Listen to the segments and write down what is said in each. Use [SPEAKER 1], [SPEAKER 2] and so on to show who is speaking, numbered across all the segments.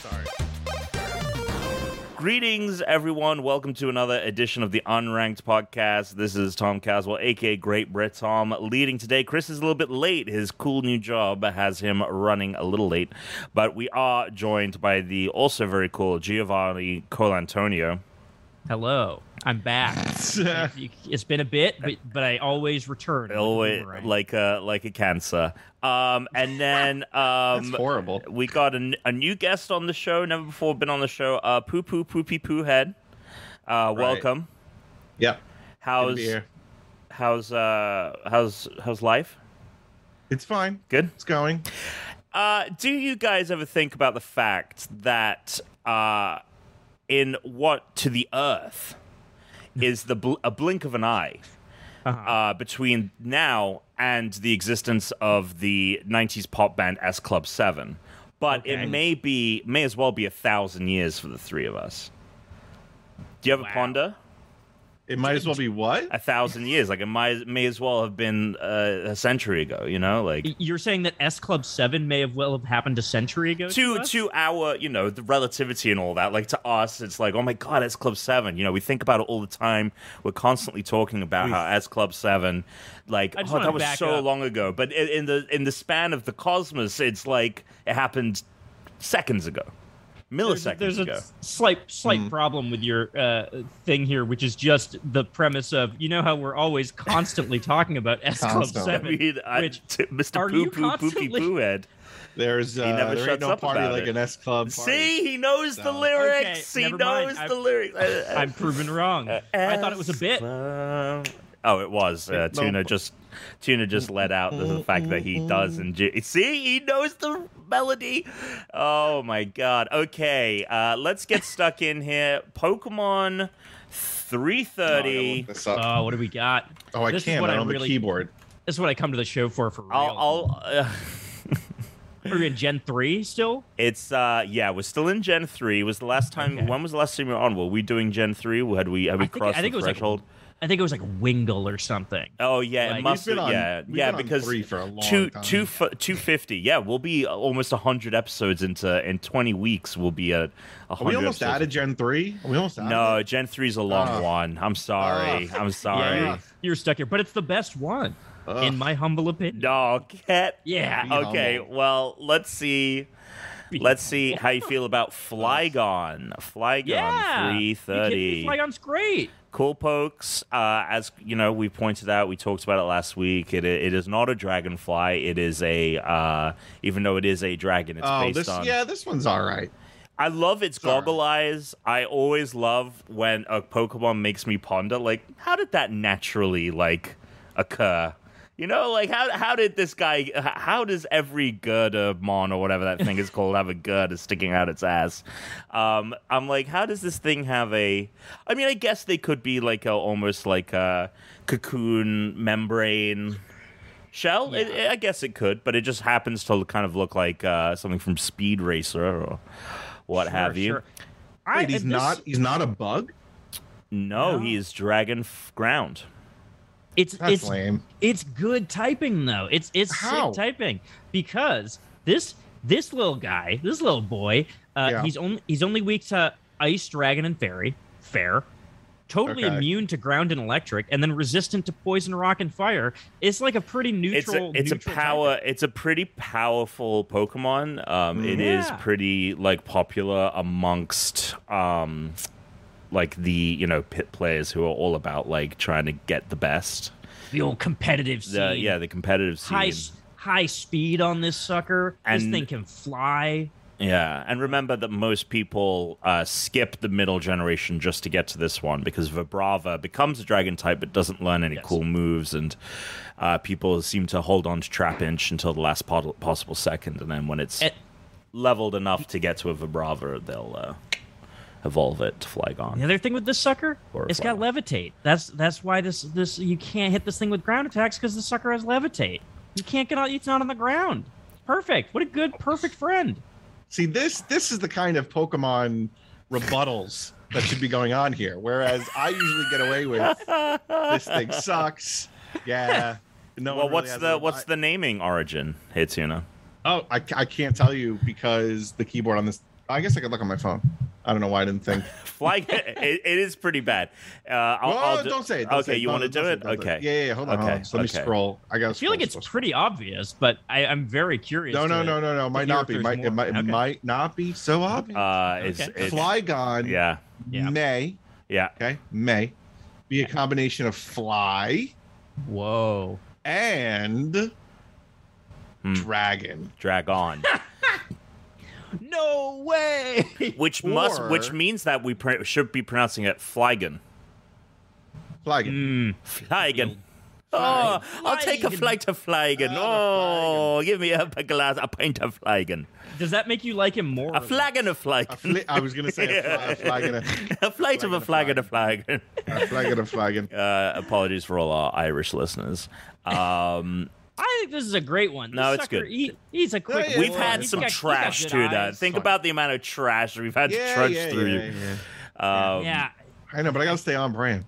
[SPEAKER 1] Sorry. Greetings, everyone. Welcome to another edition of the Unranked Podcast. This is Tom Caswell, aka Great Brit Tom, leading today. Chris is a little bit late. His cool new job has him running a little late, but we are joined by the also very cool Giovanni Colantonio.
[SPEAKER 2] Hello, I'm back. You- it's been a bit, but, but I always return. with a
[SPEAKER 1] Always
[SPEAKER 2] boomerang.
[SPEAKER 1] Oh, like a like a cancer. Um, and then um,
[SPEAKER 3] horrible.
[SPEAKER 1] we got a, n- a new guest on the show. Never before been on the show. Uh, poo poo poopy poo head. Uh, Welcome.
[SPEAKER 3] Yep. Good to
[SPEAKER 1] How's
[SPEAKER 3] be here.
[SPEAKER 1] how's uh how's how's life?
[SPEAKER 3] It's fine.
[SPEAKER 1] Good.
[SPEAKER 3] It's going.
[SPEAKER 1] Uh, do you guys ever think about the fact that uh, in what to the earth is the bl- a blink of an eye uh, between now and the existence of the '90s pop band S Club Seven? But
[SPEAKER 2] Okay.
[SPEAKER 1] it may be may as well be a thousand years for the three of us. Do you ever
[SPEAKER 2] Wow.
[SPEAKER 1] ponder?
[SPEAKER 3] It might as well be what?
[SPEAKER 1] a thousand years. Like it might may as well have been uh, a century ago. You know, like
[SPEAKER 2] Y- You're saying that S Club Seven may have well have happened a century ago.
[SPEAKER 1] to
[SPEAKER 2] us?
[SPEAKER 1] to our you know the relativity and all that. Like to us, it's like oh my god, S Club Seven. You know, we think about it all the time. We're constantly talking about how S Club Seven, like
[SPEAKER 2] I just
[SPEAKER 1] oh
[SPEAKER 2] wanna
[SPEAKER 1] that was
[SPEAKER 2] back
[SPEAKER 1] so
[SPEAKER 2] up.
[SPEAKER 1] long ago. But in, in the in the span of the cosmos, it's like it happened seconds ago,
[SPEAKER 2] There's a,
[SPEAKER 1] milliseconds
[SPEAKER 2] there's a
[SPEAKER 1] ago.
[SPEAKER 2] s- slight slight problem with your uh, thing here, which is just the premise of you know how we're always constantly talking about S Club
[SPEAKER 3] Constantly.
[SPEAKER 1] I
[SPEAKER 2] Seven.
[SPEAKER 1] mean, I-
[SPEAKER 2] which-
[SPEAKER 1] t- Mr.
[SPEAKER 2] are
[SPEAKER 1] Poo
[SPEAKER 2] you
[SPEAKER 1] Poo Poopy
[SPEAKER 2] constantly-
[SPEAKER 1] Poo Head.
[SPEAKER 3] There's uh,
[SPEAKER 1] never
[SPEAKER 3] there
[SPEAKER 1] shuts
[SPEAKER 3] ain't no
[SPEAKER 1] up
[SPEAKER 3] party
[SPEAKER 1] about
[SPEAKER 3] like
[SPEAKER 1] it.
[SPEAKER 3] an S Club. party.
[SPEAKER 1] See, he knows the
[SPEAKER 3] So-
[SPEAKER 1] lyrics. he
[SPEAKER 2] Okay, never mind.
[SPEAKER 1] knows
[SPEAKER 2] I've-
[SPEAKER 1] the lyrics. Uh,
[SPEAKER 2] I'm proven wrong.
[SPEAKER 1] uh,
[SPEAKER 2] I thought it was a bit.
[SPEAKER 1] Esclave. Oh, it was. Uh,
[SPEAKER 3] Wait, no.
[SPEAKER 1] Tuna just Tuna just let out the, the fact that he does. And see, he knows the melody. Oh my god. Okay, uh, let's get stuck in here. Pokemon three
[SPEAKER 3] Oh, I gotta
[SPEAKER 1] thirty.
[SPEAKER 3] look this up.
[SPEAKER 2] Oh, what do we got?
[SPEAKER 3] oh, I
[SPEAKER 2] this is
[SPEAKER 3] can't.
[SPEAKER 2] what
[SPEAKER 3] I
[SPEAKER 2] I'm
[SPEAKER 3] don't have
[SPEAKER 2] really-
[SPEAKER 3] the keyboard.
[SPEAKER 2] This is what I come to the show for. For real,
[SPEAKER 1] I'll. I'll uh,
[SPEAKER 2] are we in Gen three still?
[SPEAKER 1] it's uh yeah we're still in Gen three. Was the last time?
[SPEAKER 2] Okay.
[SPEAKER 1] When was the last time we were on? Were we doing Gen three? Had we had we
[SPEAKER 2] I think-
[SPEAKER 1] crossed
[SPEAKER 2] I think
[SPEAKER 1] the
[SPEAKER 2] it was like-
[SPEAKER 1] threshold?
[SPEAKER 2] I think it was like Wingle or something.
[SPEAKER 1] Oh yeah,
[SPEAKER 2] Like-
[SPEAKER 1] it
[SPEAKER 2] We've
[SPEAKER 1] must.
[SPEAKER 3] been on-
[SPEAKER 1] yeah,
[SPEAKER 3] we've
[SPEAKER 1] yeah,
[SPEAKER 3] been on
[SPEAKER 1] because
[SPEAKER 3] three for a long
[SPEAKER 1] two
[SPEAKER 3] time.
[SPEAKER 1] two two fifty. Yeah, we'll be almost hundred episodes into in twenty weeks. We'll be at
[SPEAKER 3] Are we
[SPEAKER 1] hundred.
[SPEAKER 3] almost
[SPEAKER 1] episodes.
[SPEAKER 3] out of Gen three? Are we almost out?
[SPEAKER 1] No, Gen three's a long
[SPEAKER 3] Ugh.
[SPEAKER 1] one. I'm sorry.
[SPEAKER 3] Oh.
[SPEAKER 1] I'm sorry.
[SPEAKER 2] Yeah, you're, you're stuck here, but it's the best one,
[SPEAKER 3] Ugh.
[SPEAKER 2] in my humble opinion.
[SPEAKER 1] No, get.
[SPEAKER 2] Yeah.
[SPEAKER 3] Be
[SPEAKER 1] Okay.
[SPEAKER 3] humble.
[SPEAKER 1] Well, let's see. Let's see how you feel about Flygon. Flygon
[SPEAKER 2] yeah.
[SPEAKER 1] three thirty.
[SPEAKER 2] Flygon's great.
[SPEAKER 1] Cool pokes, uh, as you know, we pointed out, we talked about it last week. It it is not a dragonfly. It is a uh, even though it is a dragon, it's
[SPEAKER 3] Oh,
[SPEAKER 1] based
[SPEAKER 3] this
[SPEAKER 1] on.
[SPEAKER 3] yeah, this one's all right.
[SPEAKER 1] I love its
[SPEAKER 3] Sorry.
[SPEAKER 1] goggle eyes. I always love when a Pokemon makes me ponder, like, how did that naturally like occur? You know, like how how did this guy? h- How does every Gerdamon or whatever that thing is called have a girder sticking out its ass? Um, I'm like, how does this thing have a? I mean, I guess they could be like a almost like a cocoon membrane shell. It-
[SPEAKER 2] Yeah.
[SPEAKER 1] I guess it could, but it just happens to kind of look like uh, something from Speed Racer or what have
[SPEAKER 2] Sure,
[SPEAKER 1] you.
[SPEAKER 2] sure. I,
[SPEAKER 3] Wait, he's
[SPEAKER 2] this-
[SPEAKER 3] not. He's not a bug.
[SPEAKER 1] No,
[SPEAKER 2] No.
[SPEAKER 1] he is Dragon f- Ground.
[SPEAKER 2] It's
[SPEAKER 3] That's
[SPEAKER 2] it's
[SPEAKER 3] lame.
[SPEAKER 2] it's good typing though. It's it's
[SPEAKER 3] How?
[SPEAKER 2] sick typing because this this little guy, this little boy, uh,
[SPEAKER 3] Yeah.
[SPEAKER 2] he's only he's only weak to ice, dragon, and fairy. Fair. Totally
[SPEAKER 3] Okay.
[SPEAKER 2] immune to ground and electric, and then resistant to poison, rock, and fire. It's like a pretty
[SPEAKER 1] It's
[SPEAKER 2] neutral.
[SPEAKER 1] a, it's a
[SPEAKER 2] neutral
[SPEAKER 1] power. It's a pretty powerful Pokemon. Um, It is
[SPEAKER 2] Mm, Yeah.
[SPEAKER 1] pretty like popular amongst um, like the you know pit players who are all about like trying to get the best.
[SPEAKER 2] typing. The old competitive scene.
[SPEAKER 1] The, yeah, the competitive scene.
[SPEAKER 2] high s- high speed on this sucker. this
[SPEAKER 1] And-
[SPEAKER 2] thing can fly.
[SPEAKER 1] Yeah, and remember that most people uh, skip the middle generation just to get to this one because Vibrava becomes a dragon type but doesn't learn any
[SPEAKER 2] Yes.
[SPEAKER 1] cool moves, and uh, people seem to hold on to Trapinch until the last pod- possible second, and then when it's
[SPEAKER 2] And-
[SPEAKER 1] leveled enough to get to a Vibrava, they'll uh, evolve it to Flygon.
[SPEAKER 2] The other thing with this sucker,
[SPEAKER 1] Or
[SPEAKER 2] it's got levitate. That's that's why this this you can't hit this thing with ground attacks because the sucker has levitate. You can't get on. It's not on the ground. Perfect. What a good perfect friend.
[SPEAKER 3] See, this this is the kind of Pokemon rebuttals that should be going on here. Whereas I usually get away with this thing sucks. Yeah. No. one
[SPEAKER 1] well,
[SPEAKER 3] really
[SPEAKER 1] what's
[SPEAKER 3] has
[SPEAKER 1] the
[SPEAKER 3] a-
[SPEAKER 1] what's the naming origin, Hitsuna?
[SPEAKER 3] Oh, I, ca- I can't tell you because the keyboard on this. I guess I could look on my phone. I don't know why I didn't think.
[SPEAKER 1] Fly, it, it is pretty bad. Uh, I'll,
[SPEAKER 3] oh,
[SPEAKER 1] I'll do-
[SPEAKER 3] don't say it. Don't
[SPEAKER 1] okay,
[SPEAKER 3] say it.
[SPEAKER 1] you
[SPEAKER 3] No,
[SPEAKER 1] want to
[SPEAKER 3] don't
[SPEAKER 1] do
[SPEAKER 3] say
[SPEAKER 1] it?
[SPEAKER 3] don't say
[SPEAKER 1] Okay.
[SPEAKER 3] Yeah, yeah, yeah. Hold on.
[SPEAKER 1] Okay,
[SPEAKER 3] Hold on. So let
[SPEAKER 1] okay.
[SPEAKER 3] me scroll. I got.
[SPEAKER 2] I feel like it's pretty obvious, but I, I'm very curious.
[SPEAKER 3] No, no,
[SPEAKER 2] to-
[SPEAKER 3] no, no, no.
[SPEAKER 2] hear
[SPEAKER 3] Might not
[SPEAKER 2] if
[SPEAKER 3] be.
[SPEAKER 2] there's
[SPEAKER 3] Might,
[SPEAKER 2] more.
[SPEAKER 3] it might,
[SPEAKER 2] Okay.
[SPEAKER 3] it might not be so obvious.
[SPEAKER 1] Uh, it's,
[SPEAKER 2] Okay.
[SPEAKER 1] it's,
[SPEAKER 3] Flygon
[SPEAKER 1] Yeah,
[SPEAKER 2] Yeah.
[SPEAKER 3] may
[SPEAKER 1] yeah.
[SPEAKER 3] okay may be a combination of fly
[SPEAKER 2] Whoa.
[SPEAKER 3] and
[SPEAKER 1] Hmm.
[SPEAKER 3] dragon.
[SPEAKER 1] Drag on,
[SPEAKER 2] No way.
[SPEAKER 1] which must, which
[SPEAKER 3] Or-
[SPEAKER 1] means that we pr- should be pronouncing it Flygon.
[SPEAKER 3] Flygon.
[SPEAKER 1] Hmm.
[SPEAKER 2] Mm.
[SPEAKER 1] Flygon. Oh,
[SPEAKER 2] Flygon.
[SPEAKER 1] I'll take a
[SPEAKER 2] Flygon.
[SPEAKER 1] flight to Flygon.
[SPEAKER 3] Ah,
[SPEAKER 1] Oh, give me a, a glass, a pint of Flygon,
[SPEAKER 2] Does that make you like him more?
[SPEAKER 1] a
[SPEAKER 2] or less?
[SPEAKER 1] flagon of
[SPEAKER 3] A
[SPEAKER 1] Flygon,
[SPEAKER 3] fli- I was gonna say a, fly, a flagon. A,
[SPEAKER 1] a flight of a
[SPEAKER 3] Flagon
[SPEAKER 1] flagon
[SPEAKER 3] of
[SPEAKER 1] of Flagon.
[SPEAKER 3] a flagon. A flagon.
[SPEAKER 1] Uh, apologies for all our Irish listeners. Um,
[SPEAKER 2] I think this is a great one. This
[SPEAKER 1] No, it's
[SPEAKER 2] sucker,
[SPEAKER 1] good.
[SPEAKER 2] He, he's a quick.
[SPEAKER 3] Yeah, yeah,
[SPEAKER 1] we've
[SPEAKER 3] yeah.
[SPEAKER 1] had
[SPEAKER 2] He's
[SPEAKER 1] some
[SPEAKER 2] got- he's got
[SPEAKER 1] trash
[SPEAKER 2] good
[SPEAKER 1] too. That
[SPEAKER 2] eyes.
[SPEAKER 1] think
[SPEAKER 3] Fine.
[SPEAKER 1] about the amount of trash we've had to
[SPEAKER 3] Yeah,
[SPEAKER 1] trudge
[SPEAKER 3] yeah,
[SPEAKER 1] through.
[SPEAKER 3] yeah, yeah.
[SPEAKER 1] Um,
[SPEAKER 2] yeah.
[SPEAKER 3] I know, but I gotta stay on brand.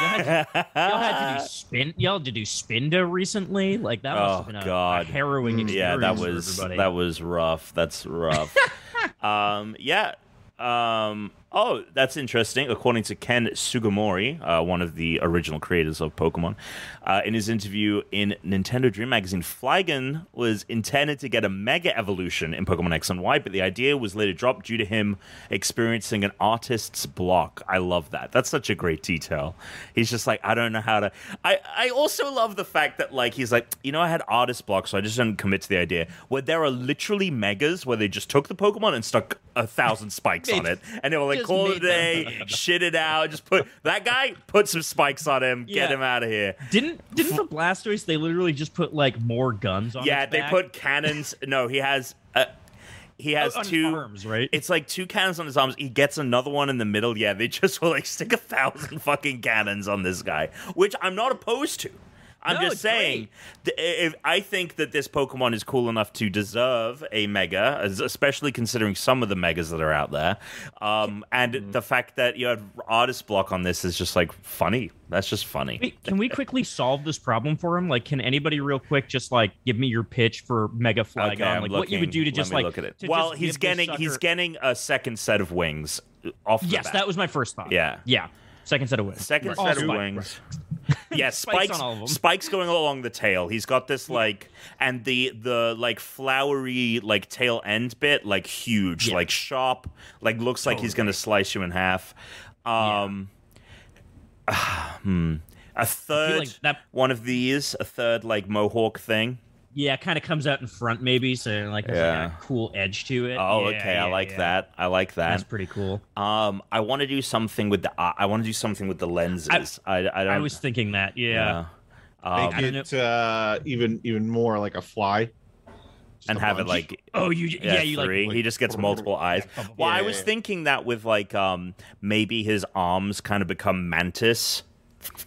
[SPEAKER 2] Y'all had, y'all had to do spin. Y'all had to do Spinda recently. Like that must have
[SPEAKER 1] Uh, Oh,
[SPEAKER 2] been a, a
[SPEAKER 1] God.
[SPEAKER 2] harrowing experience.
[SPEAKER 1] Mm, yeah, that
[SPEAKER 2] for
[SPEAKER 1] was
[SPEAKER 2] everybody.
[SPEAKER 1] that was rough. That's rough. um, yeah. Um, oh, that's interesting. According to Ken Sugimori, uh, one of the original creators of Pokemon, uh, in his interview in Nintendo Dream Magazine, Flygon was intended to get a mega evolution in Pokemon X and Y, but the idea was later dropped due to him experiencing an artist's block. I love that. That's such a great detail. He's just like, I don't know how to. I, I also love the fact that, like, he's like, you know, I had artist block, so I just didn't commit to the idea. Where there are literally megas where they just took the Pokemon and stuck a thousand spikes on it. And they were like,
[SPEAKER 2] just
[SPEAKER 1] call it a
[SPEAKER 2] made them.
[SPEAKER 1] day, shit it out, just put that guy, put some spikes on him, get
[SPEAKER 2] Yeah.
[SPEAKER 1] him out of here.
[SPEAKER 2] Didn't didn't for Blastoise they literally just put like more guns on?
[SPEAKER 1] yeah,
[SPEAKER 2] his
[SPEAKER 1] they
[SPEAKER 2] back?
[SPEAKER 1] put cannons. no, he has. Uh, he has
[SPEAKER 2] Oh, on
[SPEAKER 1] two
[SPEAKER 2] arms, right?
[SPEAKER 1] It's like two cannons on his arms. He gets another one in the middle. Yeah, they just will like stick a thousand fucking cannons on this guy, which I'm not opposed to. I'm
[SPEAKER 2] No,
[SPEAKER 1] just
[SPEAKER 2] it's
[SPEAKER 1] saying, th- if I think that this Pokemon is cool enough to deserve a mega, as- especially considering some of the megas that are out there, um, and
[SPEAKER 2] Mm-hmm.
[SPEAKER 1] the fact that you had artist block on this is just like funny. That's just funny.
[SPEAKER 2] Wait, can we quickly solve this problem for him? Like, can anybody real quick just like give me your pitch for Mega Flygon?
[SPEAKER 1] Okay, I'm
[SPEAKER 2] like, what you would
[SPEAKER 1] looking.
[SPEAKER 2] do to
[SPEAKER 1] Let
[SPEAKER 2] just
[SPEAKER 1] me
[SPEAKER 2] like
[SPEAKER 1] look at it.
[SPEAKER 2] to
[SPEAKER 1] Well,
[SPEAKER 2] just
[SPEAKER 1] he's
[SPEAKER 2] give this
[SPEAKER 1] getting he's
[SPEAKER 2] sucker-
[SPEAKER 1] getting a second set of wings uh, off. The
[SPEAKER 2] yes,
[SPEAKER 1] bat.
[SPEAKER 2] that was my first thought.
[SPEAKER 1] Yeah.
[SPEAKER 2] yeah. Second set of wins.
[SPEAKER 1] Second
[SPEAKER 2] Right.
[SPEAKER 1] set
[SPEAKER 2] All
[SPEAKER 1] of
[SPEAKER 2] spike.
[SPEAKER 1] wings. Yeah,
[SPEAKER 2] Spikes
[SPEAKER 1] spikes.
[SPEAKER 2] on
[SPEAKER 1] Spikes,
[SPEAKER 2] all of 'em.
[SPEAKER 1] going along the tail. He's got this like, and the the like flowery like tail end bit, like huge,
[SPEAKER 2] Yeah.
[SPEAKER 1] like sharp, like looks like he's gonna slice you in half. Um, hmm. a third
[SPEAKER 2] like that-
[SPEAKER 1] one of these, a third like mohawk thing.
[SPEAKER 2] Yeah, it kind of comes out in front maybe, so like there's
[SPEAKER 1] Yeah.
[SPEAKER 2] like a cool edge to it.
[SPEAKER 1] Oh,
[SPEAKER 2] Yeah,
[SPEAKER 1] okay, I
[SPEAKER 2] yeah,
[SPEAKER 1] like
[SPEAKER 2] yeah.
[SPEAKER 1] that. I like that.
[SPEAKER 2] That's pretty cool.
[SPEAKER 1] Um, I want to do something with the. eye I want to do something with the lenses. I I, don't.
[SPEAKER 2] I was thinking that. Yeah.
[SPEAKER 1] yeah. Um,
[SPEAKER 2] I don't
[SPEAKER 3] Make it uh, even even more like a fly. Just
[SPEAKER 1] and
[SPEAKER 3] a
[SPEAKER 1] have it
[SPEAKER 3] bunch.
[SPEAKER 1] like
[SPEAKER 2] Oh, you. Yeah, you like.
[SPEAKER 1] three. he just gets multiple eyes. Well, I
[SPEAKER 3] Yeah,
[SPEAKER 1] was
[SPEAKER 3] yeah.
[SPEAKER 1] thinking that with like um maybe his arms kind of become mantis
[SPEAKER 2] Mm,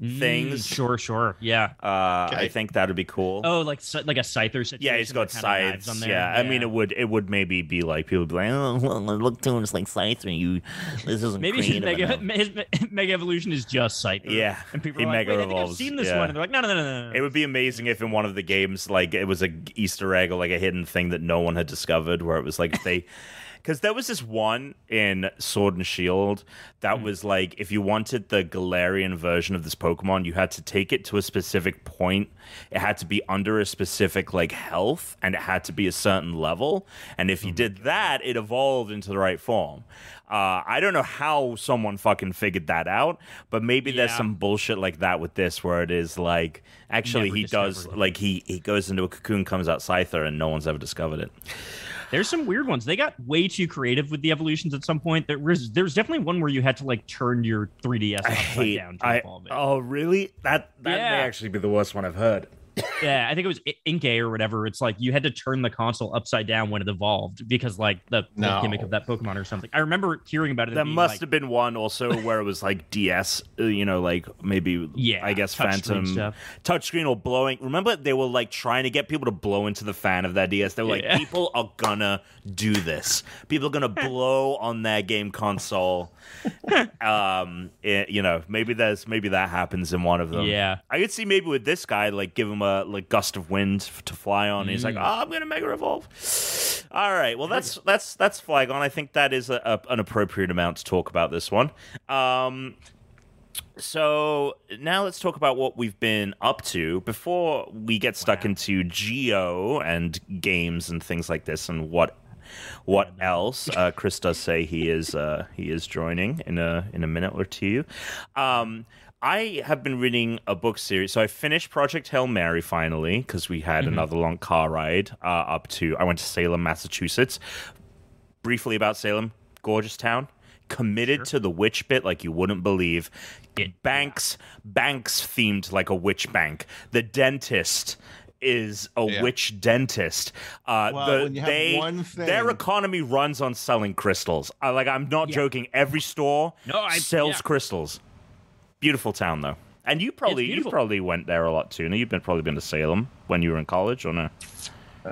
[SPEAKER 1] things.
[SPEAKER 2] Sure, sure. Yeah.
[SPEAKER 1] Uh, I
[SPEAKER 3] Okay.
[SPEAKER 1] think that would be cool.
[SPEAKER 2] Oh, like si- like a scyther situation.
[SPEAKER 1] yeah, he's
[SPEAKER 2] with
[SPEAKER 1] got
[SPEAKER 2] kind of knives
[SPEAKER 1] scythes.
[SPEAKER 2] on
[SPEAKER 1] Yeah.
[SPEAKER 2] there.
[SPEAKER 1] I mean it would it would maybe be like people would be like, oh, well, look to him, it's like scythe, and you this isn't
[SPEAKER 2] Maybe his
[SPEAKER 1] creative
[SPEAKER 2] mega,
[SPEAKER 1] enough."
[SPEAKER 2] his me- mega evolution is just Scyther.
[SPEAKER 1] Yeah,
[SPEAKER 2] And people
[SPEAKER 1] he
[SPEAKER 2] are like,
[SPEAKER 1] mega
[SPEAKER 2] Wait, I think I've
[SPEAKER 1] evolves,
[SPEAKER 2] seen this
[SPEAKER 1] yeah.
[SPEAKER 2] one. And they're like, no, no, no, no, no.
[SPEAKER 1] It would be amazing if in one of the games, like it was a g- Easter egg or like a hidden thing that no one had discovered, where it was like if they, because there was this one in Sword and Shield that was like if you wanted the Galarian version of this Pokemon, you had to take it to a specific point. It had to be under a specific like health, and it had to be a certain level. And if you did that, it evolved into the right form. Uh, I don't know how someone fucking figured that out, but maybe there's
[SPEAKER 2] Yeah.
[SPEAKER 1] some bullshit like that with this where it is like actually
[SPEAKER 2] Never
[SPEAKER 1] he does
[SPEAKER 2] discovered.
[SPEAKER 1] like he he goes into a cocoon comes out scyther and no one's ever discovered it
[SPEAKER 2] There's some weird ones. They got way too creative with the evolutions at some point. There was there's definitely one where you had to like turn your 3ds upside down to evolve it.
[SPEAKER 1] oh really that that
[SPEAKER 2] Yeah.
[SPEAKER 1] may actually be the worst one i've heard
[SPEAKER 2] Yeah, I think it was I- Inkay or whatever. It's like you had to turn the console upside down when it evolved because like the, the
[SPEAKER 3] No.
[SPEAKER 2] gimmick of that Pokemon or something. I remember hearing about it. and
[SPEAKER 1] there
[SPEAKER 2] being
[SPEAKER 1] must
[SPEAKER 2] like,
[SPEAKER 1] have been one also where it was like ds uh, you know like maybe
[SPEAKER 2] Yeah,
[SPEAKER 1] i guess
[SPEAKER 2] touchscreen
[SPEAKER 1] phantom
[SPEAKER 2] stuff.
[SPEAKER 1] touchscreen or blowing remember they were like trying to get people to blow into the fan of their ds they were
[SPEAKER 2] Yeah.
[SPEAKER 1] like people are gonna do this people are gonna blow on their game console um it- you know maybe there's maybe that happens in one of them
[SPEAKER 2] Yeah.
[SPEAKER 1] i could see maybe with this guy like give him a like gust of wind f- to fly on. He's like, oh, I'm gonna mega revolve. All right, well that's that's that's Flygon. I think that is a, a, an appropriate amount to talk about this one. Um, so now let's talk about what we've been up to before we get stuck into geo and games and things like this and what what else uh, chris does say he is uh, he is joining in a in a minute or two um I have been reading a book series. So I finished Project Hail Mary finally because we had another long car ride uh, up to. I went to Salem, Massachusetts. Briefly about Salem, gorgeous town. Committed to the witch bit like you wouldn't believe. banks, banks themed like a witch bank. The dentist is a
[SPEAKER 3] Yeah.
[SPEAKER 1] witch dentist. Uh,
[SPEAKER 3] Well,
[SPEAKER 1] the-
[SPEAKER 3] when you have
[SPEAKER 1] they,
[SPEAKER 3] one
[SPEAKER 1] Their
[SPEAKER 3] thing-
[SPEAKER 1] economy runs on selling crystals. I, like I'm not
[SPEAKER 2] Yeah.
[SPEAKER 1] joking. Every store
[SPEAKER 2] No, I-
[SPEAKER 1] sells
[SPEAKER 2] yeah.
[SPEAKER 1] crystals. Beautiful town though. And you probably you
[SPEAKER 2] beautiful.
[SPEAKER 1] probably went there a lot too. No, you've been probably been to Salem when you were in college or no?
[SPEAKER 3] Uh,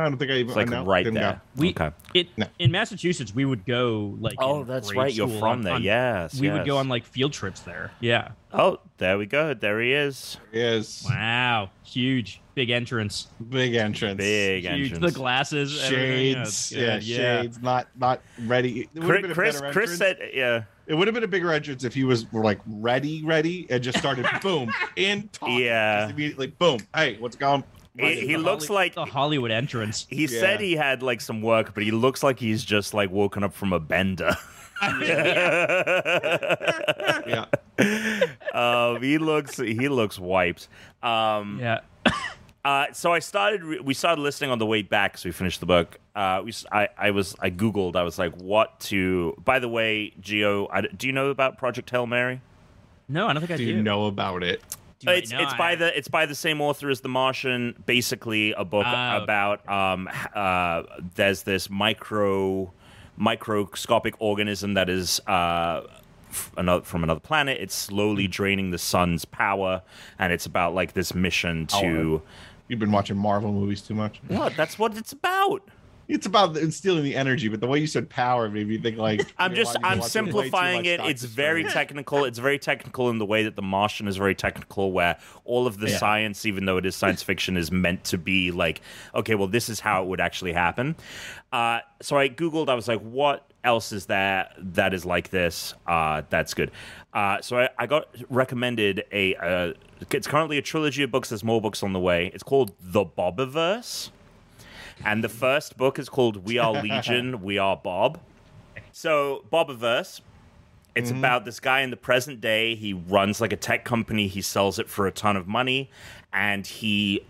[SPEAKER 3] I don't think I even
[SPEAKER 1] It's like
[SPEAKER 3] Uh, no,
[SPEAKER 1] right
[SPEAKER 3] didn't go.
[SPEAKER 1] there.
[SPEAKER 2] We
[SPEAKER 1] okay.
[SPEAKER 2] it
[SPEAKER 3] No.
[SPEAKER 2] in Massachusetts we would go like
[SPEAKER 1] Oh,
[SPEAKER 2] in
[SPEAKER 1] that's
[SPEAKER 2] grade
[SPEAKER 1] right. You're
[SPEAKER 2] school
[SPEAKER 1] from
[SPEAKER 2] on-
[SPEAKER 1] there.
[SPEAKER 2] on-
[SPEAKER 1] yes.
[SPEAKER 2] we would go
[SPEAKER 1] yes.
[SPEAKER 2] on like field trips there. Yeah.
[SPEAKER 1] Oh, there we go. There he is.
[SPEAKER 3] Yes,
[SPEAKER 2] Wow, huge, big entrance,
[SPEAKER 3] big entrance.
[SPEAKER 1] Big
[SPEAKER 2] huge.
[SPEAKER 1] entrance.
[SPEAKER 2] The glasses, everything.
[SPEAKER 3] Shades,
[SPEAKER 2] Yeah,
[SPEAKER 3] yeah,
[SPEAKER 2] it's good. yeah.
[SPEAKER 3] shades. Not not ready. It would've been
[SPEAKER 1] Chris Chris,
[SPEAKER 3] a better
[SPEAKER 1] Chris
[SPEAKER 3] entrance.
[SPEAKER 1] said yeah.
[SPEAKER 3] it would have been a bigger entrance if he was were like ready, ready, and just started boom and talking.
[SPEAKER 1] Yeah.
[SPEAKER 3] just immediately boom. Hey, what's going?
[SPEAKER 1] He, he
[SPEAKER 2] The
[SPEAKER 1] looks
[SPEAKER 2] Holly-
[SPEAKER 1] like
[SPEAKER 2] the Hollywood entrance.
[SPEAKER 1] He said
[SPEAKER 3] Yeah.
[SPEAKER 1] he had like some work, but he looks like he's just like woken up from a bender.
[SPEAKER 3] yeah,
[SPEAKER 1] um, he looks he looks wiped. Um,
[SPEAKER 2] Yeah.
[SPEAKER 1] uh, so I started. Re- we started listening on the way back, so we finished the book. Uh, we, s- I, I was I googled. I was like, what to? By the way, Geo, I d do you know about Project Hail Mary?
[SPEAKER 2] No, I don't think I
[SPEAKER 3] do
[SPEAKER 2] do.
[SPEAKER 3] you know about it?
[SPEAKER 2] Do I-
[SPEAKER 1] it's
[SPEAKER 2] no,
[SPEAKER 1] it's
[SPEAKER 2] I-
[SPEAKER 1] by the it's by the same author as The Martian. Basically, a book
[SPEAKER 2] Ah, okay.
[SPEAKER 1] about um h- uh there's this micro microscopic organism that is uh f- another from another planet. It's slowly draining the sun's power, and it's about like this mission to.
[SPEAKER 3] You've been watching Marvel movies too much.
[SPEAKER 1] What? That's what it's about.
[SPEAKER 3] It's about instilling the energy, but the way you said power made me think like
[SPEAKER 1] I'm
[SPEAKER 3] you're
[SPEAKER 1] just
[SPEAKER 3] watching-
[SPEAKER 1] I'm
[SPEAKER 3] watching way too
[SPEAKER 1] simplifying
[SPEAKER 3] much
[SPEAKER 1] it.
[SPEAKER 3] Doctor
[SPEAKER 1] It's very
[SPEAKER 3] Strange.
[SPEAKER 1] technical. It's very technical in the way that The Martian is very technical, where all of the
[SPEAKER 3] Yeah.
[SPEAKER 1] science, even though it is science fiction, is meant to be like, okay, well, this is how it would actually happen. Uh, so I googled. I was like, what else is there that is like this? Uh, that's good. Uh, so I, I got recommended a. Uh, it's currently a trilogy of books. There's more books on the way. It's called The Bobiverse. And the first book is called We Are Legion, We Are Bob. So, Bobiverse. It's
[SPEAKER 3] Mm-hmm.
[SPEAKER 1] about this guy in the present day. He runs like a tech company. He sells it for a ton of money, and he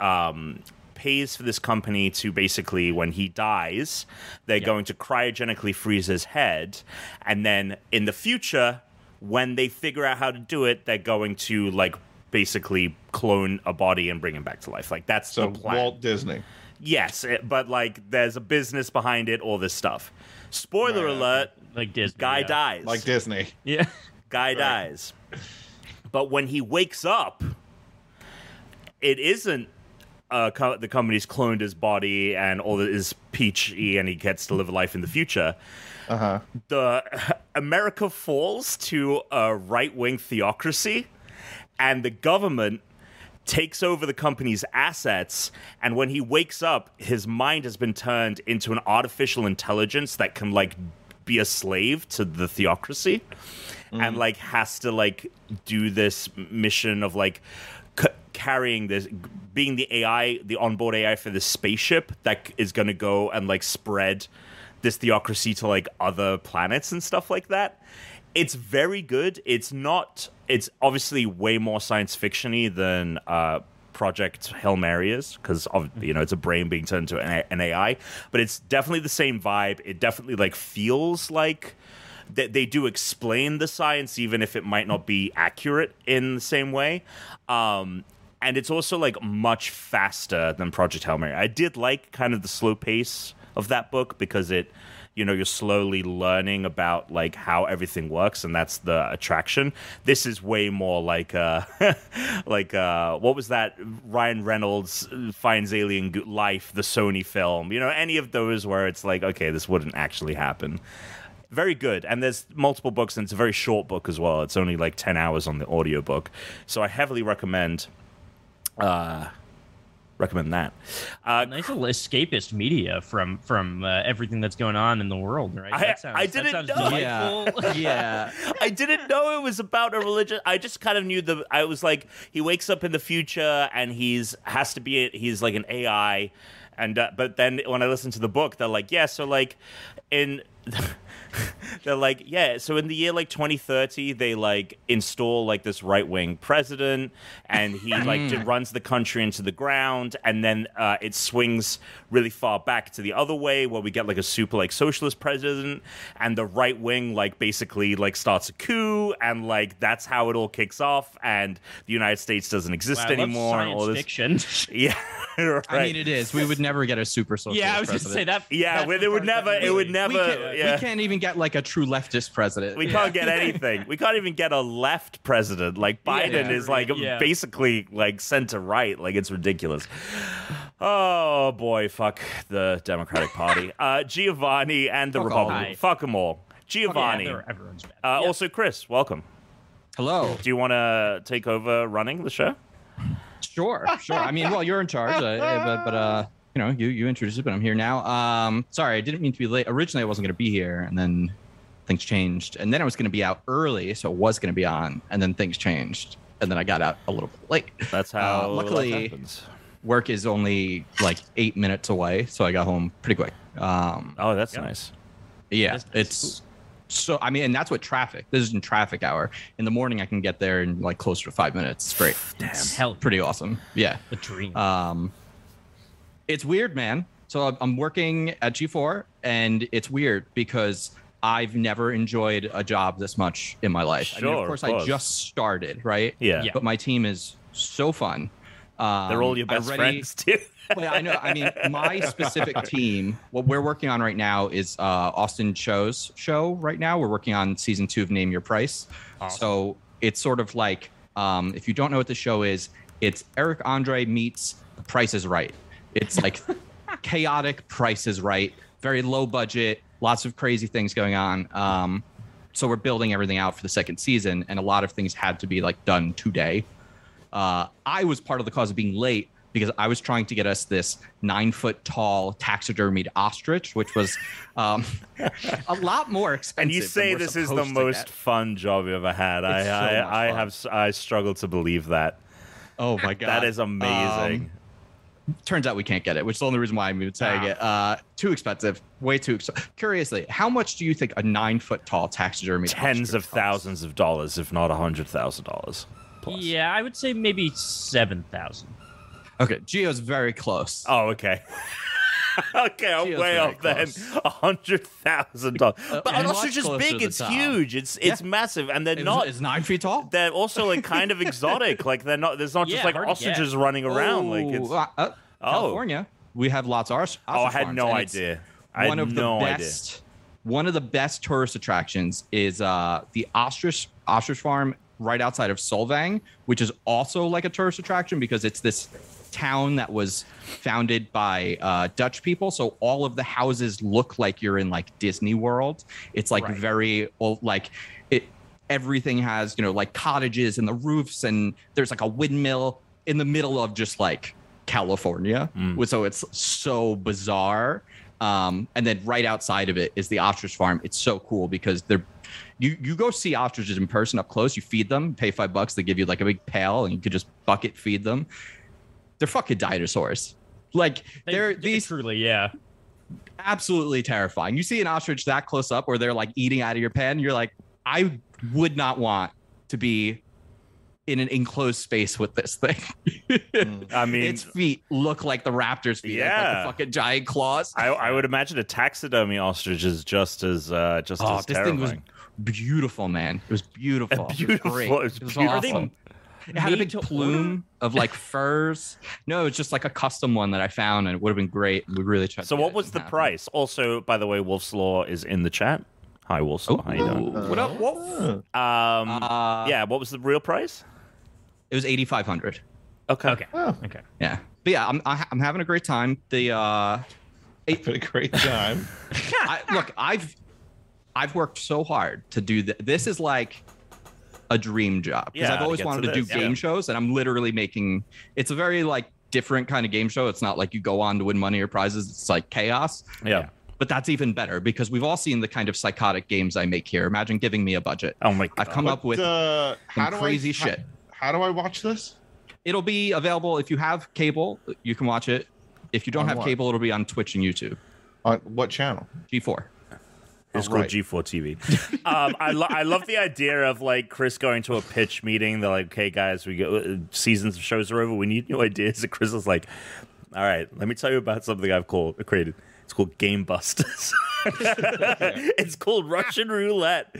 [SPEAKER 1] um, pays for this company to basically, when he dies, they're going to cryogenically freeze his head, and then in the future, when they figure out how to do it, they're going to like basically clone a body and bring him back to life. Like that's
[SPEAKER 3] So
[SPEAKER 1] the plan.
[SPEAKER 3] Walt Disney.
[SPEAKER 1] Yes, it, but like there's a business behind it, all this stuff. Spoiler
[SPEAKER 3] Right, okay.
[SPEAKER 1] alert:
[SPEAKER 2] like Disney.
[SPEAKER 1] guy
[SPEAKER 2] yeah.
[SPEAKER 1] dies.
[SPEAKER 3] Like Disney.
[SPEAKER 2] Yeah.
[SPEAKER 1] Guy dies. But when he wakes up, it isn't uh, co- the company's cloned his body and all that is peachy, and he gets to live a life in the future.
[SPEAKER 3] Uh huh.
[SPEAKER 1] The America falls to a right-wing theocracy, and the government takes over the company's assets. And when he wakes up, his mind has been turned into an artificial intelligence that can like be a slave to the theocracy, and like has to like do this mission of like c- carrying this, being the AI, the onboard AI for this spaceship that c- is going to go and like spread this theocracy to like other planets and stuff like that it's very good. It's not. It's obviously way more science fictiony than uh, Project Hail Mary is because you know it's a brain being turned into an, A- an AI. But it's definitely the same vibe. It definitely like feels like that they do explain the science, even if it might not be accurate in the same way. Um, and it's also like much faster than Project Hail Mary. I did like kind of the slow pace of that book because it, you know, you're slowly learning about like how everything works, and that's the attraction. This is way more like, uh, like uh, what was that? Ryan Reynolds finds alien Go- life, the Sony film. You know, any of those where it's like, okay, this wouldn't actually happen. Very good. And there's multiple books, and it's a very short book as well. It's only like 10 hours on the audiobook. So I heavily recommend Uh, recommend that. Uh,
[SPEAKER 2] Nice little escapist media from from uh, everything that's going on in the world, right?
[SPEAKER 1] I- I didn't know.
[SPEAKER 2] delightful.
[SPEAKER 4] yeah.
[SPEAKER 1] I didn't know it was about a religion. I just kind of knew the. I was like, he wakes up in the future and he's has to be. He's like an AI, and uh, but then when I listen to the book, they're like, yeah, so like, in. They're like, yeah. So in the year like 2030, they like install like this right wing president, and he
[SPEAKER 2] Mm.
[SPEAKER 1] like j- runs the country into the ground, and then uh, it swings really far back to the other way where we get like a super like socialist president, and the right wing like basically like starts a coup, and like that's how it all kicks off, and the United States doesn't exist
[SPEAKER 2] Wow, I love
[SPEAKER 1] anymore. and
[SPEAKER 2] science
[SPEAKER 1] all this,
[SPEAKER 2] fiction.
[SPEAKER 1] yeah, right.
[SPEAKER 4] I mean, it is. We would never get a super socialist.
[SPEAKER 2] yeah, I was going to say
[SPEAKER 4] president.
[SPEAKER 2] that.
[SPEAKER 1] yeah,
[SPEAKER 2] that's
[SPEAKER 1] we-
[SPEAKER 2] the
[SPEAKER 1] it would
[SPEAKER 2] part
[SPEAKER 1] never, it would
[SPEAKER 2] really-
[SPEAKER 1] never,
[SPEAKER 4] We can't,
[SPEAKER 1] yeah.
[SPEAKER 4] we can't even get like a true leftist president.
[SPEAKER 1] We can't get anything. We can't even get a left president. Like Biden
[SPEAKER 4] Yeah.
[SPEAKER 1] is like
[SPEAKER 2] Yeah.
[SPEAKER 1] basically like center right. Like it's ridiculous. Oh boy, fuck the Democratic Party. Uh, Giovanni and the
[SPEAKER 4] Fuck all of
[SPEAKER 1] Republican.
[SPEAKER 2] them.
[SPEAKER 1] Fuck them all.
[SPEAKER 2] Yeah,
[SPEAKER 1] Giovanni.
[SPEAKER 2] they're- everyone's bad.
[SPEAKER 1] uh,
[SPEAKER 2] Yeah.
[SPEAKER 1] Also, Chris, welcome.
[SPEAKER 4] Hello.
[SPEAKER 1] Do you want to take over running the show?
[SPEAKER 4] Sure, sure. I mean, well, you're in charge, uh, uh, but, but uh, you know, you you introduced it, but I'm here now. Um, sorry, I didn't mean to be late. Originally, I wasn't going to be here, and then things changed, and then I was going to be out early, so it was going to be on, and then things changed, and then I got out a little bit late.
[SPEAKER 1] That's how.
[SPEAKER 4] Uh, luckily-
[SPEAKER 1] life happens.
[SPEAKER 4] Work is only like eight minutes away, so I got home pretty quick. Um,
[SPEAKER 1] Oh, that's
[SPEAKER 2] Yeah.
[SPEAKER 1] nice.
[SPEAKER 4] yeah,
[SPEAKER 2] That's- that's
[SPEAKER 4] it's so. I mean, and that's what traffic. This is in traffic hour. In the morning, I can get there in like closer to five minutes. It's great. It's
[SPEAKER 2] Hell,
[SPEAKER 4] pretty awesome. Yeah.
[SPEAKER 2] the dream.
[SPEAKER 4] Um, it's weird, man. So I'm- I'm working at G4, and it's weird because I've never enjoyed a job this much in my life. I mean,
[SPEAKER 1] Sure, of
[SPEAKER 4] of course,
[SPEAKER 1] course.
[SPEAKER 4] I just started, right?
[SPEAKER 1] Yeah.
[SPEAKER 2] Yeah.
[SPEAKER 4] But my team is so fun. Um,
[SPEAKER 1] They're all your
[SPEAKER 4] I'm
[SPEAKER 1] best
[SPEAKER 4] ready-
[SPEAKER 1] friends too.
[SPEAKER 4] well, I know. I mean, my specific team, what we're working on right now is uh, Austin Cho's show right now. We're working on season two of Name Your Price.
[SPEAKER 2] Awesome.
[SPEAKER 4] So it's sort of like, um, if you don't know what the show is, it's Eric Andre meets The Price is Right. It's like chaotic Price is Right, very low budget, lots of crazy things going on. Um, so we're building everything out for the second season, and a lot of things had to be like done today uh, I was part of the cause of being late because I was trying to get us this nine foot tall taxidermied ostrich, which was um, a lot more expensive.
[SPEAKER 1] And you
[SPEAKER 4] than
[SPEAKER 1] say
[SPEAKER 4] we're
[SPEAKER 1] this is the
[SPEAKER 4] supposed to
[SPEAKER 1] most
[SPEAKER 4] get.
[SPEAKER 1] fun job you ever had. I,
[SPEAKER 4] It's so much
[SPEAKER 1] I, I
[SPEAKER 4] fun.
[SPEAKER 1] have, s- I struggle to believe that.
[SPEAKER 4] Oh my god,
[SPEAKER 1] That is amazing.
[SPEAKER 4] Um, turns out we can't get it, which is the only reason why I'm even saying
[SPEAKER 2] Ah.
[SPEAKER 4] it. Uh, too expensive, way too expensive. Curiously, how much do you think a nine foot tall taxidermied
[SPEAKER 1] tens of
[SPEAKER 4] ostrich costs?
[SPEAKER 1] thousands of dollars, if not a hundred thousand dollars. Plus.
[SPEAKER 2] yeah, I would say maybe seven thousand.
[SPEAKER 4] Okay, Geo's very close.
[SPEAKER 1] Oh, okay. okay, I'm
[SPEAKER 4] Geo's
[SPEAKER 1] way
[SPEAKER 4] very
[SPEAKER 1] off then.
[SPEAKER 4] close.
[SPEAKER 1] A hundred thousand dollars.
[SPEAKER 4] Uh,
[SPEAKER 1] But an
[SPEAKER 4] much
[SPEAKER 1] ostrich is
[SPEAKER 4] closer
[SPEAKER 1] big.
[SPEAKER 4] to the
[SPEAKER 1] It's
[SPEAKER 4] top.
[SPEAKER 1] huge. It's it's massive, and they're
[SPEAKER 4] It was-
[SPEAKER 1] not.
[SPEAKER 4] it's nine feet tall.
[SPEAKER 1] they're also like kind of exotic. Like they're not. There's not
[SPEAKER 2] Yeah,
[SPEAKER 1] just like
[SPEAKER 2] hard to get.
[SPEAKER 1] ostriches running around. Like it's.
[SPEAKER 4] Ooh, uh, uh,
[SPEAKER 1] Oh.
[SPEAKER 4] California. We have lots of ours.
[SPEAKER 1] Oh, I had no idea. I had
[SPEAKER 4] one of
[SPEAKER 1] no
[SPEAKER 4] the
[SPEAKER 1] idea.
[SPEAKER 4] best one of the best tourist attractions is uh the ostrich ostrich farm right outside of solvang which is also like a tourist attraction because it's this town that was founded by uh, dutch people so all of the houses look like you're in like disney world it's like
[SPEAKER 2] Right.
[SPEAKER 4] very old like it everything has you know like cottages and the roofs and there's like a windmill in the middle of just like california
[SPEAKER 1] Mm.
[SPEAKER 4] so it's so bizarre um, and then right outside of it is the ostrich farm it's so cool because they're you you go see ostriches in person up close you feed them pay five bucks they give you like a big pail and you could just bucket feed them they're fucking dinosaurs like they're these
[SPEAKER 2] truly, yeah.
[SPEAKER 4] absolutely terrifying. You see an ostrich that close up where they're like eating out of your pen, you're like, I would not want to be in an enclosed space with this thing.
[SPEAKER 1] I Hmm. mean,
[SPEAKER 4] Its feet look like the raptor's feet, like- like,
[SPEAKER 1] Yeah.
[SPEAKER 4] the fucking giant claws.
[SPEAKER 1] I, I would imagine a taxidermy ostrich is just as uh, just
[SPEAKER 4] Oh,
[SPEAKER 1] as
[SPEAKER 4] this
[SPEAKER 1] terrifying.
[SPEAKER 4] thing was beautiful, man. It was beautiful. It was
[SPEAKER 1] Beautiful.
[SPEAKER 4] great.
[SPEAKER 1] It was
[SPEAKER 4] It was
[SPEAKER 1] beautiful.
[SPEAKER 2] Are they
[SPEAKER 4] awesome. It had a
[SPEAKER 2] made
[SPEAKER 4] big
[SPEAKER 2] to
[SPEAKER 4] plume of like furs. No, it's just like a custom one that I found, and it would have been great. We really tried. to
[SPEAKER 1] So
[SPEAKER 4] get
[SPEAKER 1] what
[SPEAKER 4] it. It
[SPEAKER 1] was the
[SPEAKER 4] didn't happen.
[SPEAKER 1] price? Also, by the way, Wolf's Law is in the chat. Hi, Wolf's
[SPEAKER 4] Oh,
[SPEAKER 1] Law. How you doing?
[SPEAKER 4] what up? Wolf?
[SPEAKER 3] Uh,
[SPEAKER 1] Um,
[SPEAKER 4] Uh,
[SPEAKER 1] yeah. What was the real price?
[SPEAKER 4] It was eighty five hundred.
[SPEAKER 1] Okay.
[SPEAKER 2] Okay.
[SPEAKER 3] oh,
[SPEAKER 2] Okay.
[SPEAKER 4] yeah but yeah i'm, I- I'm having a great time the uh
[SPEAKER 3] I had a great time.
[SPEAKER 4] I, look i've i've worked so hard to do th- this is like a dream job because
[SPEAKER 1] Yeah,
[SPEAKER 4] I've
[SPEAKER 1] to
[SPEAKER 4] always
[SPEAKER 1] get
[SPEAKER 4] wanted
[SPEAKER 1] to
[SPEAKER 4] to, do
[SPEAKER 1] this, yeah.
[SPEAKER 4] game shows, and I'm literally making. It's a very like different kind of game show. It's not like you go on to win money or prizes. It's like chaos.
[SPEAKER 1] Yeah.
[SPEAKER 4] But that's even better because we've all seen the kind of psychotic games I make here. Imagine giving me a budget.
[SPEAKER 1] Oh my god.
[SPEAKER 4] I've come up with
[SPEAKER 3] uh,
[SPEAKER 4] some crazy
[SPEAKER 3] I,
[SPEAKER 4] shit.
[SPEAKER 3] How, how do I watch this?
[SPEAKER 4] It'll be available if you have cable. You can watch it. If you don't
[SPEAKER 3] On
[SPEAKER 4] have
[SPEAKER 3] what?
[SPEAKER 4] cable, it'll be on Twitch and YouTube.
[SPEAKER 3] On what channel?
[SPEAKER 4] G4.
[SPEAKER 1] It's
[SPEAKER 3] Alright.
[SPEAKER 1] called G4 TV. um, I, lo- I love the idea of like Chris going to a pitch meeting. They're like, "Okay, guys, we go, uh, seasons of shows are over. We need new ideas." And Chris is like, "All right, let me tell you about something I've called created. It's called Game Busters. it's called Russian Roulette.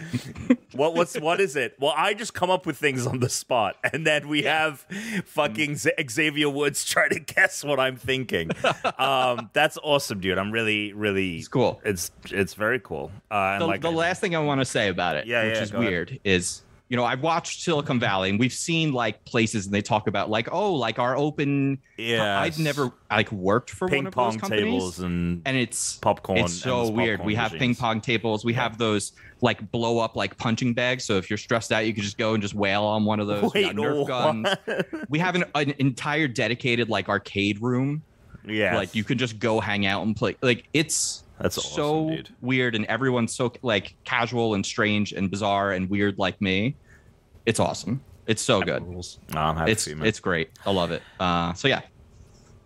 [SPEAKER 1] what what's what is it? Well, I just come up with things on the spot, and then we have fucking Z- Xavier Woods try to guess what I'm thinking. um, that's awesome, dude. I'm really really
[SPEAKER 4] It's cool.
[SPEAKER 1] it's it's very cool. Uh, and
[SPEAKER 4] the,
[SPEAKER 1] like
[SPEAKER 4] the last thing I want to say about it,
[SPEAKER 1] Yeah,
[SPEAKER 4] which
[SPEAKER 1] yeah,
[SPEAKER 4] is
[SPEAKER 1] go ahead.
[SPEAKER 4] weird, is you know I've watched Silicon Valley and we've seen like places and they talk about like oh like our open
[SPEAKER 1] yeah,
[SPEAKER 4] I'd never like worked for one
[SPEAKER 1] ping
[SPEAKER 4] of
[SPEAKER 1] pong
[SPEAKER 4] those companies.
[SPEAKER 1] tables and,
[SPEAKER 4] and it's
[SPEAKER 1] popcorn.
[SPEAKER 4] it's so
[SPEAKER 1] endless
[SPEAKER 4] weird.
[SPEAKER 1] popcorn
[SPEAKER 4] We have ping
[SPEAKER 1] machines.
[SPEAKER 4] pong tables. We have those like blow up like punching bags. So if you're stressed out, you can just go and just wail on one of those.
[SPEAKER 1] Wait,
[SPEAKER 4] We got Nerf
[SPEAKER 1] what?
[SPEAKER 4] guns. We have an, an entire dedicated like arcade room.
[SPEAKER 1] Yeah,
[SPEAKER 4] Like you can just go hang out and play. Like it's
[SPEAKER 1] That's
[SPEAKER 4] so
[SPEAKER 1] awesome, dude.
[SPEAKER 4] weird, and everyone's so like casual and strange and bizarre and weird like me. It's awesome. It's so Oh, good.
[SPEAKER 1] No, I'm happy
[SPEAKER 4] It's
[SPEAKER 1] for you, man.
[SPEAKER 4] it's great. I love it. Uh, so yeah,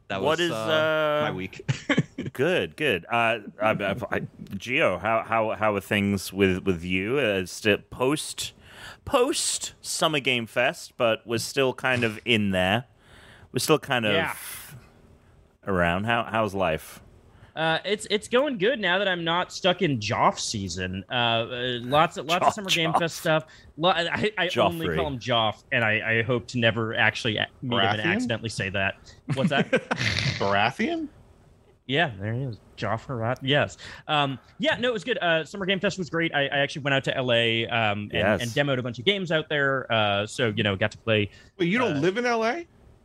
[SPEAKER 4] that
[SPEAKER 1] What
[SPEAKER 4] was
[SPEAKER 1] is,
[SPEAKER 4] uh, my
[SPEAKER 1] uh,
[SPEAKER 4] week.
[SPEAKER 1] good, good. Uh, I, I, I, Geo, how how how are things with with you? Uh, still post post Summer Game Fest, but we're still kind of in there. We're still kind of
[SPEAKER 2] Yeah.
[SPEAKER 1] around. How how's life?
[SPEAKER 2] Uh, it's it's going good now that I'm not stuck in Joff season. Uh, Uh, lots of lots
[SPEAKER 1] Joff,
[SPEAKER 2] of summer game
[SPEAKER 1] Joff.
[SPEAKER 2] fest stuff. Lo- I, I only
[SPEAKER 1] Joffrey.
[SPEAKER 2] call him Joff, and I, I hope to never actually a- meet him and
[SPEAKER 3] Baratheon?
[SPEAKER 2] accidentally say that. What's that?
[SPEAKER 3] Baratheon?
[SPEAKER 2] Yeah, there he is. Joffrey Rat. Yes. Um, yeah, no, it was good. Uh, Summer Game Fest was great. I, I actually went out to LA um, and,
[SPEAKER 1] Yes.
[SPEAKER 2] and demoed a bunch of games out there. Uh, so, you know, got to play.
[SPEAKER 3] Wait, you don't
[SPEAKER 2] Uh,
[SPEAKER 3] live in LA?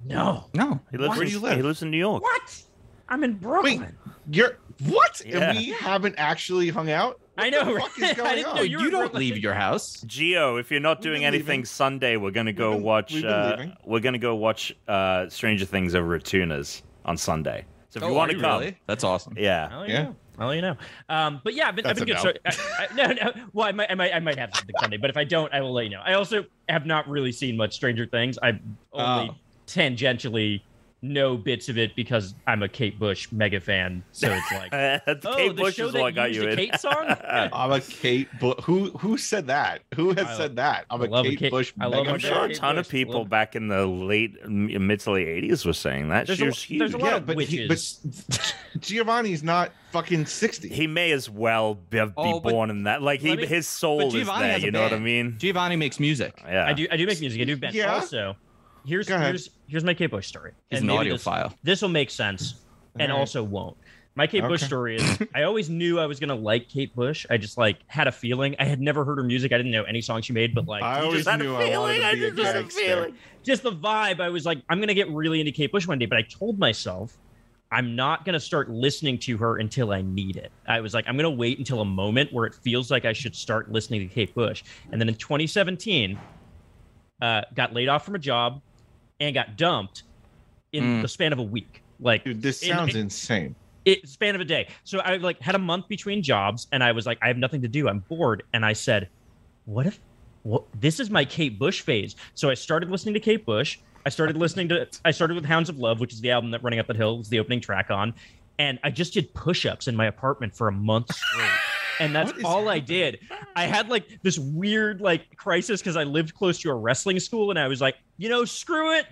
[SPEAKER 2] No.
[SPEAKER 4] no,
[SPEAKER 1] He lives
[SPEAKER 3] Where
[SPEAKER 1] in,
[SPEAKER 3] do you live?
[SPEAKER 1] He lives in New York.
[SPEAKER 2] What? I'm in Brooklyn.
[SPEAKER 3] You're what?
[SPEAKER 1] Yeah.
[SPEAKER 3] And we haven't actually hung out.
[SPEAKER 2] I know.
[SPEAKER 3] What the fuck is
[SPEAKER 2] right?
[SPEAKER 3] going
[SPEAKER 2] I didn't
[SPEAKER 3] on?
[SPEAKER 2] know
[SPEAKER 4] no,
[SPEAKER 2] you,
[SPEAKER 4] you,
[SPEAKER 2] were in
[SPEAKER 4] don't
[SPEAKER 2] Brooklyn.
[SPEAKER 4] leave your house.
[SPEAKER 1] Geo, if you're not
[SPEAKER 3] We've
[SPEAKER 1] doing
[SPEAKER 3] been
[SPEAKER 1] anything
[SPEAKER 3] leaving.
[SPEAKER 1] Sunday, we're gonna go
[SPEAKER 3] been-
[SPEAKER 1] watch.
[SPEAKER 3] we've been
[SPEAKER 1] uh,
[SPEAKER 3] leaving.
[SPEAKER 1] we're gonna go watch uh, Stranger Things over at Tuna's on Sunday. So if
[SPEAKER 4] Oh,
[SPEAKER 1] you
[SPEAKER 4] are
[SPEAKER 1] want to come,
[SPEAKER 4] really? that's awesome.
[SPEAKER 1] yeah,
[SPEAKER 2] I'll let you
[SPEAKER 3] Yeah.
[SPEAKER 2] know. I'll let you know. Um, but yeah, I've been, I've been good.
[SPEAKER 3] That's
[SPEAKER 2] So, I, I, no, no. Well, I might, I might, I might have something Sunday, but if I don't, I will let you know. I also have not really seen much Stranger Things. I only
[SPEAKER 4] Oh.
[SPEAKER 2] tangentially know bits of it because I'm a Kate Bush mega fan. So it's like,
[SPEAKER 1] Uh,
[SPEAKER 2] oh,
[SPEAKER 1] Kate
[SPEAKER 2] the
[SPEAKER 1] Bush
[SPEAKER 2] show
[SPEAKER 1] is
[SPEAKER 2] that
[SPEAKER 1] what got
[SPEAKER 2] used
[SPEAKER 1] you
[SPEAKER 2] a
[SPEAKER 1] in.
[SPEAKER 2] Kate song.
[SPEAKER 3] I'm a Kate Bush. Who who said that? Who has
[SPEAKER 2] I-
[SPEAKER 3] said that? I'm
[SPEAKER 2] I
[SPEAKER 3] a
[SPEAKER 2] love
[SPEAKER 3] Kate,
[SPEAKER 2] Kate-
[SPEAKER 3] Bush.
[SPEAKER 2] I love
[SPEAKER 3] mega
[SPEAKER 1] I'm
[SPEAKER 2] her.
[SPEAKER 3] fan.
[SPEAKER 1] sure a
[SPEAKER 2] Kate
[SPEAKER 1] ton of
[SPEAKER 2] Bush,
[SPEAKER 1] people
[SPEAKER 2] love-
[SPEAKER 1] back in the late, m- mid to late '80s were saying that.
[SPEAKER 2] There's
[SPEAKER 1] She
[SPEAKER 2] a-
[SPEAKER 1] was huge.
[SPEAKER 2] there's a lot
[SPEAKER 3] Yeah,
[SPEAKER 2] of
[SPEAKER 3] but, he-
[SPEAKER 2] witches.
[SPEAKER 3] but Giovanni's not fucking sixty.
[SPEAKER 1] he may as well be, be
[SPEAKER 4] Oh, but-
[SPEAKER 1] born in that. Like he,
[SPEAKER 4] let me-
[SPEAKER 1] his soul is
[SPEAKER 4] Giovanni
[SPEAKER 1] there.
[SPEAKER 4] has a
[SPEAKER 1] You know what I
[SPEAKER 4] band.
[SPEAKER 1] mean?
[SPEAKER 4] Giovanni makes music.
[SPEAKER 1] Yeah,
[SPEAKER 2] I do, I do make music. I do band.
[SPEAKER 3] Yeah.
[SPEAKER 2] Also, here's
[SPEAKER 3] Go ahead.
[SPEAKER 2] here's here's my Kate Bush story.
[SPEAKER 4] He's
[SPEAKER 2] And
[SPEAKER 4] an
[SPEAKER 2] maybe this-
[SPEAKER 4] audiophile.
[SPEAKER 2] this will make sense and
[SPEAKER 3] Alright.
[SPEAKER 2] also won't. My Kate Bush
[SPEAKER 3] Okay.
[SPEAKER 2] story is I always knew I was gonna like Kate Bush. I just like had a feeling. I had never heard her music. I didn't know any song she made, but like
[SPEAKER 3] I
[SPEAKER 2] just-
[SPEAKER 3] always
[SPEAKER 1] Just had a
[SPEAKER 3] knew I wanted
[SPEAKER 1] feeling,
[SPEAKER 3] to
[SPEAKER 1] I
[SPEAKER 3] be a
[SPEAKER 1] just had a
[SPEAKER 3] gangster.
[SPEAKER 1] feeling.
[SPEAKER 2] just the vibe. I was like, I'm gonna get really into Kate Bush one day. But I told myself I'm not gonna start listening to her until I need it. I was like, I'm gonna wait until a moment where it feels like I should start listening to Kate Bush. And then in 2017, uh, got laid off from a job and got dumped in
[SPEAKER 4] Mm.
[SPEAKER 2] the span of a week. Like
[SPEAKER 3] Dude, this
[SPEAKER 2] In-
[SPEAKER 3] sounds insane.
[SPEAKER 2] it span of a day. So I like had a month between jobs and I was like, I have nothing to do. I'm bored. And I said, what if what this is my Kate Bush phase? So I started listening to Kate Bush. I started listening to I started with Hounds of Love, which is the album that Running Up the Hill was the opening track on. And I just did push-ups in my apartment for a month straight. And that's
[SPEAKER 3] What is
[SPEAKER 2] all I did. I had like this weird like crisis because I lived close to a wrestling school, and I was like, you know, screw it,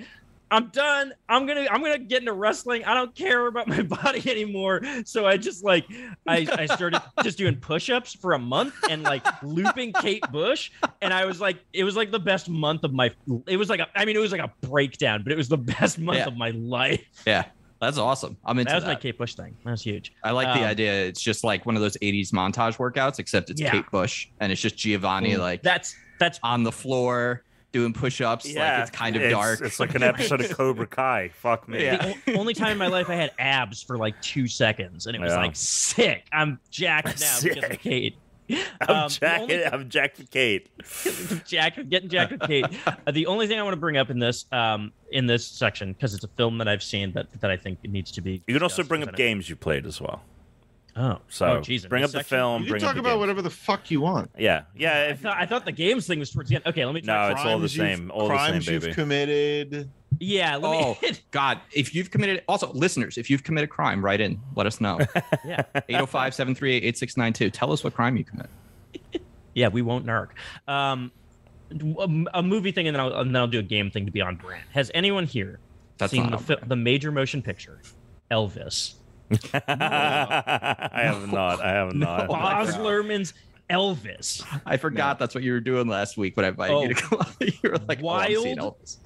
[SPEAKER 2] I'm done. I'm gonna I'm gonna get into wrestling. I don't care about my body anymore. So I just like I, I started just doing push-ups for a month and like looping Kate Bush, and I was like, it was like the best month of my. It was like a, I mean, it was like a breakdown, but it was the best month
[SPEAKER 4] Yeah.
[SPEAKER 2] of my life.
[SPEAKER 4] Yeah, that's awesome. I'm into
[SPEAKER 2] That
[SPEAKER 4] that.
[SPEAKER 2] was my Kate Bush thing. That was huge.
[SPEAKER 4] I like the
[SPEAKER 2] um,
[SPEAKER 4] idea. It's just like one of those '80s montage workouts, except it's
[SPEAKER 2] Yeah.
[SPEAKER 4] Kate Bush and it's just Giovanni
[SPEAKER 3] Mm.
[SPEAKER 4] like
[SPEAKER 2] That's that's
[SPEAKER 4] on the floor doing push-ups. like it's kind of
[SPEAKER 1] it's-
[SPEAKER 4] dark.
[SPEAKER 1] It's like an episode of Cobra Kai. Fuck me.
[SPEAKER 4] Yeah.
[SPEAKER 2] the o- only time in my life I had abs for like two seconds, and it was
[SPEAKER 1] Yeah.
[SPEAKER 2] like sick. I'm jacked now because
[SPEAKER 1] Sick.
[SPEAKER 2] of Kate.
[SPEAKER 1] I'm
[SPEAKER 2] Um, the
[SPEAKER 1] Jack.
[SPEAKER 2] only-
[SPEAKER 1] I'm Jack the Kate.
[SPEAKER 2] Jack, getting Jack with Kate. Uh, the only thing I want to bring up in this, um, in this section, because it's a film that I've seen that that I think it needs to be.
[SPEAKER 1] You can also
[SPEAKER 2] discussed,
[SPEAKER 1] bring
[SPEAKER 2] isn't
[SPEAKER 1] up
[SPEAKER 2] it?
[SPEAKER 1] games you played as well.
[SPEAKER 2] Oh,
[SPEAKER 1] So
[SPEAKER 2] oh, geez, in
[SPEAKER 1] bring up
[SPEAKER 2] this
[SPEAKER 1] the
[SPEAKER 2] section?
[SPEAKER 1] film.
[SPEAKER 3] You can
[SPEAKER 1] bring up
[SPEAKER 3] talk
[SPEAKER 1] the
[SPEAKER 3] about
[SPEAKER 1] games.
[SPEAKER 3] whatever the fuck you want.
[SPEAKER 1] Yeah, yeah.
[SPEAKER 2] I
[SPEAKER 1] If,
[SPEAKER 2] thought, I thought the games thing was towards the end. Okay, let me
[SPEAKER 1] no,
[SPEAKER 2] try.
[SPEAKER 1] it's all the
[SPEAKER 3] Crimes you've-
[SPEAKER 1] same. All the
[SPEAKER 3] crimes
[SPEAKER 1] same, baby.
[SPEAKER 3] you've committed.
[SPEAKER 2] Yeah, let
[SPEAKER 4] Oh,
[SPEAKER 2] me.
[SPEAKER 4] God, if you've committed, also listeners, if you've committed crime, write in. Let us know.
[SPEAKER 2] yeah,
[SPEAKER 4] 805 738 8692. Tell us what crime you commit.
[SPEAKER 2] yeah, we won't narc. Um, a, a movie thing, and then I'll and then I'll do a game thing to be on brand. Has anyone here
[SPEAKER 4] That's
[SPEAKER 2] seen
[SPEAKER 4] not
[SPEAKER 2] the
[SPEAKER 4] on
[SPEAKER 2] fi- the major motion picture, Elvis?
[SPEAKER 1] I have not. I have not.
[SPEAKER 2] Boz Luhrmann's Elvis.
[SPEAKER 4] I forgot that's what you were doing last week when I invited you to come on. You were like, wild. Oh, I'm seeing
[SPEAKER 2] Wild.
[SPEAKER 4] Elvis."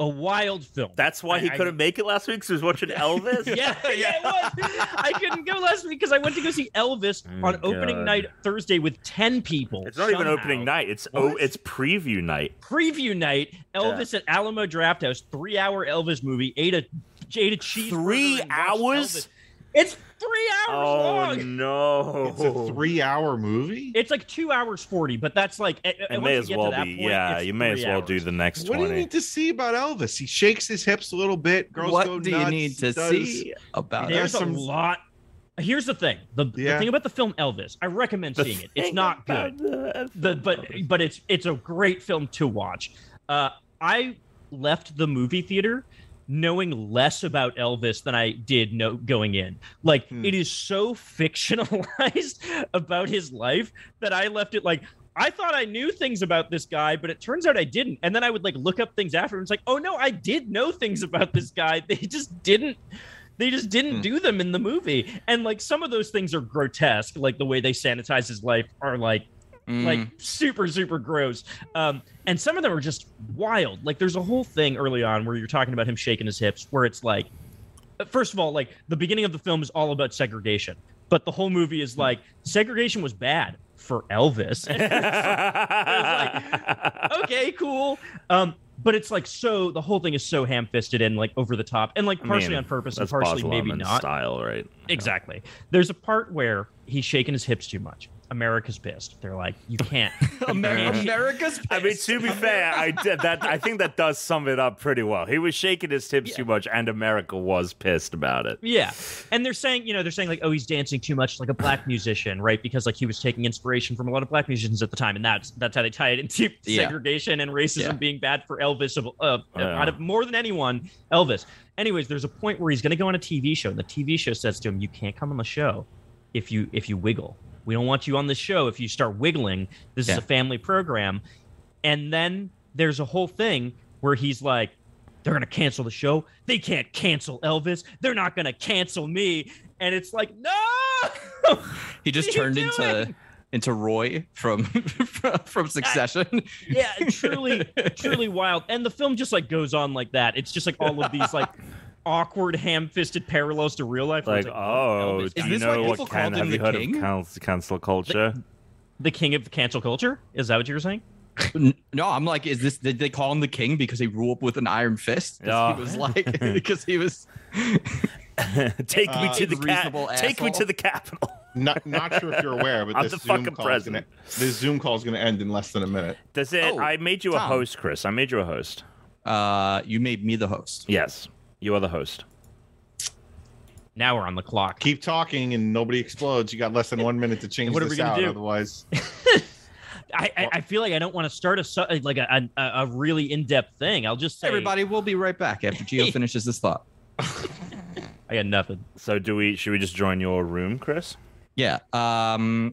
[SPEAKER 2] A wild film.
[SPEAKER 1] That's why he
[SPEAKER 2] I- I-
[SPEAKER 1] couldn't make it last week because he was watching Elvis.
[SPEAKER 2] yeah, yeah, it was. I couldn't go last week because I went to go see Elvis
[SPEAKER 1] Oh,
[SPEAKER 2] on opening
[SPEAKER 1] God.
[SPEAKER 2] night Thursday with ten people.
[SPEAKER 1] It's not even
[SPEAKER 2] somehow.
[SPEAKER 1] opening night. It's oh,
[SPEAKER 2] What?
[SPEAKER 1] it's preview night.
[SPEAKER 2] Preview night. Elvis at Alamo Draft House. Three hour Elvis movie. Ate a ate a cheeseburger.
[SPEAKER 1] Three
[SPEAKER 2] and watched
[SPEAKER 1] hours.
[SPEAKER 2] Elvis. It's three hours
[SPEAKER 1] Oh
[SPEAKER 2] long.
[SPEAKER 1] no!
[SPEAKER 3] It's a three-hour movie.
[SPEAKER 2] It's like two hours forty, but that's like it,
[SPEAKER 1] It may as well be. yeah, you may as well do the next
[SPEAKER 3] what do you
[SPEAKER 1] twenty.
[SPEAKER 3] need to see about Elvis? He shakes his hips a little bit. Girls
[SPEAKER 4] what
[SPEAKER 3] go
[SPEAKER 4] do
[SPEAKER 3] nuts,
[SPEAKER 4] you need
[SPEAKER 3] he
[SPEAKER 4] to
[SPEAKER 3] does-
[SPEAKER 4] see about
[SPEAKER 3] There-
[SPEAKER 4] it?
[SPEAKER 2] There's
[SPEAKER 3] There's some-
[SPEAKER 2] a lot. Here's the thing. The, the
[SPEAKER 3] Yeah.
[SPEAKER 2] thing about the film Elvis, I recommend seeing it. It's not good. the but but it's it's a great film to watch. Uh, I left the movie theater knowing less about Elvis than I did know going in. Like
[SPEAKER 3] Hmm.
[SPEAKER 2] it is so fictionalized about his life that I left it like I thought I knew things about this guy, but it turns out I didn't. And then I would like look up things after and it's like, oh no, I did know things about this guy. They just didn't they just didn't
[SPEAKER 4] Hmm.
[SPEAKER 2] do them in the movie. And like some of those things are grotesque, like the way they sanitize his life are like
[SPEAKER 4] Mm.
[SPEAKER 2] like super super gross um and some of them are just wild like there's a whole thing early on where you're talking about him shaking his hips where it's like uh, first of all like the beginning of the film is all about segregation but the whole movie is like segregation was bad for elvis okay cool um but it's like so the whole thing is so ham-fisted and like over the top and like
[SPEAKER 1] I
[SPEAKER 2] partially
[SPEAKER 1] mean,
[SPEAKER 2] on purpose and
[SPEAKER 1] That's
[SPEAKER 2] partially
[SPEAKER 1] Baz
[SPEAKER 2] maybe
[SPEAKER 1] Luhrmann's
[SPEAKER 2] not
[SPEAKER 1] style, right?
[SPEAKER 2] Exactly. There's a part where he's shaking his hips too much. America's pissed. They're like, you can't.
[SPEAKER 4] Amer- America's
[SPEAKER 1] I mean, to be fair, I did that. I think that does sum it up pretty well. He was shaking his hips
[SPEAKER 2] Yeah.
[SPEAKER 1] too much, and America was pissed about it.
[SPEAKER 2] yeah. And they're saying, you know, they're saying like, oh, he's dancing too much like a black musician, right? Because like he was taking inspiration from a lot of black musicians at the time, and that's that's how they tie it into
[SPEAKER 4] Yeah.
[SPEAKER 2] segregation and racism
[SPEAKER 4] Yeah.
[SPEAKER 2] being bad for Elvis of uh,
[SPEAKER 1] Yeah.
[SPEAKER 2] out of more than anyone, Elvis. Anyways, there's a point where he's going to go on a TV show, and the TV show says to him, "You can't come on the show if you if you wiggle. We don't want you on the show if you start wiggling. This is
[SPEAKER 4] Yeah.
[SPEAKER 2] a family program." And then there's a whole thing where he's like, they're going to cancel the show. They can't cancel Elvis. They're not going to cancel me. And it's like, no.
[SPEAKER 4] He just
[SPEAKER 2] What are you
[SPEAKER 4] turned into
[SPEAKER 2] doing?
[SPEAKER 4] into Roy from from, from Succession.
[SPEAKER 2] yeah, truly, truly wild. And the film just like goes on like that. It's just like all of these like awkward ham fisted parallels to real life. where
[SPEAKER 1] Like,
[SPEAKER 2] it's
[SPEAKER 1] oh,
[SPEAKER 2] Elvis
[SPEAKER 1] do
[SPEAKER 4] Is
[SPEAKER 2] died.
[SPEAKER 1] you
[SPEAKER 4] this why
[SPEAKER 1] know what
[SPEAKER 4] people
[SPEAKER 1] can?
[SPEAKER 4] called him
[SPEAKER 1] Have you
[SPEAKER 4] the
[SPEAKER 1] heard
[SPEAKER 4] king?
[SPEAKER 1] of cancel, cancel culture?
[SPEAKER 2] the king of cancel culture? Is that what you were saying?
[SPEAKER 4] N- no, I'm like, is this? Did they call him the king because he ruled with an iron fist? 'Cause
[SPEAKER 1] Oh.
[SPEAKER 4] He was like, because he was.
[SPEAKER 1] Take me
[SPEAKER 3] Uh,
[SPEAKER 1] to the cap.
[SPEAKER 4] reasonable
[SPEAKER 1] Take me
[SPEAKER 4] asshole.
[SPEAKER 1] to the capital.
[SPEAKER 3] Not, not sure if you're aware, but
[SPEAKER 1] I'm
[SPEAKER 3] this
[SPEAKER 1] the
[SPEAKER 3] Zoom
[SPEAKER 1] fucking
[SPEAKER 3] call is gonna, this Zoom call is going to end in less than a minute.
[SPEAKER 1] Does it?
[SPEAKER 4] Oh,
[SPEAKER 1] I made you a
[SPEAKER 4] Tom.
[SPEAKER 1] host, Chris. I made you a host.
[SPEAKER 4] Uh, you made me the host.
[SPEAKER 1] Yes, you are the host.
[SPEAKER 2] Now we're on the clock.
[SPEAKER 3] Keep talking, and nobody explodes. You got less than one minute to change
[SPEAKER 2] What are we
[SPEAKER 3] this
[SPEAKER 2] gonna
[SPEAKER 3] out,
[SPEAKER 2] do?
[SPEAKER 3] otherwise.
[SPEAKER 2] I, I, I feel like I don't want to start a su- like a, a, a really in depth thing. I'll just say
[SPEAKER 4] Everybody, we'll be right back after Geo finishes this thought.
[SPEAKER 2] I got nothing.
[SPEAKER 1] So do we? Should we just join your room, Chris?
[SPEAKER 4] Yeah. Um,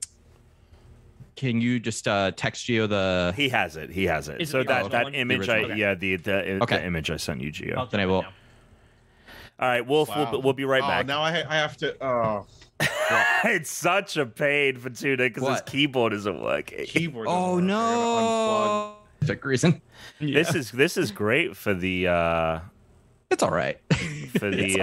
[SPEAKER 4] can you just uh, text Geo the?
[SPEAKER 1] He has it. He has it.
[SPEAKER 2] Is it
[SPEAKER 1] so
[SPEAKER 2] the
[SPEAKER 1] that
[SPEAKER 2] original
[SPEAKER 1] that
[SPEAKER 2] one? The
[SPEAKER 1] image, I
[SPEAKER 2] original.
[SPEAKER 1] yeah, the the,
[SPEAKER 4] Okay.
[SPEAKER 1] the image I sent you, Gio.
[SPEAKER 2] I'll
[SPEAKER 4] Then I
[SPEAKER 2] do it
[SPEAKER 4] will.
[SPEAKER 2] now.
[SPEAKER 1] All right, Wolf. We'll, we'll be right
[SPEAKER 3] oh,
[SPEAKER 1] back.
[SPEAKER 3] Now I, ha- I have to. Oh,
[SPEAKER 1] it's such a pain for Tuna because his
[SPEAKER 4] What?
[SPEAKER 1] keyboard isn't working.
[SPEAKER 3] keyboard. doesn't
[SPEAKER 4] Oh
[SPEAKER 3] work. I gotta
[SPEAKER 4] no! Sick reason.
[SPEAKER 1] This is this is great for the uh
[SPEAKER 4] It's all right.
[SPEAKER 1] for the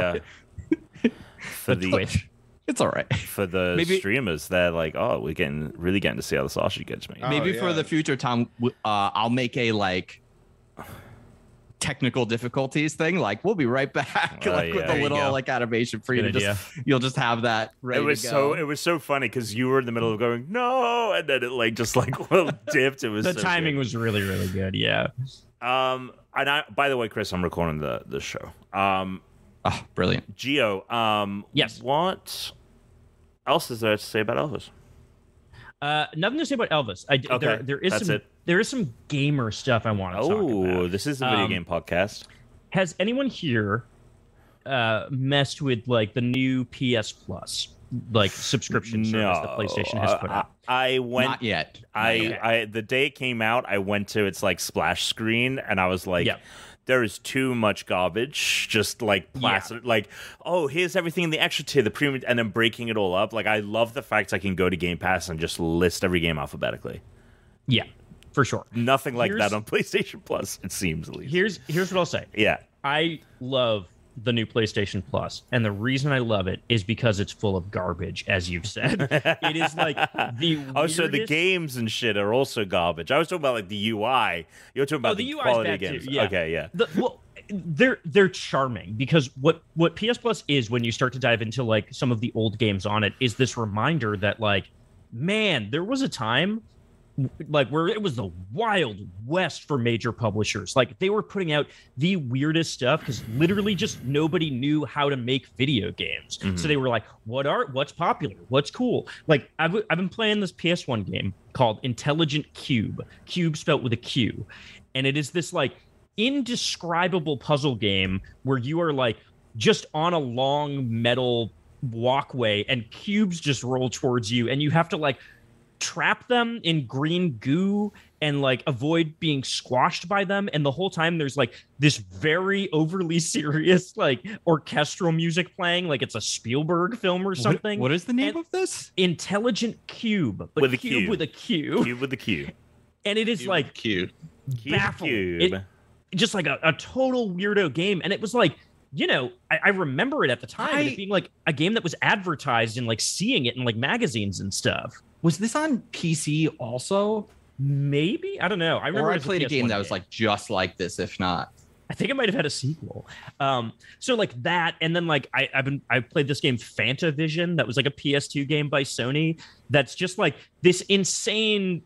[SPEAKER 1] uh, for
[SPEAKER 2] The
[SPEAKER 1] the
[SPEAKER 2] Twitch.
[SPEAKER 4] It's all right.
[SPEAKER 1] for the
[SPEAKER 4] Maybe-
[SPEAKER 1] streamers. They're like, oh, we're getting really getting to see how the Uh, sausage gets made.
[SPEAKER 3] Oh,
[SPEAKER 4] Maybe for
[SPEAKER 3] yeah.
[SPEAKER 4] the future, Tom, w- uh, I'll make a like technical difficulties thing. Like we'll be right back,
[SPEAKER 1] Oh,
[SPEAKER 4] like
[SPEAKER 1] yeah.
[SPEAKER 4] with
[SPEAKER 1] There
[SPEAKER 4] a
[SPEAKER 1] you
[SPEAKER 4] little
[SPEAKER 2] go.
[SPEAKER 4] like animation for you
[SPEAKER 2] Good
[SPEAKER 4] to just you'll just have that ready.
[SPEAKER 1] it was
[SPEAKER 4] to go.
[SPEAKER 1] so it was so funny because you were in the middle of going no, and then it like just like well dipped. It was
[SPEAKER 2] The
[SPEAKER 1] so
[SPEAKER 2] timing
[SPEAKER 1] good.
[SPEAKER 2] was really, really good. Yeah.
[SPEAKER 1] Um, and I by the way, Chris, I'm recording the the show. Um,
[SPEAKER 4] oh, brilliant.
[SPEAKER 1] Geo. Um,
[SPEAKER 2] Yes.
[SPEAKER 1] What else is there to say about Elvis?
[SPEAKER 2] Uh, nothing to say about Elvis. I, d-
[SPEAKER 1] Okay,
[SPEAKER 2] there, there is
[SPEAKER 1] that's
[SPEAKER 2] some
[SPEAKER 1] it.
[SPEAKER 2] there is some gamer stuff I want to talk about.
[SPEAKER 1] Oh, this is a video
[SPEAKER 2] Um,
[SPEAKER 1] game podcast.
[SPEAKER 2] Has anyone here uh, messed with like the new PS Plus like subscription service that PlayStation has put
[SPEAKER 1] I-
[SPEAKER 2] out?
[SPEAKER 1] I, I went.
[SPEAKER 4] Not yet.
[SPEAKER 1] I,
[SPEAKER 2] Okay.
[SPEAKER 1] I the day it came out, I went to its like splash screen and I was like,
[SPEAKER 2] Yeah.
[SPEAKER 1] there is too much garbage, just like plastic, like oh here's everything in the extra tier, the premium, and then breaking it all up. Like I love the fact I can go to Game Pass and just list every game alphabetically.
[SPEAKER 2] Yeah, for sure.
[SPEAKER 1] Nothing like
[SPEAKER 2] Here's-
[SPEAKER 1] that on PlayStation Plus. It seems at least.
[SPEAKER 2] Here's here's what I'll say.
[SPEAKER 1] yeah.
[SPEAKER 2] I love the new PlayStation Plus, and the reason I love it is because it's full of garbage, as you've said. it is like the
[SPEAKER 1] Oh, so the
[SPEAKER 2] weirdest-
[SPEAKER 1] games and shit are also garbage. I was talking about like the UI. You're talking about
[SPEAKER 2] Oh, the, UI
[SPEAKER 1] quality
[SPEAKER 2] is
[SPEAKER 1] of
[SPEAKER 2] bad
[SPEAKER 1] games.
[SPEAKER 2] too. Yeah.
[SPEAKER 1] Okay, yeah.
[SPEAKER 2] The- well, they're they're charming because what what PS Plus is when you start to dive into like some of the old games on it is this reminder that like, man, there was a time like where it was the wild west for major publishers like they were putting out the weirdest stuff because literally just nobody knew how to make video games
[SPEAKER 1] Mhm.
[SPEAKER 2] so they were like what are what's popular what's cool like I've, I've been playing this ps1 game called intelligent cube cube spelt with a q and it is this like indescribable puzzle game where you are like just on a long metal walkway and cubes just roll towards you and you have to like trap them in green goo and like avoid being squashed by them and the whole time there's like this very overly serious like orchestral music playing like it's a Spielberg film or
[SPEAKER 4] What-
[SPEAKER 2] something
[SPEAKER 4] what is the name
[SPEAKER 2] and-
[SPEAKER 4] of this?
[SPEAKER 2] intelligent cube but
[SPEAKER 1] With a
[SPEAKER 2] cube
[SPEAKER 1] Q.
[SPEAKER 2] with a q
[SPEAKER 1] Cube with the Q.
[SPEAKER 2] and it is like
[SPEAKER 3] cute.
[SPEAKER 1] Cube
[SPEAKER 2] Baffled.
[SPEAKER 1] Cube.
[SPEAKER 2] It- just like a, a total weirdo game. And it was like, you know, I, I remember it at the time and
[SPEAKER 4] I-
[SPEAKER 2] it being like a game that was advertised and like seeing it in like magazines and stuff.
[SPEAKER 4] Was this on PC also?
[SPEAKER 2] Maybe I don't know. I remember
[SPEAKER 4] Or
[SPEAKER 2] it
[SPEAKER 4] I
[SPEAKER 2] was
[SPEAKER 4] played a
[SPEAKER 2] PS1
[SPEAKER 4] game that was like just like this, if not.
[SPEAKER 2] I think it might have had a sequel. Um, so like that, and then like I, I've been I played this game Fantavision that was like a PS2 game by Sony. That's just like this insane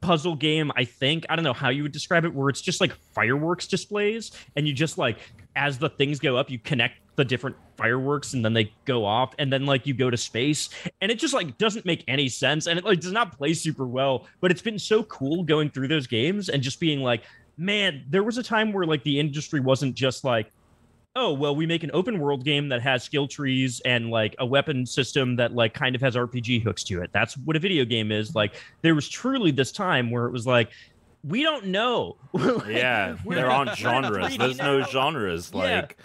[SPEAKER 2] puzzle game. I think I don't know how you would describe it, where it's just like fireworks displays, and you just like as the things go up, you connect the different fireworks, and then they go off, and then like you go to space, and it just like doesn't make any sense, and it like does not play super well. But it's been so cool going through those games and just being like man, there was a time where like the industry wasn't just like, oh, well, we make an open world game that has skill trees and like a weapon system that like kind of has RPG hooks to it. That's what a video game is. Like there was truly this time where it was like, we don't know. Like,
[SPEAKER 1] yeah,
[SPEAKER 2] we're
[SPEAKER 1] there
[SPEAKER 2] in-
[SPEAKER 1] aren't
[SPEAKER 2] we're in a
[SPEAKER 1] genres.
[SPEAKER 2] 3D
[SPEAKER 1] There's no
[SPEAKER 2] now.
[SPEAKER 1] genres.
[SPEAKER 2] Yeah.
[SPEAKER 1] Like,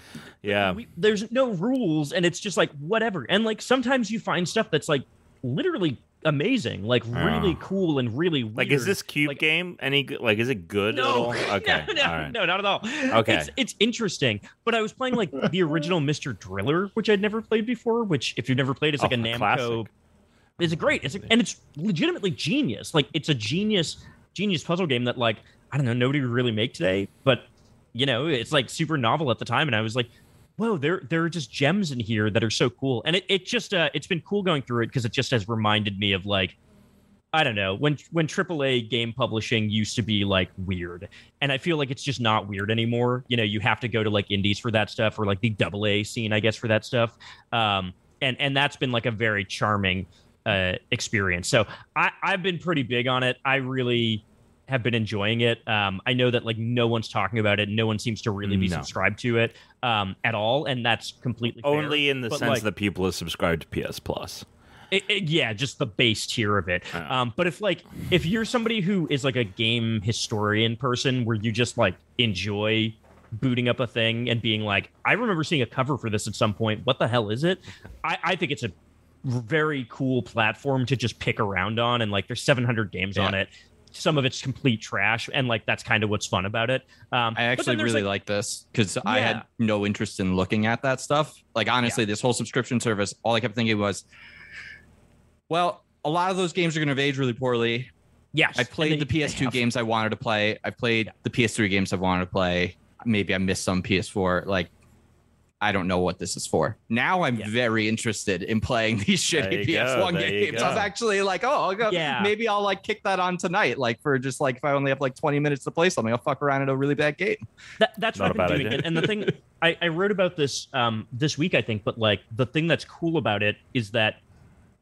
[SPEAKER 1] yeah,
[SPEAKER 2] we, there's no rules and it's just like whatever and like sometimes you find stuff that's like literally amazing like really
[SPEAKER 1] Yeah.
[SPEAKER 2] cool and really weird.
[SPEAKER 1] like is this cube
[SPEAKER 2] like-
[SPEAKER 1] game any good? Like, is it good at all? Okay,
[SPEAKER 2] no, no,
[SPEAKER 1] all right.
[SPEAKER 2] no, not at all.
[SPEAKER 1] Okay.
[SPEAKER 2] it's, it's interesting. But I was playing like the original Mr. Driller, which I'd never played before. Which, if you've never played, it's like
[SPEAKER 1] Oh,
[SPEAKER 2] a
[SPEAKER 1] a
[SPEAKER 2] Namco.
[SPEAKER 1] classic.
[SPEAKER 2] It's a great. It's a, and it's legitimately genius. Like it's a genius, genius puzzle game that like I don't know nobody would really make today. But you know, it's like super novel at the time, and I was like. Whoa, there there are just gems in here that are so cool, and it, it just uh it's been cool going through it because it just has reminded me of like I don't know when when AAA game publishing used to be like weird, and I feel like it's just not weird anymore. You know, you have to go to like indies for that stuff, or like the AA scene, I guess, for that stuff. Um, and and that's been like a very charming uh, experience. So I I've been pretty big on it. I really have been enjoying it. Um, I know that like no one's talking about it. No one seems to really be
[SPEAKER 1] No.
[SPEAKER 2] subscribed to it um, at all, and that's completely fair.
[SPEAKER 1] Only in the
[SPEAKER 2] but,
[SPEAKER 1] sense
[SPEAKER 2] like-
[SPEAKER 1] that people are subscribed to PS Plus.
[SPEAKER 2] It- it- yeah, just the base tier of it.
[SPEAKER 1] Yeah.
[SPEAKER 2] Um, but if like if you're somebody who is like a game historian person, where you just like enjoy booting up a thing and being like, I remember seeing a cover for this at some point. What the hell is it? I, I think it's a very cool platform to just pick around on, and like there's 700 games on
[SPEAKER 4] Yeah.
[SPEAKER 2] it. Some of it's complete trash, and like that's kind of what's fun about it. Um,
[SPEAKER 4] I
[SPEAKER 2] but then
[SPEAKER 4] actually
[SPEAKER 2] there's,
[SPEAKER 4] really like this because I
[SPEAKER 2] Yeah.
[SPEAKER 4] had no interest in looking at that stuff. Like honestly, this whole subscription service, all I kept thinking was, well, a lot of those games are going to age really poorly.
[SPEAKER 2] yes,
[SPEAKER 4] I
[SPEAKER 2] and
[SPEAKER 4] played
[SPEAKER 2] then
[SPEAKER 4] the
[SPEAKER 2] you- they
[SPEAKER 4] PS2
[SPEAKER 2] have-
[SPEAKER 4] games I wanted to play. I played the PS3 games I wanted to play. maybe I missed some PS4. Like, I don't know what this is for. Now I'm
[SPEAKER 2] Yeah.
[SPEAKER 4] very interested in playing these shitty
[SPEAKER 1] There you go,
[SPEAKER 4] PS1
[SPEAKER 1] there you
[SPEAKER 4] games. I was
[SPEAKER 1] go.
[SPEAKER 4] actually like, oh, I'll go,
[SPEAKER 2] Yeah.
[SPEAKER 4] maybe I'll like kick that on tonight. Like for just like if I only have like 20 minutes to play something, I'll fuck around at a really bad game.
[SPEAKER 2] That, that's
[SPEAKER 1] Not
[SPEAKER 2] what
[SPEAKER 1] a
[SPEAKER 2] I've
[SPEAKER 1] bad
[SPEAKER 2] been doing.
[SPEAKER 1] idea.
[SPEAKER 2] And, and the thing I, I wrote about this um, this week, I think, but like the thing that's cool about it is that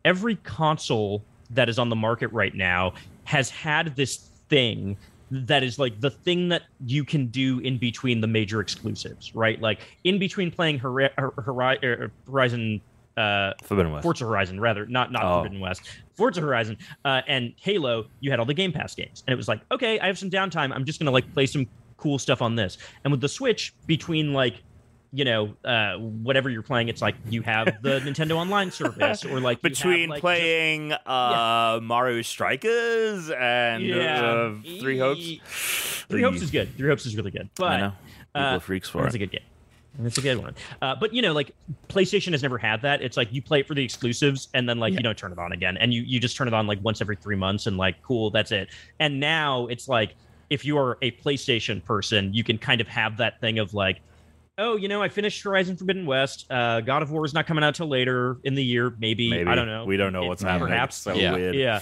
[SPEAKER 2] every console that is on the market right now has had this thing that is like the thing that you can do in between the major exclusives, right? Like in between playing Hori- Hor- Hori- er, Horizon uh,
[SPEAKER 1] Forbidden West.
[SPEAKER 2] Forza Horizon, rather, not not
[SPEAKER 1] Oh.
[SPEAKER 2] Forbidden West. Forza Horizon uh, and Halo, you had all the Game Pass games, and it was like, okay, I have some downtime. I'm just gonna like play some cool stuff on this. And with the Switch, between like, you know, uh, whatever you're playing, it's like you have the Nintendo Online service, or like you have,
[SPEAKER 1] Between
[SPEAKER 2] like, just-
[SPEAKER 1] playing uh, Mario Strikers and
[SPEAKER 2] Yeah.
[SPEAKER 1] uh, Three
[SPEAKER 2] E-
[SPEAKER 1] Hopes.
[SPEAKER 2] Three Hopes is good. Three Hopes is really good,
[SPEAKER 1] I
[SPEAKER 2] but
[SPEAKER 1] know. People
[SPEAKER 2] uh,
[SPEAKER 1] are freaks for
[SPEAKER 2] That's
[SPEAKER 1] it.
[SPEAKER 2] a good game. And It's a good one. Uh, but you know, like PlayStation has never had that. It's like you play it for the exclusives and then like you don't turn it on again. And you you just turn it on like once every three months and like cool, that's it. And now it's like if you are a PlayStation person, you can kind of have that thing of like, oh, you know, I finished Horizon Forbidden West. Uh, God of War is not coming out till later in the year, maybe.
[SPEAKER 1] Maybe.
[SPEAKER 2] I don't know.
[SPEAKER 1] We don't know
[SPEAKER 2] It-
[SPEAKER 1] what's happening.
[SPEAKER 2] Perhaps.
[SPEAKER 1] It's so
[SPEAKER 4] Yeah.
[SPEAKER 1] weird.
[SPEAKER 2] Yeah.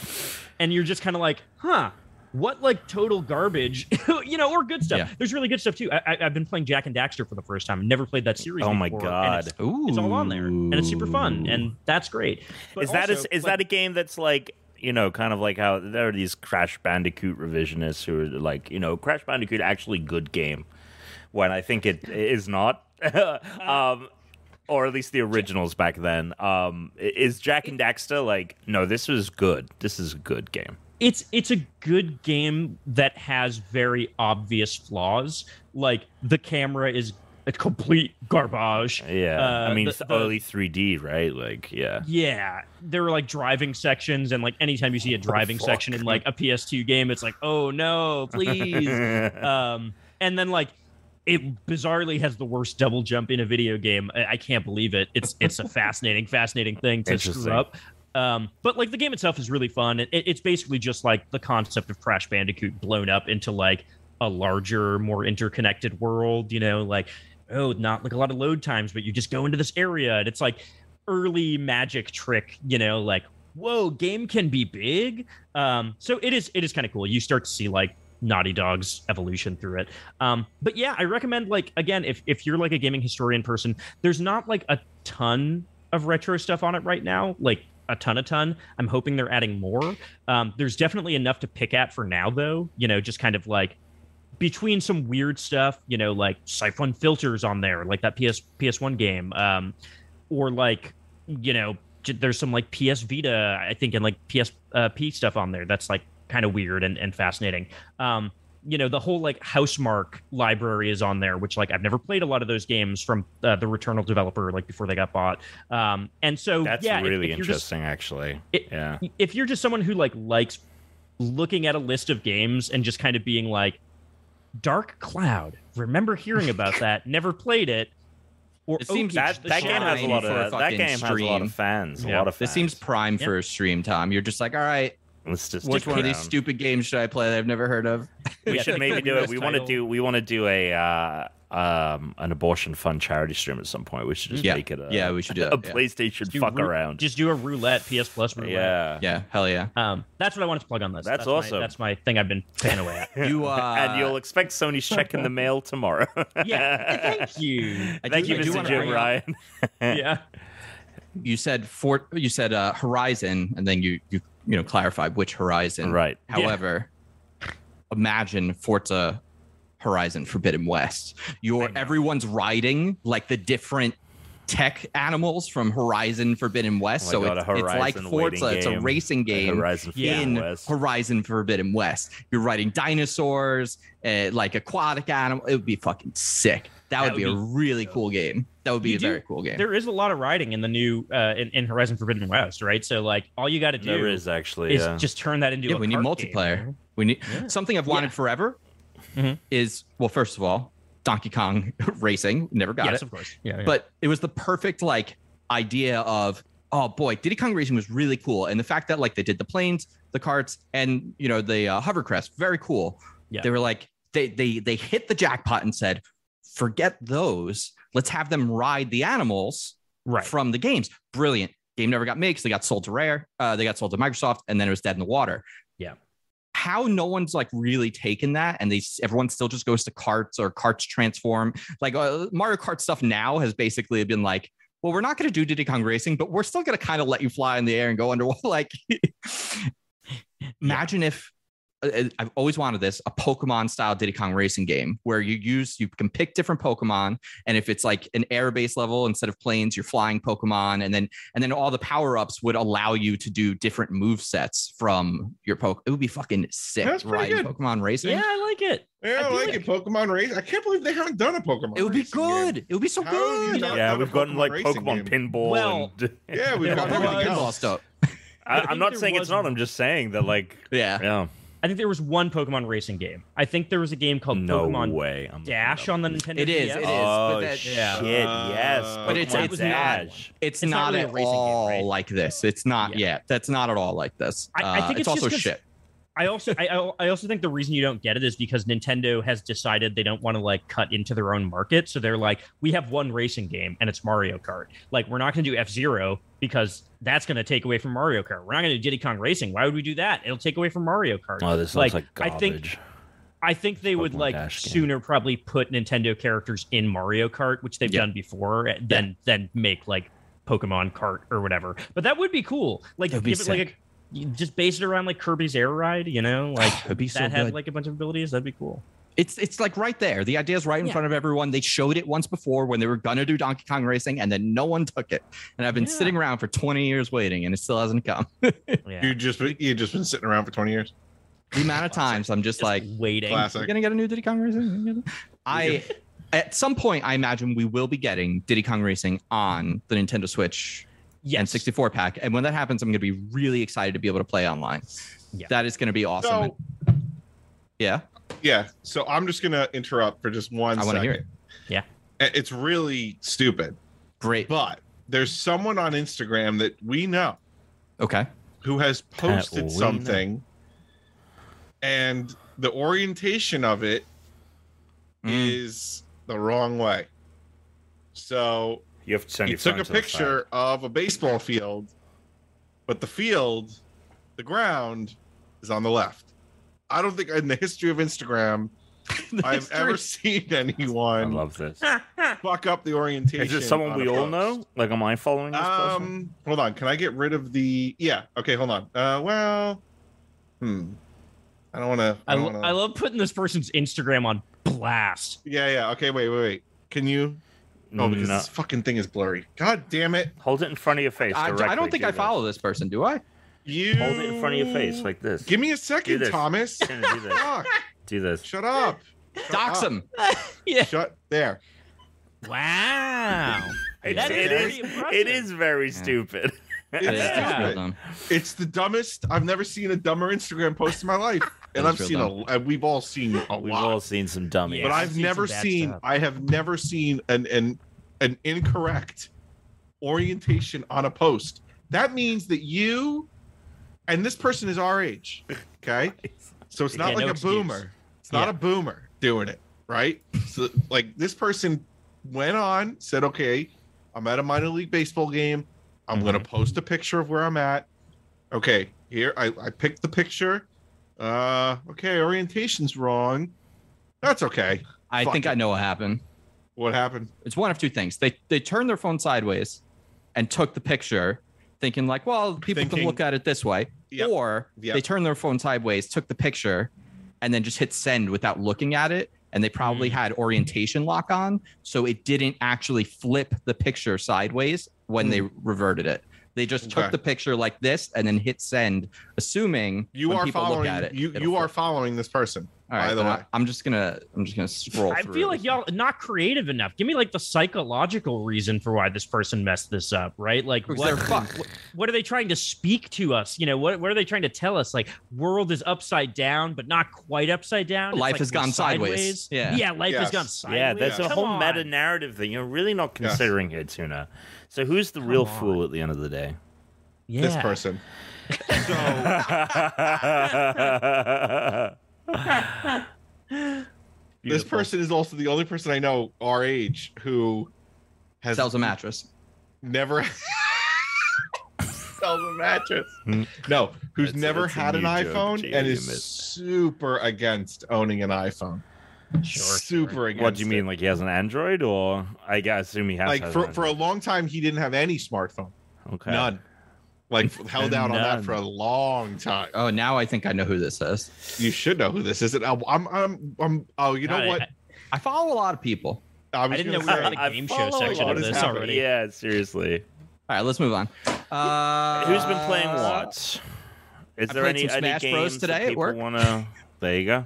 [SPEAKER 2] And you're just kind of like, huh, what like total garbage, you know, or good stuff.
[SPEAKER 4] Yeah.
[SPEAKER 2] There's really good stuff too. I, I, I've been playing Jack and Daxter for the first time. Never played that series.
[SPEAKER 1] Oh my
[SPEAKER 2] before,
[SPEAKER 1] God.
[SPEAKER 2] And it's,
[SPEAKER 4] Ooh.
[SPEAKER 2] it's all on there, and it's super fun, and that's great. But
[SPEAKER 1] is that a,
[SPEAKER 2] also,
[SPEAKER 1] is
[SPEAKER 2] like,
[SPEAKER 1] that a game that's like you know kind of like how there are these Crash Bandicoot revisionists who are like you know Crash Bandicoot actually good game when I think it is not. um, or at least the originals back then. Um, i- is Jack and Daxter like no? This was good. This is a good game.
[SPEAKER 2] it's it's a good game that has very obvious flaws. Like the camera is a complete garbage.
[SPEAKER 1] Yeah, I
[SPEAKER 2] Uh,
[SPEAKER 1] mean
[SPEAKER 2] the-
[SPEAKER 1] it's
[SPEAKER 2] the-
[SPEAKER 1] early 3D, right? Like yeah,
[SPEAKER 2] Yeah, there were like driving sections, and like anytime you see a driving
[SPEAKER 1] fuck.
[SPEAKER 2] section in like a PS2 game, it's like, oh no, please. um, and then like it bizarrely has the worst double jump in a video game. I, I can't believe it. It's it's a fascinating, fascinating thing to
[SPEAKER 1] Interesting.
[SPEAKER 2] screw up. Um, but like the game itself is really fun. It, it- it's basically just like the concept of Crash Bandicoot blown up into like a larger, more interconnected world. You know, like oh, not like a lot of load times, but you just go into this area and it's like early magic trick. You know, like whoa, game can be big. Um, so it is it is kind of cool. You start to see like Naughty Dog's evolution through it. Um, but yeah, I recommend like again if if you're like a gaming historian person, there's not like a ton of retro stuff on it right now, like a ton a ton. I'm hoping they're adding more. Um, there's definitely enough to pick at for now though. You know, just kind of like between some weird stuff, you know, like Siphon filters on there, like that PS PS1 game, um, or like you know, j- there's some like PS Vita, I think, and like PS uh, P stuff on there that's like kind of weird and, and fascinating. Um, you know, the whole like Housemark library is on there, which like I've never played a lot of those games from uh, the Returnal developer, like before they got bought. Um, and so
[SPEAKER 1] that's
[SPEAKER 2] yeah, if-
[SPEAKER 1] really
[SPEAKER 2] if you're just-
[SPEAKER 1] interesting, actually.
[SPEAKER 2] It-
[SPEAKER 1] yeah,
[SPEAKER 2] if you're just someone who like likes looking at a list of games and just kind of being like dark cloud remember hearing about that never played it or "Oh,
[SPEAKER 4] It seems
[SPEAKER 2] "Okie,
[SPEAKER 1] that
[SPEAKER 4] the
[SPEAKER 1] that game has a lot
[SPEAKER 4] shit for a
[SPEAKER 1] of that
[SPEAKER 4] fucking
[SPEAKER 1] game has a lot
[SPEAKER 4] stream.
[SPEAKER 1] of fans. A
[SPEAKER 2] Yeah.
[SPEAKER 1] lot of fans.
[SPEAKER 4] This seems prime
[SPEAKER 2] Yeah.
[SPEAKER 4] for a stream, Tom. You're just like, all right,
[SPEAKER 1] Let's just
[SPEAKER 4] which
[SPEAKER 1] stick
[SPEAKER 4] one of these
[SPEAKER 1] around.
[SPEAKER 4] stupid games should I play that I've never heard of?
[SPEAKER 1] we
[SPEAKER 2] Yeah,
[SPEAKER 1] should
[SPEAKER 2] pick
[SPEAKER 1] maybe
[SPEAKER 2] the
[SPEAKER 1] do it.
[SPEAKER 2] weirdest
[SPEAKER 1] We want to
[SPEAKER 2] title.
[SPEAKER 1] do we want to do a uh, um, an abortion fund charity stream at some point. We should just
[SPEAKER 4] Yeah.
[SPEAKER 1] make it
[SPEAKER 2] Uh,
[SPEAKER 1] a
[SPEAKER 4] Yeah, we should do
[SPEAKER 1] a
[SPEAKER 4] that, yeah.
[SPEAKER 1] PlayStation
[SPEAKER 2] do
[SPEAKER 1] fuck
[SPEAKER 2] rou-
[SPEAKER 1] around. Uh,
[SPEAKER 2] just do a roulette ps plus roulette
[SPEAKER 1] yeah.
[SPEAKER 4] Yeah, hell yeah.
[SPEAKER 2] um that's what i wanted to plug on this
[SPEAKER 1] That's
[SPEAKER 2] my-
[SPEAKER 1] awesome.
[SPEAKER 2] that's my thing i've been fan away at
[SPEAKER 4] You uh,
[SPEAKER 1] and you'll expect Sony's check in the mail tomorrow.
[SPEAKER 2] yeah thank you
[SPEAKER 4] I
[SPEAKER 1] Thank
[SPEAKER 4] do-
[SPEAKER 1] you,
[SPEAKER 4] I do
[SPEAKER 1] Mr.
[SPEAKER 4] wanna
[SPEAKER 1] Jim
[SPEAKER 4] bring up-
[SPEAKER 1] Ryan. Eh.
[SPEAKER 2] yeah
[SPEAKER 4] you said Fort, you said uh, Horizon, and then you you you know clarified which Horizon.
[SPEAKER 1] Right.
[SPEAKER 2] Yeah.
[SPEAKER 4] However, imagine Forza Horizon Forbidden West. You're everyone's riding like the different tech animals from Horizon Forbidden West.
[SPEAKER 1] Oh
[SPEAKER 4] so
[SPEAKER 1] my God,
[SPEAKER 4] it's,
[SPEAKER 1] a
[SPEAKER 4] it's like
[SPEAKER 1] Horizon
[SPEAKER 4] Forza.
[SPEAKER 1] waiting
[SPEAKER 4] It's a
[SPEAKER 1] game.
[SPEAKER 4] racing game.
[SPEAKER 1] Horizon
[SPEAKER 2] Yeah.
[SPEAKER 1] Forbidden
[SPEAKER 4] in
[SPEAKER 1] West.
[SPEAKER 4] Horizon Forbidden West. You're riding dinosaurs, uh, like aquatic animal. It would be fucking sick. That, would be, a really cool game. That would be
[SPEAKER 2] You
[SPEAKER 4] a
[SPEAKER 2] do-
[SPEAKER 4] very cool game.
[SPEAKER 2] there is a lot of riding in the new uh in, in horizon forbidden west right so like all you got to do
[SPEAKER 1] there is actually. uh,
[SPEAKER 2] is
[SPEAKER 1] yeah.
[SPEAKER 2] just turn that into
[SPEAKER 4] yeah,
[SPEAKER 2] a
[SPEAKER 4] we need
[SPEAKER 2] kart game.
[SPEAKER 4] multiplayer. We need
[SPEAKER 2] Yeah.
[SPEAKER 4] something I've wanted
[SPEAKER 2] Yeah.
[SPEAKER 4] forever.
[SPEAKER 2] Mhm.
[SPEAKER 4] Is well, first of all, Donkey Kong Racing. Never got
[SPEAKER 2] yes
[SPEAKER 4] it,
[SPEAKER 2] of course yeah, yeah.
[SPEAKER 4] but it was the perfect like idea of oh boy, Diddy Kong Racing was really cool, and the fact that like they did the planes, the carts, and you know the uh, hovercrest, very cool.
[SPEAKER 2] Yeah.
[SPEAKER 4] They were like they they they hit the jackpot and said forget those. Let's have them ride the animals
[SPEAKER 2] Right.
[SPEAKER 4] from the games. Brilliant. Game never got made 'cause they got sold to Rare. Uh, they got sold to Microsoft, and then it was dead in the water.
[SPEAKER 2] Yeah.
[SPEAKER 4] How no one's like really taken that, and they everyone still just goes to carts or carts transform. Like uh, Mario Kart stuff now has basically been like, well, we're not going to do Diddy Kong Racing, but we're still going to kind of let you fly in the air and go underwater. like, imagine if. uh, I've always wanted this a Pokemon style Diddy Kong racing game where you use you can pick different Pokemon and if it's like an air based level instead of planes you're flying pokemon and then and then all the power ups would allow you to do different move sets from your poke it would be fucking sick
[SPEAKER 3] That's pretty
[SPEAKER 4] right
[SPEAKER 3] good.
[SPEAKER 4] pokemon racing
[SPEAKER 2] Yeah, I like it.
[SPEAKER 3] Yeah,
[SPEAKER 2] I
[SPEAKER 3] I
[SPEAKER 2] do
[SPEAKER 3] like
[SPEAKER 2] it.
[SPEAKER 3] it. Pokemon race. I can't believe they haven't done a Pokemon.
[SPEAKER 4] it would be
[SPEAKER 3] racing game.
[SPEAKER 4] good it would be so
[SPEAKER 3] How have you
[SPEAKER 4] good
[SPEAKER 3] not
[SPEAKER 1] yeah,
[SPEAKER 3] done a
[SPEAKER 1] we've gotten like
[SPEAKER 3] racing
[SPEAKER 1] Pokemon
[SPEAKER 3] game?
[SPEAKER 1] pinball.
[SPEAKER 2] Well-
[SPEAKER 1] and,
[SPEAKER 3] Yeah, we've
[SPEAKER 2] Yeah,
[SPEAKER 3] got
[SPEAKER 2] Pokemon
[SPEAKER 3] everything
[SPEAKER 2] pinball
[SPEAKER 3] else.
[SPEAKER 4] stuff
[SPEAKER 1] I,
[SPEAKER 2] I
[SPEAKER 1] I'm
[SPEAKER 2] think
[SPEAKER 1] not
[SPEAKER 2] there
[SPEAKER 1] saying it's
[SPEAKER 2] was
[SPEAKER 1] not.
[SPEAKER 2] one.
[SPEAKER 1] I'm just saying that like
[SPEAKER 4] yeah
[SPEAKER 1] yeah,
[SPEAKER 2] I think there was one Pokemon racing game. I think there was a game called
[SPEAKER 1] no
[SPEAKER 2] Pokemon
[SPEAKER 1] way. I'm looking
[SPEAKER 2] Dash
[SPEAKER 1] up.
[SPEAKER 2] on the Nintendo
[SPEAKER 4] It is,
[SPEAKER 2] DS.
[SPEAKER 4] it is.
[SPEAKER 1] Oh
[SPEAKER 4] but that-
[SPEAKER 1] shit!
[SPEAKER 2] yeah.
[SPEAKER 1] Yes,
[SPEAKER 3] Uh,
[SPEAKER 4] But it's-
[SPEAKER 1] Pokemon
[SPEAKER 4] it's not-
[SPEAKER 1] Dash.
[SPEAKER 4] it's,
[SPEAKER 2] It's not
[SPEAKER 4] not,
[SPEAKER 2] really a
[SPEAKER 4] at
[SPEAKER 2] racing game,
[SPEAKER 4] all
[SPEAKER 2] right?
[SPEAKER 4] like this it's not
[SPEAKER 2] Yeah.
[SPEAKER 4] yet that's not at all like this
[SPEAKER 2] I- I
[SPEAKER 4] Uh,
[SPEAKER 2] think
[SPEAKER 4] it's,
[SPEAKER 2] it's just
[SPEAKER 4] also
[SPEAKER 2] 'cause-
[SPEAKER 4] shit
[SPEAKER 2] I also I, I- I also think the reason you don't get it is because Nintendo has decided they don't want to like cut into their own market. So they're like, we have one racing game and it's Mario Kart. Like we're not going to do F Zero because that's going to take away from Mario Kart. We're not going to do Diddy Kong Racing. Why would we do that? It'll take away from Mario Kart.
[SPEAKER 1] Oh, this looks
[SPEAKER 2] like,
[SPEAKER 1] like
[SPEAKER 2] I think
[SPEAKER 1] garbage.
[SPEAKER 2] I think they would
[SPEAKER 1] Pokemon
[SPEAKER 2] like
[SPEAKER 1] Dash game.
[SPEAKER 2] sooner probably put Nintendo characters in Mario Kart, which they've
[SPEAKER 4] Yeah.
[SPEAKER 2] done before, eh, than than make like Pokemon Kart or whatever. But that would be cool. Like
[SPEAKER 4] That'd
[SPEAKER 2] give
[SPEAKER 4] be
[SPEAKER 2] it like a,
[SPEAKER 4] sick.
[SPEAKER 2] you just base it around like Kirby's Air Ride, you know, like
[SPEAKER 4] it'd be so
[SPEAKER 2] that had
[SPEAKER 4] good.
[SPEAKER 2] like a bunch of abilities. That'd be cool.
[SPEAKER 4] it's it's like right there the idea is right in
[SPEAKER 2] Yeah.
[SPEAKER 4] front of everyone they showed it once before when they were gonna do donkey kong racing and then no one took it and i've been
[SPEAKER 2] Yeah.
[SPEAKER 4] sitting around for 20 years waiting and it still hasn't come
[SPEAKER 2] Yeah.
[SPEAKER 3] You just you just been sitting around for twenty years.
[SPEAKER 4] the amount of times i'm just
[SPEAKER 2] Just
[SPEAKER 4] like
[SPEAKER 2] waiting.
[SPEAKER 4] We're
[SPEAKER 3] Classic.
[SPEAKER 4] gonna get a new Diddy Kong Racing. I at some point I imagine we will be getting Diddy Kong Racing on the Nintendo Switch and
[SPEAKER 2] Yes.
[SPEAKER 4] 64 pack. And when that happens, I'm gonna be really excited to be able to play online.
[SPEAKER 2] Yeah.
[SPEAKER 4] That is gonna be awesome.
[SPEAKER 3] So
[SPEAKER 4] yeah.
[SPEAKER 3] yeah, so I'm just gonna interrupt for just one
[SPEAKER 4] I
[SPEAKER 3] want
[SPEAKER 4] wanna
[SPEAKER 3] to
[SPEAKER 4] hear it.
[SPEAKER 2] Yeah.
[SPEAKER 3] it's really stupid,
[SPEAKER 4] Great.
[SPEAKER 3] but there's someone on Instagram that we know
[SPEAKER 4] Okay.
[SPEAKER 3] who has
[SPEAKER 1] we know.
[SPEAKER 3] posted something, and the orientation of it
[SPEAKER 4] Mm.
[SPEAKER 3] is the wrong way. So
[SPEAKER 1] You have to send
[SPEAKER 3] he
[SPEAKER 1] your phone
[SPEAKER 3] took a
[SPEAKER 1] to the side.
[SPEAKER 3] picture of a baseball field, but the field, the ground, is on the left. I don't think in the history of Instagram I've ever seen
[SPEAKER 1] I
[SPEAKER 3] anyone
[SPEAKER 1] love this.
[SPEAKER 3] fuck up the orientation.
[SPEAKER 1] Is it
[SPEAKER 3] on
[SPEAKER 1] someone
[SPEAKER 3] a
[SPEAKER 1] we all
[SPEAKER 3] post.
[SPEAKER 1] know? Like, am I following this person?
[SPEAKER 3] Um, hold on. Can I get rid of the? Yeah. Okay. Hold on. Uh, well, hmm. I don't want to.
[SPEAKER 2] I,
[SPEAKER 3] I don't
[SPEAKER 2] lo-
[SPEAKER 3] want
[SPEAKER 2] I
[SPEAKER 3] to.
[SPEAKER 2] love putting this person's Instagram on blast.
[SPEAKER 3] Yeah. Yeah. Okay. Wait. Wait. Wait. Can you? Oh, because
[SPEAKER 1] No.
[SPEAKER 3] this fucking thing is blurry. God damn it!
[SPEAKER 1] Hold it in front of your face.
[SPEAKER 4] I,
[SPEAKER 1] Directly.
[SPEAKER 4] I don't think
[SPEAKER 1] do
[SPEAKER 4] I
[SPEAKER 1] this.
[SPEAKER 4] follow this person, do I?
[SPEAKER 3] You
[SPEAKER 1] Hold it in front of your face like this.
[SPEAKER 3] Give me a
[SPEAKER 1] Do
[SPEAKER 3] second,
[SPEAKER 1] this.
[SPEAKER 3] Thomas.
[SPEAKER 1] Gonna do this.
[SPEAKER 3] Fuck.
[SPEAKER 1] Do this.
[SPEAKER 3] Shut up.
[SPEAKER 4] Dox
[SPEAKER 3] up.
[SPEAKER 4] him.
[SPEAKER 3] Shut there.
[SPEAKER 2] Wow.
[SPEAKER 1] It-
[SPEAKER 2] That
[SPEAKER 1] it
[SPEAKER 2] is
[SPEAKER 1] is.
[SPEAKER 2] pretty impressive.
[SPEAKER 1] It is very stupid.
[SPEAKER 3] It's
[SPEAKER 2] Yeah.
[SPEAKER 3] stupid.
[SPEAKER 4] Well done.
[SPEAKER 3] It's the dumbest. I've never seen a dumber Instagram post in my life, and
[SPEAKER 4] That
[SPEAKER 3] I've
[SPEAKER 4] is real
[SPEAKER 3] seen a. We've all seen a
[SPEAKER 1] We've
[SPEAKER 3] lot.
[SPEAKER 1] all seen some dummies.
[SPEAKER 2] Yeah,
[SPEAKER 3] but
[SPEAKER 2] I've
[SPEAKER 3] I've,
[SPEAKER 2] seen
[SPEAKER 3] never
[SPEAKER 2] some bad
[SPEAKER 3] seen.
[SPEAKER 2] stuff.
[SPEAKER 3] I have never seen an an an incorrect orientation on a post. That means that you, and this person is our age. Okay, so it's not
[SPEAKER 2] Yeah,
[SPEAKER 3] like
[SPEAKER 2] no
[SPEAKER 3] a
[SPEAKER 2] excuse.
[SPEAKER 3] boomer. It's not
[SPEAKER 2] Yeah.
[SPEAKER 3] a boomer doing it, right? So like this person went on, said, "Okay, I'm at a minor league baseball game. I'm gonna
[SPEAKER 2] Mm-hmm.
[SPEAKER 3] post a picture of where I'm at. Okay, here I, I picked the picture. Uh, okay, orientation's wrong. That's okay.
[SPEAKER 4] I
[SPEAKER 3] Fuck
[SPEAKER 4] think
[SPEAKER 3] it.
[SPEAKER 4] I know what happened.
[SPEAKER 3] What happened?
[SPEAKER 4] it's one of two things. They they turned their phone sideways and took the picture, thinking like, well, people
[SPEAKER 3] Thinking-
[SPEAKER 4] can look at it this way.
[SPEAKER 3] Yep.
[SPEAKER 4] Or
[SPEAKER 3] Yep.
[SPEAKER 4] they turned their phone sideways, took the picture, and then just hit send without looking at it. And they probably
[SPEAKER 3] Mm.
[SPEAKER 4] had orientation lock on, so it didn't actually flip the picture sideways when they reverted it. They just took
[SPEAKER 3] Mm. Okay.
[SPEAKER 4] the picture like this and then hit send, assuming
[SPEAKER 3] You
[SPEAKER 4] when
[SPEAKER 3] are
[SPEAKER 4] people
[SPEAKER 3] following.
[SPEAKER 4] look at it.
[SPEAKER 3] you
[SPEAKER 4] it'll
[SPEAKER 3] you are
[SPEAKER 4] flip.
[SPEAKER 3] following this person.
[SPEAKER 4] All right,
[SPEAKER 3] by the
[SPEAKER 4] then I-
[SPEAKER 3] way.
[SPEAKER 4] I'm just gonna I'm just gonna scroll.
[SPEAKER 2] I
[SPEAKER 4] through.
[SPEAKER 2] feel like y'all not creative enough. Give me like the psychological reason for why this person messed this up, right? Like
[SPEAKER 4] Because
[SPEAKER 2] what
[SPEAKER 4] they're fucked.
[SPEAKER 2] what- what are they trying to speak to us? You know, what what are they trying to tell us? Like world is upside down, but not quite upside down. It's
[SPEAKER 4] Life
[SPEAKER 2] like
[SPEAKER 4] has
[SPEAKER 2] we're
[SPEAKER 4] gone sideways. Yeah.
[SPEAKER 2] Yeah, life
[SPEAKER 3] Yes.
[SPEAKER 2] has gone
[SPEAKER 1] Yeah,
[SPEAKER 2] sideways.
[SPEAKER 1] there's a
[SPEAKER 2] Come
[SPEAKER 1] whole
[SPEAKER 2] on.
[SPEAKER 1] meta narrative thing. You're really not
[SPEAKER 3] Yes.
[SPEAKER 1] considering here, Tuna. So who's the real
[SPEAKER 2] on.
[SPEAKER 1] fool at the end of the day?
[SPEAKER 2] Yeah.
[SPEAKER 3] This person. So
[SPEAKER 1] I
[SPEAKER 3] This person is also the only person I know our age who has
[SPEAKER 4] sells a mattress.
[SPEAKER 3] never sells a mattress.
[SPEAKER 1] Hmm.
[SPEAKER 3] No, who's
[SPEAKER 1] That's a-
[SPEAKER 3] never
[SPEAKER 1] that's a uh,
[SPEAKER 3] had an
[SPEAKER 1] new joke,
[SPEAKER 3] iPhone
[SPEAKER 1] Jamie,
[SPEAKER 3] and
[SPEAKER 1] you
[SPEAKER 3] is
[SPEAKER 1] missed.
[SPEAKER 3] super against owning an iPhone. super against.
[SPEAKER 1] What do you
[SPEAKER 3] it.
[SPEAKER 1] mean? Like he has an Android, or I guess assume he has
[SPEAKER 3] Like
[SPEAKER 1] has
[SPEAKER 3] for,
[SPEAKER 1] an
[SPEAKER 3] for a long time, he didn't have any smartphone.
[SPEAKER 1] Android. okay.
[SPEAKER 3] None. Like held out on
[SPEAKER 1] None.
[SPEAKER 3] that for a long time.
[SPEAKER 4] Oh, now I think I know who this is.
[SPEAKER 3] You should know who this is. And I'm, I'm, I'm, I'm oh, you know
[SPEAKER 2] God, I-
[SPEAKER 3] what?
[SPEAKER 2] I,
[SPEAKER 4] I follow a lot of people.
[SPEAKER 3] I, was
[SPEAKER 2] didn't
[SPEAKER 3] gonna
[SPEAKER 2] know we were
[SPEAKER 3] say-
[SPEAKER 2] on a game show
[SPEAKER 1] follow
[SPEAKER 2] section
[SPEAKER 3] of
[SPEAKER 1] what is
[SPEAKER 3] this
[SPEAKER 1] happening.
[SPEAKER 2] already.
[SPEAKER 1] Yeah, seriously.
[SPEAKER 4] All right, let's move on. Uh,
[SPEAKER 1] Who's been playing what? Is
[SPEAKER 4] I
[SPEAKER 1] there
[SPEAKER 4] played
[SPEAKER 1] any
[SPEAKER 4] some Smash
[SPEAKER 1] any
[SPEAKER 4] Bros
[SPEAKER 1] games
[SPEAKER 4] today
[SPEAKER 1] that
[SPEAKER 4] at
[SPEAKER 1] people
[SPEAKER 4] work.
[SPEAKER 1] wanna? There you go.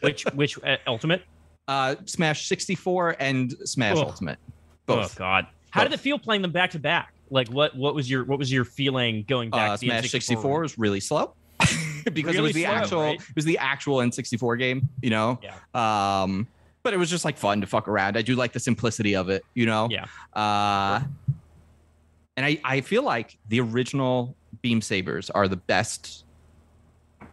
[SPEAKER 2] which which uh, ultimate?
[SPEAKER 4] Uh, Smash 64 and Smash
[SPEAKER 2] Ugh.
[SPEAKER 4] Ultimate,
[SPEAKER 2] Oh
[SPEAKER 4] both.
[SPEAKER 2] God! How did
[SPEAKER 4] Both.
[SPEAKER 2] it feel playing them back to back? Like what what was your what was your feeling going back?
[SPEAKER 4] uh,
[SPEAKER 2] to the
[SPEAKER 4] Smash 64 was really slow because it
[SPEAKER 2] Really
[SPEAKER 4] was the
[SPEAKER 2] slow,
[SPEAKER 4] actual
[SPEAKER 2] right?
[SPEAKER 4] it was the actual N64 game, you know. Yeah. Um, but it was just like fun to fuck around. I do like the simplicity of it, you know.
[SPEAKER 2] Yeah.
[SPEAKER 4] Uh, and I I feel like the original beam sabers are the best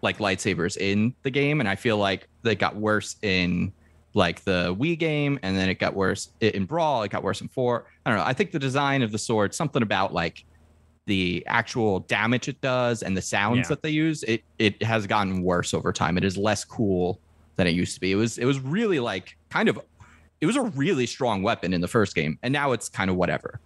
[SPEAKER 4] like lightsabers in the game, and I feel like they got worse in like the Wii game, and then it got worse i- in Brawl. It got worse in Four. I don't know. I think the design of the sword, something about like the actual damage it does and the sounds
[SPEAKER 2] Yeah.
[SPEAKER 4] that they use, it it has gotten worse over time. It is less cool than it used to be. It was it was really like kind of it was a really strong weapon in the first game, and now it's kind of whatever.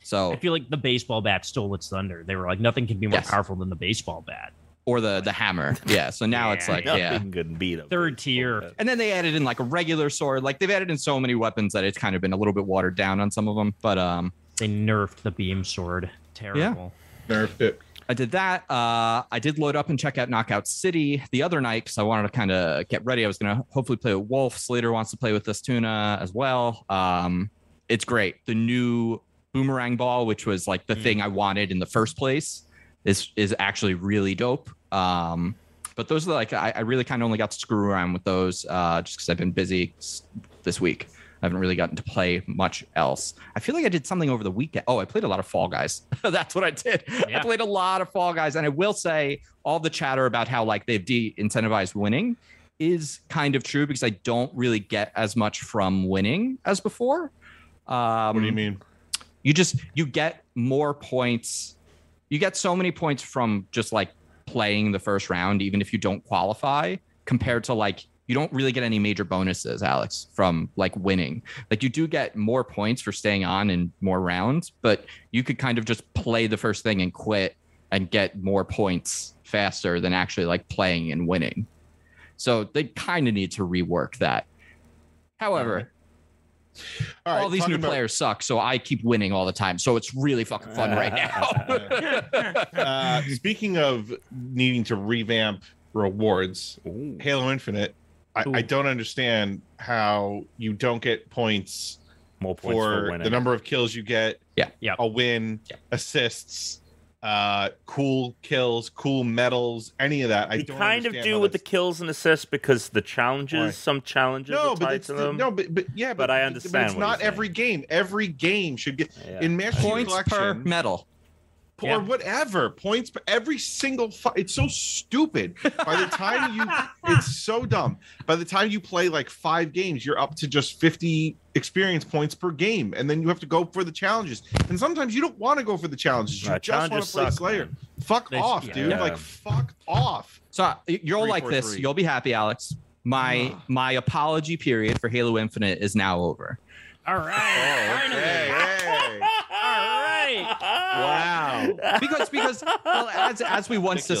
[SPEAKER 2] I
[SPEAKER 4] So
[SPEAKER 2] feel like the baseball bat stole its thunder. They were like, nothing can be more
[SPEAKER 4] Yes.
[SPEAKER 2] powerful than the baseball bat.
[SPEAKER 4] or the the hammer, yeah. So now it's
[SPEAKER 2] Yeah,
[SPEAKER 4] like
[SPEAKER 1] Nothing
[SPEAKER 4] yeah.
[SPEAKER 1] can beat him.
[SPEAKER 2] Third tier.
[SPEAKER 4] And then they added in like a regular sword. Like they've added in so many weapons that it's kind of been a little bit watered down on some of them. But um,
[SPEAKER 2] They nerfed the beam sword. Terrible.
[SPEAKER 3] nerfed it.
[SPEAKER 4] I did that. Uh, I did load up and check out Knockout City the other night because I wanted to kind of get ready. I was going to hopefully play with Wolf. Slater wants to play with us Tuna as well. Um, it's great. The new boomerang ball, which was like the
[SPEAKER 2] Mm.
[SPEAKER 4] thing I wanted in the first place, is is actually really dope. Um, but those are like I, I really kind of only got to screw around with those uh, just because I've been busy s- this week. I haven't really gotten to play much else. I feel like I did something over the weekend. Oh, I played a lot of Fall Guys. That's what I did. I
[SPEAKER 2] Yeah.
[SPEAKER 4] played a lot of Fall Guys, and I will say all the chatter about how like they've de-incentivized winning is kind of true because I don't really get as much from winning as before. Um,
[SPEAKER 3] What do you mean?
[SPEAKER 4] you just you get more points you get so many points from just like playing the first round even if you don't qualify compared to like you don't really get any major bonuses alex from like winning like you do get more points for staying on in more rounds but you could kind of just play the first thing and quit and get more points faster than actually like playing and winning so they kind of need to rework that however
[SPEAKER 3] All,
[SPEAKER 4] all these
[SPEAKER 3] talking
[SPEAKER 4] new
[SPEAKER 3] about-
[SPEAKER 4] players suck, so I keep winning all the time. So it's really fucking fun right now.
[SPEAKER 3] Uh, speaking of needing to revamp rewards, Halo Infinite, I, I
[SPEAKER 2] Ooh.
[SPEAKER 3] don't understand how you don't get points
[SPEAKER 1] More points for,
[SPEAKER 3] for the
[SPEAKER 1] winning.
[SPEAKER 3] number of kills you get.
[SPEAKER 4] Yeah.
[SPEAKER 2] Yeah.
[SPEAKER 3] A win,
[SPEAKER 4] Yeah.
[SPEAKER 3] assists, uh, cool kills, cool medals, any of that. I
[SPEAKER 1] you
[SPEAKER 3] don't
[SPEAKER 1] kind of
[SPEAKER 3] understand
[SPEAKER 1] do
[SPEAKER 3] how
[SPEAKER 1] with the
[SPEAKER 3] that's-
[SPEAKER 1] kills and assists because the challenges,
[SPEAKER 3] Why?
[SPEAKER 1] some challenges
[SPEAKER 3] no,
[SPEAKER 1] are
[SPEAKER 3] but
[SPEAKER 1] tied
[SPEAKER 3] it's
[SPEAKER 1] to
[SPEAKER 3] the-
[SPEAKER 1] them.
[SPEAKER 3] no, but, but yeah,
[SPEAKER 1] But I understand
[SPEAKER 3] it's
[SPEAKER 1] what
[SPEAKER 3] not
[SPEAKER 1] you're saying.
[SPEAKER 3] every game. Every game should get
[SPEAKER 1] Yeah.
[SPEAKER 3] in Master Chief
[SPEAKER 4] Points
[SPEAKER 3] Collection
[SPEAKER 4] per medal.
[SPEAKER 3] or
[SPEAKER 2] Yeah.
[SPEAKER 3] whatever points but every single fu- it's so stupid by the time you it's so dumb by the time you play like five games you're up to just 50 experience points per game and then you have to go for the challenges and sometimes you don't want to go for the challenges you
[SPEAKER 1] Nah,
[SPEAKER 3] just want
[SPEAKER 1] challenges
[SPEAKER 3] to play
[SPEAKER 1] suck,
[SPEAKER 3] slayer
[SPEAKER 1] man.
[SPEAKER 3] fuck
[SPEAKER 2] They-
[SPEAKER 3] off
[SPEAKER 2] yeah.
[SPEAKER 3] dude
[SPEAKER 1] Yeah.
[SPEAKER 3] like fuck off
[SPEAKER 4] So uh, y- you'll
[SPEAKER 3] Three,
[SPEAKER 4] like
[SPEAKER 3] four,
[SPEAKER 4] this.
[SPEAKER 3] three.
[SPEAKER 4] You'll be happy, Alex. My
[SPEAKER 3] Ah.
[SPEAKER 4] my apology period for Halo Infinite is now over.
[SPEAKER 2] All right.
[SPEAKER 1] Oh,
[SPEAKER 2] Finally.
[SPEAKER 3] hey, hey.
[SPEAKER 2] All right.
[SPEAKER 3] Wow.
[SPEAKER 4] Because because well, as as we once
[SPEAKER 3] Ridiculous.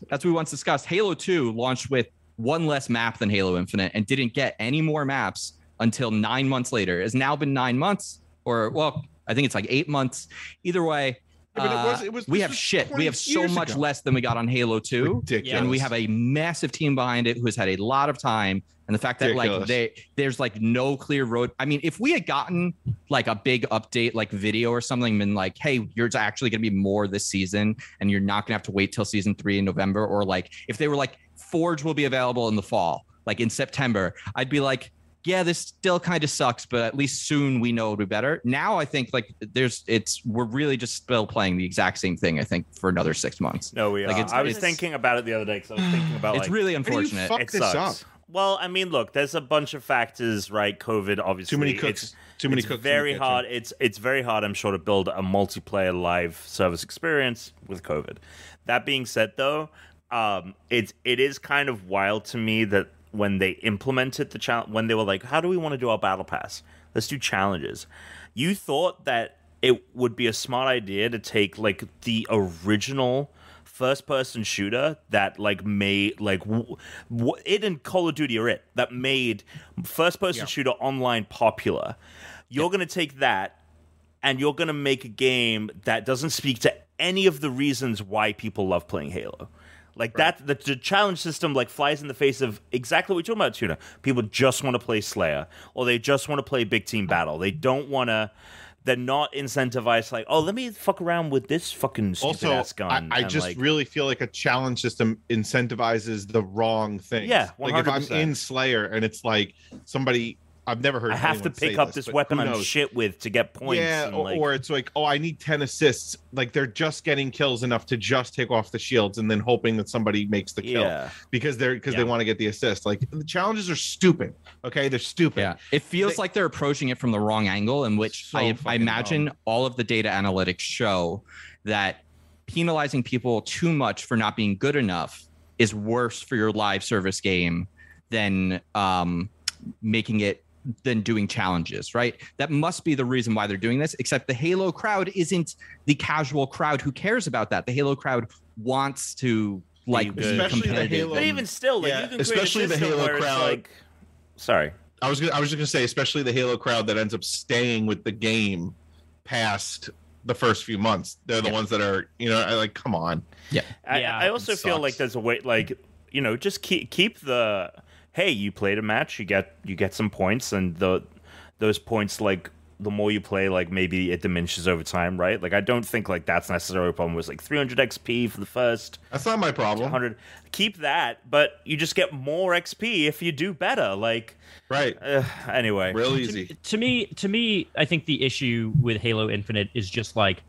[SPEAKER 4] discussed, as we once discussed, Halo 2 launched with one less map than Halo Infinite and didn't get any more maps until 9 months later. It's now been 9 months or well, I think it's like 8 months. Either way,
[SPEAKER 3] Yeah, but it was-
[SPEAKER 4] uh,
[SPEAKER 3] it was-
[SPEAKER 4] we
[SPEAKER 3] this
[SPEAKER 4] have
[SPEAKER 3] was
[SPEAKER 4] shit.
[SPEAKER 3] 20
[SPEAKER 4] We have so
[SPEAKER 3] years
[SPEAKER 4] much
[SPEAKER 3] ago.
[SPEAKER 4] less than we got on Halo 2
[SPEAKER 3] ridiculous
[SPEAKER 4] and we have a massive team behind it who has had a lot of time and the fact that like
[SPEAKER 3] Ridiculous.
[SPEAKER 4] they there's like no clear road i mean if we had gotten like a big update like video or something been like hey you're actually going to be more this season and you're not going to have to wait till season three in november or like if they were like forge will be available in the fall like in september i'd be like yeah this still kind of sucks but at least soon we know it'll be better now i think like there's it's we're really just still playing the exact same thing i think for another six months
[SPEAKER 1] No, we
[SPEAKER 4] Like,
[SPEAKER 1] are.
[SPEAKER 4] it's-
[SPEAKER 1] I was
[SPEAKER 4] it's-
[SPEAKER 1] thinking about it the other day because I was thinking about
[SPEAKER 4] it's
[SPEAKER 1] like
[SPEAKER 4] really
[SPEAKER 3] How do you
[SPEAKER 4] unfortunate
[SPEAKER 3] fuck
[SPEAKER 1] it
[SPEAKER 3] this
[SPEAKER 1] sucks.
[SPEAKER 3] up?
[SPEAKER 1] Well, I mean, look, there's a bunch of factors, right? COVID, obviously.
[SPEAKER 3] Too many
[SPEAKER 1] It's,
[SPEAKER 3] cooks. Too many
[SPEAKER 1] it's
[SPEAKER 3] cooks. in the
[SPEAKER 1] very
[SPEAKER 3] kitchen.
[SPEAKER 1] hard. It's it's very hard, I'm sure, to build a multiplayer live service experience with COVID. That being said, though, um, it's it is kind of wild to me that when they implemented the challenge, when they were like, "How do we want to do our battle pass? Let's do challenges." You thought that it would be a smart idea to take like the original first person shooter that like made like w- w- it and Call of Duty are it that made first person
[SPEAKER 3] Yeah.
[SPEAKER 1] shooter online popular. You're going to take that and you're going to make a game that doesn't speak to any of the reasons why people love playing Halo. Like that, the, the challenge system like flies in the face of exactly what you're talking about, Tuna. People just want to play Slayer, or they just want to play big team battle. They don't want to. They're not incentivized. Like, oh, let me fuck around with this fucking stupid
[SPEAKER 3] Also,
[SPEAKER 1] ass gun.
[SPEAKER 3] I, I
[SPEAKER 1] and,
[SPEAKER 3] just
[SPEAKER 1] like-
[SPEAKER 3] really feel like a challenge system incentivizes the wrong thing.
[SPEAKER 1] Yeah,
[SPEAKER 3] like if I'm
[SPEAKER 1] 100%.
[SPEAKER 3] in Slayer and it's like somebody I've never heard.
[SPEAKER 1] I have to
[SPEAKER 3] anyone say
[SPEAKER 1] pick up
[SPEAKER 3] this,
[SPEAKER 1] this
[SPEAKER 3] but
[SPEAKER 1] weapon
[SPEAKER 3] who
[SPEAKER 1] I'm
[SPEAKER 3] knows?
[SPEAKER 1] shit with to get points.
[SPEAKER 3] Yeah,
[SPEAKER 1] and,
[SPEAKER 3] or,
[SPEAKER 1] like,
[SPEAKER 3] or it's like, oh, I need ten assists. Like they're just getting kills enough to just take off the shields and then hoping that somebody makes the kill
[SPEAKER 1] yeah,
[SPEAKER 3] because they're because
[SPEAKER 1] Yeah.
[SPEAKER 3] they want to get the assist. Like the challenges are stupid. Okay, they're stupid.
[SPEAKER 4] Yeah, it feels
[SPEAKER 3] They-
[SPEAKER 4] like they're approaching it from the wrong angle, in which
[SPEAKER 3] So
[SPEAKER 4] I, I
[SPEAKER 3] fucking
[SPEAKER 4] imagine all of the data analytics show that penalizing people too much for not being good enough is worse for your live service game than um, making it than doing challenges right that must be the reason why they're doing this except the halo crowd isn't the casual crowd who cares about that the halo crowd wants to like be
[SPEAKER 1] good. Especially
[SPEAKER 3] the
[SPEAKER 4] competitive
[SPEAKER 3] Halo-
[SPEAKER 1] but even still, like
[SPEAKER 3] Yeah,
[SPEAKER 1] you can
[SPEAKER 3] especially
[SPEAKER 1] create
[SPEAKER 3] the
[SPEAKER 1] a system
[SPEAKER 3] Halo
[SPEAKER 1] where it's
[SPEAKER 3] crowd.
[SPEAKER 1] Like, sorry,
[SPEAKER 3] I was gonna, I was just gonna say, especially the Halo crowd that ends up staying with the game past the first few months. They're the
[SPEAKER 4] Yeah.
[SPEAKER 3] ones that are, you know, I like come on.
[SPEAKER 1] I,
[SPEAKER 2] Yeah,
[SPEAKER 1] I also
[SPEAKER 4] it
[SPEAKER 1] feel like
[SPEAKER 4] sucks.
[SPEAKER 1] there's a way, like you know, just keep keep the hey, you played a match, you get you get some points, and the those points like the more you play, like maybe it diminishes over time, right? Like I don't think like that's necessarily a problem. It was like 300 XP for the first
[SPEAKER 3] That's not my problem,
[SPEAKER 1] 100. Keep that, but you just get more XP if you do better. Like
[SPEAKER 3] right?
[SPEAKER 1] uh, anyway,
[SPEAKER 3] Real
[SPEAKER 2] to,
[SPEAKER 3] easy.
[SPEAKER 2] to me to me i think the issue with halo infinite is just like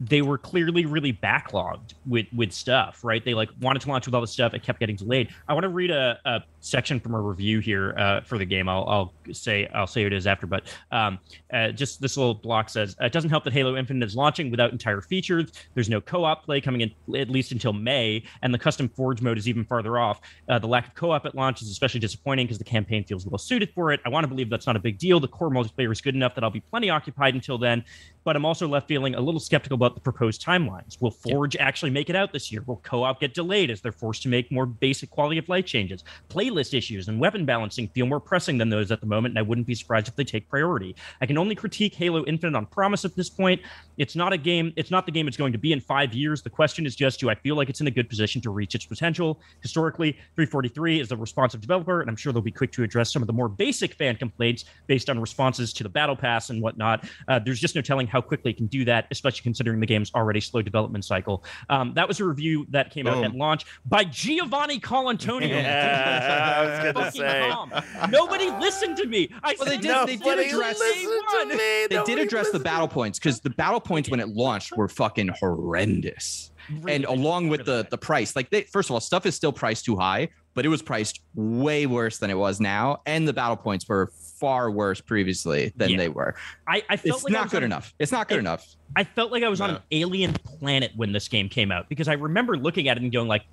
[SPEAKER 2] they were clearly really backlogged with with stuff right they like wanted to launch with all this stuff it kept getting delayed i want to read a, a section from a review here uh, for the game I'll, I'll say i'll say who it is after but um, uh, just this little block says it doesn't help that halo infinite is launching without entire features there's no co-op play coming in at least until may and the custom forge mode is even farther off uh, the lack of co-op at launch is especially disappointing because the campaign feels well suited for it. I want to believe that's not a big deal. The core multiplayer is good enough that I'll be plenty occupied until then, but I'm also left feeling a little skeptical about the proposed timelines. Will Forge actually make it out this year? Will co-op get delayed as they're forced to make more basic quality of life changes? Playlist issues and weapon balancing feel more pressing than those at the moment, and I wouldn't be surprised if they take priority. I can only critique Halo Infinite on promise at this point. It's not a game. It's not the game it's going to be in five years. The question is just, do I feel like it's in a good position to reach its potential? Historically, 343 is a responsive developer, and I'm sure they'll be quick to address some of the more basic fan complaints based on responses to the battle pass and whatnot. Uh, there's just no telling how quickly it can do that, especially considering the game's already slow development cycle. Um, that was a review that came out
[SPEAKER 3] Boom.
[SPEAKER 2] at launch by Giovanni Colantonio.
[SPEAKER 1] Yeah, I was gonna
[SPEAKER 2] Fucking
[SPEAKER 1] say.
[SPEAKER 2] bomb. Nobody listened to me. I
[SPEAKER 4] Well, they
[SPEAKER 2] said
[SPEAKER 4] did- they did
[SPEAKER 2] nobody
[SPEAKER 4] address-
[SPEAKER 2] listened to me.
[SPEAKER 4] they did address the battle points because the battle points when it launched were fucking horrendous and
[SPEAKER 2] Really
[SPEAKER 4] along with
[SPEAKER 2] really
[SPEAKER 4] the the price like they first of all stuff is still priced too high but it was priced way worse than it was now and the battle points were far worse previously than
[SPEAKER 2] Yeah.
[SPEAKER 4] they were
[SPEAKER 2] I, I felt
[SPEAKER 4] it's
[SPEAKER 2] like I
[SPEAKER 4] not
[SPEAKER 2] was
[SPEAKER 4] good
[SPEAKER 2] on-
[SPEAKER 4] enough it's not good
[SPEAKER 2] it-
[SPEAKER 4] enough
[SPEAKER 2] I felt like I was on
[SPEAKER 3] No.
[SPEAKER 2] an alien planet when this game came out because I remember looking at it and going like,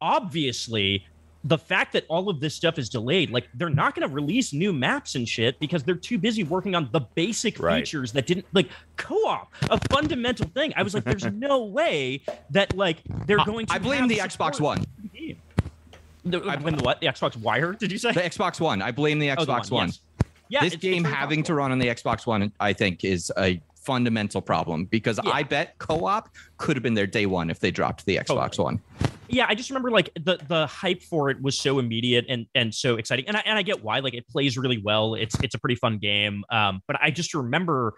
[SPEAKER 2] obviously, the fact that all of this stuff is delayed, like they're not going to release new maps and shit because they're too busy working on the basic
[SPEAKER 1] Right.
[SPEAKER 2] features that didn't like co-op, a fundamental thing. I was like, there's no way that like they're
[SPEAKER 4] I-
[SPEAKER 2] going to.
[SPEAKER 4] i
[SPEAKER 2] have
[SPEAKER 4] blame the xbox
[SPEAKER 2] support
[SPEAKER 4] one
[SPEAKER 2] for the game. The, I blame the what? The Xbox Wire? Did you say?
[SPEAKER 4] the xbox one i blame the
[SPEAKER 2] Oh,
[SPEAKER 4] xbox
[SPEAKER 2] the
[SPEAKER 4] one,
[SPEAKER 2] yes. Yeah,
[SPEAKER 4] this
[SPEAKER 2] it's- it's
[SPEAKER 4] game
[SPEAKER 2] really
[SPEAKER 4] having
[SPEAKER 2] possible.
[SPEAKER 4] to run on the xbox one i think is a fundamental problem because
[SPEAKER 2] Yeah.
[SPEAKER 4] i bet co-op could have been there day one if they dropped the xbox one
[SPEAKER 2] yeah i just remember like the the hype for it was so immediate and and so exciting and i and i get why like it plays really well it's it's a pretty fun game um but i just remember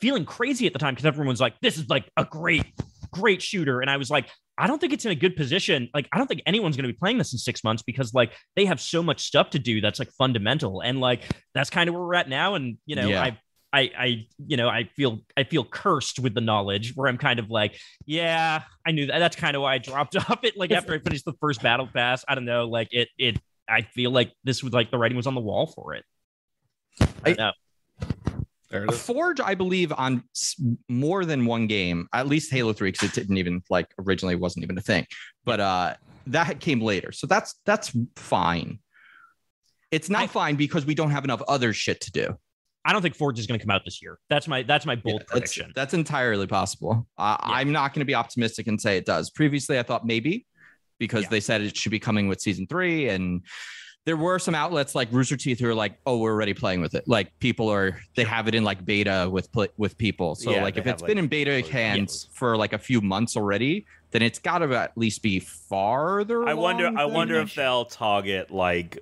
[SPEAKER 2] feeling crazy at the time because everyone was like this is like a great great shooter and i was like i don't think it's in a good position like i don't think anyone's going to be playing this in six months because like they have so much stuff to do that's like fundamental and like that's kind of where we're at now and you know
[SPEAKER 4] Yeah.
[SPEAKER 2] i I, I, you know, I feel I feel cursed with the knowledge where I'm kind of like, yeah, I knew that. That's kind of why I dropped off it. Like after I finished the first battle pass, I don't know, like it it I feel like this was like the writing was on the wall for it. I,
[SPEAKER 4] I-
[SPEAKER 2] know.
[SPEAKER 3] There it
[SPEAKER 4] A
[SPEAKER 3] is.
[SPEAKER 4] Forge, I believe, on s- more than one game, at least Halo 3, because it didn't even like originally wasn't even a thing. But uh that came later. So that's that's fine. It's not
[SPEAKER 2] I-
[SPEAKER 4] fine because we don't have enough other shit to do.
[SPEAKER 2] I don't think Forge is going to come out this year. That's my that's my bold
[SPEAKER 4] Yeah, that's-
[SPEAKER 2] prediction.
[SPEAKER 4] That's, entirely possible. Uh,
[SPEAKER 2] Yeah.
[SPEAKER 4] I'm not going to be optimistic and say it does. Previously, I thought maybe because
[SPEAKER 2] Yeah.
[SPEAKER 4] they said it should be coming with season three. And there were some outlets like Rooster Teeth who are like, oh, we're already playing with it. Like people are, they have it in like beta with pl- with people. So
[SPEAKER 1] Yeah,
[SPEAKER 4] like
[SPEAKER 1] they
[SPEAKER 4] if
[SPEAKER 1] have,
[SPEAKER 4] it's
[SPEAKER 1] like,
[SPEAKER 4] been in beta
[SPEAKER 1] closed-
[SPEAKER 4] hands for like a few months already, then it's got to at least be farther.
[SPEAKER 1] I wonder.
[SPEAKER 4] along
[SPEAKER 1] I
[SPEAKER 4] than-
[SPEAKER 1] wonder if they'll target like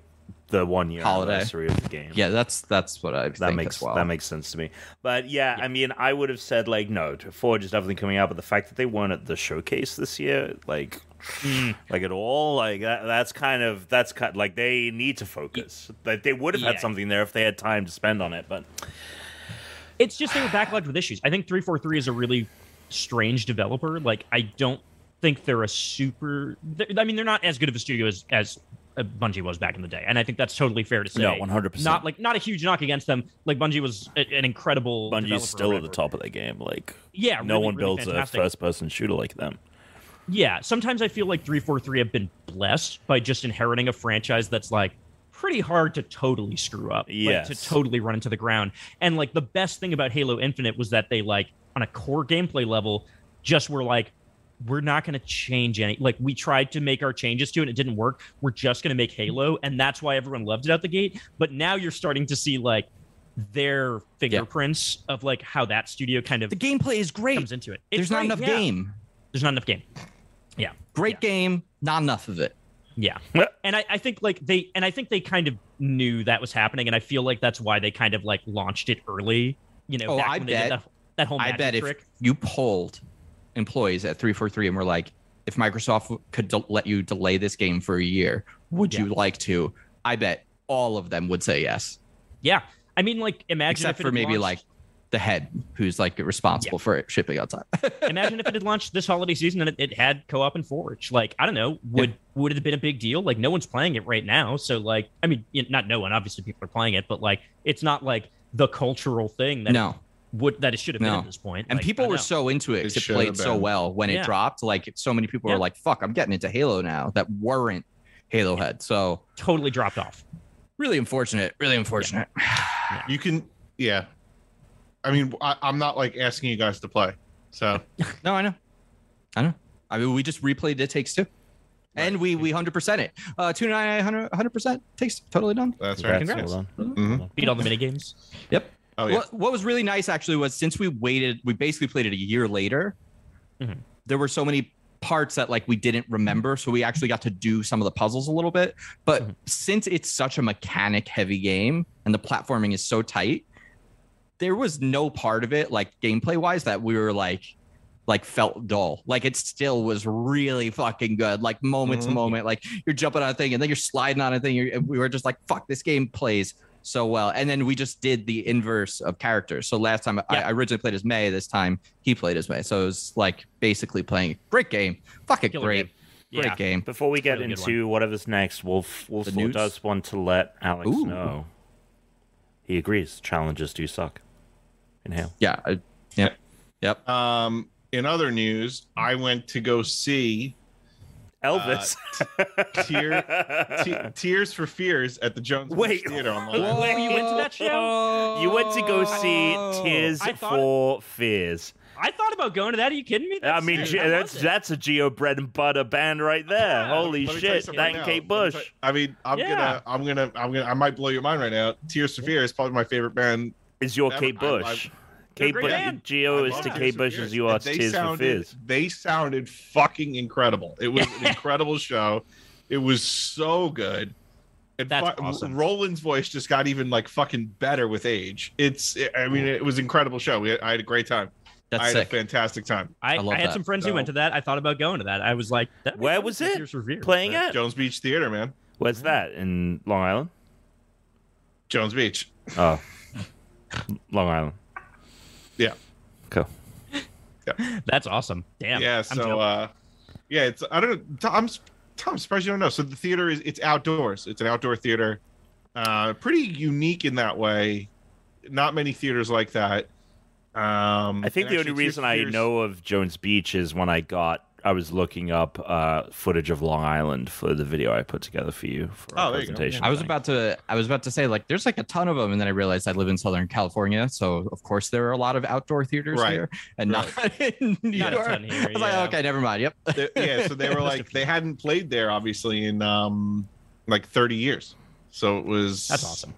[SPEAKER 1] the one year
[SPEAKER 4] Holiday.
[SPEAKER 1] anniversary of the game.
[SPEAKER 4] Yeah, that's that's what I
[SPEAKER 1] that
[SPEAKER 4] think
[SPEAKER 1] makes
[SPEAKER 4] as well.
[SPEAKER 1] that makes sense to me. But yeah, I mean, I would have said like no, to Forge is definitely coming out, but the fact that they weren't at the showcase this year, like,
[SPEAKER 4] Hmm.
[SPEAKER 1] like at all, like that, that's kind of that's kind like they need to focus. Like they would have
[SPEAKER 2] Yeah.
[SPEAKER 1] had something there if they had time to spend on it, but
[SPEAKER 2] It's just they were backlogged with issues. I think 343 is a really strange developer. Like, I don't think they're a super. they're- I mean, they're not as good of a studio as as uh, Bungie was back in the day, and I think that's totally fair to say.
[SPEAKER 1] no, one hundred percent.
[SPEAKER 2] Not like not a huge knock against them. Like Bungie was a- an incredible. developer
[SPEAKER 1] Bungie's
[SPEAKER 2] or
[SPEAKER 1] still at the
[SPEAKER 2] whatever.
[SPEAKER 1] top of their game. Like
[SPEAKER 2] Yeah,
[SPEAKER 1] no
[SPEAKER 2] really,
[SPEAKER 1] one
[SPEAKER 2] really
[SPEAKER 1] builds
[SPEAKER 2] fantastic.
[SPEAKER 1] a first person shooter like them.
[SPEAKER 2] Yeah, sometimes I feel like 343 have been blessed by just inheriting a franchise that's like pretty hard to totally screw up, like,
[SPEAKER 1] Yes.
[SPEAKER 2] to totally run into the ground. And like the best thing about Halo Infinite was that they like on a core gameplay level just were like we're not going to change any like we tried to make our changes to it and it didn't work. We're just going to make Halo and that's why everyone loved it out the gate. But now you're starting to see like their fingerprints of like how that studio kind of
[SPEAKER 4] the gameplay is great.
[SPEAKER 2] comes into it. It's
[SPEAKER 4] There's not
[SPEAKER 2] great,
[SPEAKER 4] enough
[SPEAKER 2] yeah.
[SPEAKER 4] game.
[SPEAKER 2] There's not enough game.
[SPEAKER 4] Great
[SPEAKER 2] Yeah.
[SPEAKER 4] game, not enough of it.
[SPEAKER 2] Yeah.
[SPEAKER 1] Yeah.
[SPEAKER 2] And I, I think like they and I think they kind of knew that was happening, and I feel like that's why they kind of like launched it early. You know,
[SPEAKER 4] Oh,
[SPEAKER 2] back
[SPEAKER 4] I
[SPEAKER 2] when they
[SPEAKER 4] bet.
[SPEAKER 2] did that, that whole
[SPEAKER 4] I
[SPEAKER 2] magic
[SPEAKER 4] bet if-
[SPEAKER 2] trick.
[SPEAKER 4] you polled employees at 343 and were like, if Microsoft could del- let you delay this game for a year, would
[SPEAKER 2] Yeah.
[SPEAKER 4] you like to? I bet all of them would say yes,
[SPEAKER 2] yeah. I mean, like imagine if
[SPEAKER 4] except
[SPEAKER 2] it
[SPEAKER 4] for
[SPEAKER 2] had
[SPEAKER 4] maybe
[SPEAKER 2] launched-
[SPEAKER 4] like the head who's like responsible for it shipping on time.
[SPEAKER 2] imagine if it had launched this holiday season and it, it had co-op and Forge. Like I don't know, would would it have been a big deal? Like no one's playing it right now, so like I mean, you not no one. Obviously, people are playing it, but like it's not like the cultural thing that
[SPEAKER 4] no.
[SPEAKER 2] it would that it should have been
[SPEAKER 4] No.
[SPEAKER 2] at this point.
[SPEAKER 4] And
[SPEAKER 2] Like, I
[SPEAKER 4] people were
[SPEAKER 2] don't know.
[SPEAKER 4] so into it
[SPEAKER 3] It
[SPEAKER 4] 'cause it,
[SPEAKER 3] should
[SPEAKER 4] played
[SPEAKER 3] have
[SPEAKER 4] so
[SPEAKER 3] been.
[SPEAKER 4] well when
[SPEAKER 2] Yeah.
[SPEAKER 4] it dropped. Like so many people
[SPEAKER 2] Yeah.
[SPEAKER 4] were like, fuck, I'm getting into Halo now that weren't Halo head. So
[SPEAKER 2] totally dropped off.
[SPEAKER 4] really unfortunate. Really unfortunate.
[SPEAKER 3] You can, yeah. I mean, I, I'm not like asking you guys to play, so
[SPEAKER 4] No, I know. I know. I mean, we just replayed It Takes Two. And we we 100% it. Uh, 299, 100% takes totally done.
[SPEAKER 3] that's right.
[SPEAKER 1] Congrats,
[SPEAKER 3] Yes.
[SPEAKER 1] hold on.
[SPEAKER 3] Mhm.
[SPEAKER 2] Beat all the mini games.
[SPEAKER 3] Oh yeah.
[SPEAKER 4] what, what was really nice actually was since we waited, we basically played it a year later.
[SPEAKER 3] Mm-hmm.
[SPEAKER 2] Mhm.
[SPEAKER 4] There were so many parts that like we didn't remember, so we actually got to do some of the puzzles a little bit. But
[SPEAKER 2] Mhm.
[SPEAKER 4] since it's such a mechanic heavy game and the platforming is so tight, there was no part of it like gameplay wise that we were like like felt dull. Like it still was really fucking good. Like moment
[SPEAKER 2] Mm-hmm.
[SPEAKER 3] Mhm.
[SPEAKER 4] to moment, like you're jumping on a thing and then you're sliding on a thing. You're, we were just like, fuck, this game plays so well. And then we just did the inverse of characters. So last time I,
[SPEAKER 2] Yeah.
[SPEAKER 4] I originally played as May. This time he played as May. So it was like basically playing great game. Fucking
[SPEAKER 2] Killer
[SPEAKER 4] great, great
[SPEAKER 2] Yeah.
[SPEAKER 4] game.
[SPEAKER 1] Before we get
[SPEAKER 2] Really good
[SPEAKER 1] into whatever's next, Wolf Wolf
[SPEAKER 4] The
[SPEAKER 1] Law
[SPEAKER 4] news?
[SPEAKER 1] does want to let Alex
[SPEAKER 4] Ooh.
[SPEAKER 1] know. He agrees. Challenges do suck. Inhale.
[SPEAKER 4] Yeah. I- yep. Yep.
[SPEAKER 3] Um, in other news, I went to go see
[SPEAKER 1] Elvis.
[SPEAKER 3] Tear, Te- Tears for Fears at the Jones
[SPEAKER 1] Wait.
[SPEAKER 3] Theater online.
[SPEAKER 1] Wait, you went
[SPEAKER 2] to that show?
[SPEAKER 1] you went to go
[SPEAKER 4] Oh.
[SPEAKER 1] see
[SPEAKER 2] Oh.
[SPEAKER 1] Tears
[SPEAKER 2] I thought-
[SPEAKER 1] for Fears.
[SPEAKER 2] I thought about going to that. Are you kidding me?
[SPEAKER 1] I
[SPEAKER 2] That's-
[SPEAKER 1] mean,
[SPEAKER 3] Dude,
[SPEAKER 1] G-
[SPEAKER 2] how
[SPEAKER 1] that's
[SPEAKER 2] was it?
[SPEAKER 1] that's a Geo bread and butter band right there.
[SPEAKER 2] Yeah,
[SPEAKER 1] Holy
[SPEAKER 3] Let me tell you
[SPEAKER 1] shit!
[SPEAKER 3] something
[SPEAKER 1] That and
[SPEAKER 3] now.
[SPEAKER 1] Kate
[SPEAKER 3] Let me
[SPEAKER 1] Bush.
[SPEAKER 3] tell you- I mean, I'm
[SPEAKER 2] Yeah.
[SPEAKER 3] gonna, I'm gonna, I'm gonna, I might blow your mind right now. Tears for Fears is probably my favorite band
[SPEAKER 1] Is your
[SPEAKER 3] That-
[SPEAKER 1] Kate
[SPEAKER 3] I- I-
[SPEAKER 1] Bush?
[SPEAKER 2] They're a
[SPEAKER 1] Kate
[SPEAKER 2] great
[SPEAKER 1] Bush.
[SPEAKER 2] band.
[SPEAKER 1] Geo
[SPEAKER 3] I
[SPEAKER 1] is
[SPEAKER 3] love
[SPEAKER 1] to
[SPEAKER 3] Tears
[SPEAKER 1] Kate
[SPEAKER 3] for
[SPEAKER 1] Bush
[SPEAKER 3] Fears.
[SPEAKER 1] as you are
[SPEAKER 3] And
[SPEAKER 1] to Tears for
[SPEAKER 3] sounded,
[SPEAKER 1] Fears.
[SPEAKER 3] They sounded fucking incredible. It was an incredible show. It was so good. And
[SPEAKER 2] That's
[SPEAKER 3] fu-
[SPEAKER 2] awesome.
[SPEAKER 3] Roland's voice just got even like fucking better with age. It's, I mean, it was an incredible show. We had, I had a great time. I
[SPEAKER 4] That's
[SPEAKER 3] had
[SPEAKER 4] sick.
[SPEAKER 3] a fantastic time.
[SPEAKER 2] I,
[SPEAKER 4] I love
[SPEAKER 2] I had
[SPEAKER 4] that.
[SPEAKER 2] some friends who
[SPEAKER 3] So-
[SPEAKER 2] went to that. I thought about going to that. I was like, that
[SPEAKER 1] Where
[SPEAKER 2] sounds
[SPEAKER 1] was
[SPEAKER 2] like
[SPEAKER 1] it?
[SPEAKER 2] Tears for Fears,
[SPEAKER 1] Playing
[SPEAKER 2] but-
[SPEAKER 1] at
[SPEAKER 3] Jones Beach Theater, man.
[SPEAKER 1] Where's that in Long Island?
[SPEAKER 3] Jones Beach.
[SPEAKER 1] Oh, Long Island.
[SPEAKER 3] Yeah.
[SPEAKER 1] Cool.
[SPEAKER 2] That's awesome. Damn.
[SPEAKER 3] yeah
[SPEAKER 2] I'm
[SPEAKER 3] so
[SPEAKER 2] jealous.
[SPEAKER 3] uh yeah it's i don't know i'm s- Tom, I'm surprised you don't know. So the theater is it's outdoors. It's an outdoor theater. Uh, pretty unique in that way. Not many theaters like that. Um,
[SPEAKER 1] I think
[SPEAKER 3] and
[SPEAKER 1] the only
[SPEAKER 3] actually,
[SPEAKER 1] reason
[SPEAKER 3] two
[SPEAKER 1] I
[SPEAKER 3] theaters-
[SPEAKER 1] know of Jones Beach is when I got I was looking up uh, footage of Long Island for the video I put together for you for our
[SPEAKER 3] Oh, there you go.
[SPEAKER 1] presentation.
[SPEAKER 4] I was
[SPEAKER 1] thing.
[SPEAKER 4] about to I was about to say like there's like a ton of them and then I realized I live in Southern California so of course there are a lot of outdoor theaters
[SPEAKER 3] Right.
[SPEAKER 4] here and not in New
[SPEAKER 2] Not a
[SPEAKER 4] York.
[SPEAKER 2] ton here,
[SPEAKER 4] I was like
[SPEAKER 2] yeah.
[SPEAKER 4] okay never mind yep
[SPEAKER 3] They- yeah, so they were like they hadn't played there obviously in um like 30 years. So it was
[SPEAKER 2] That's awesome.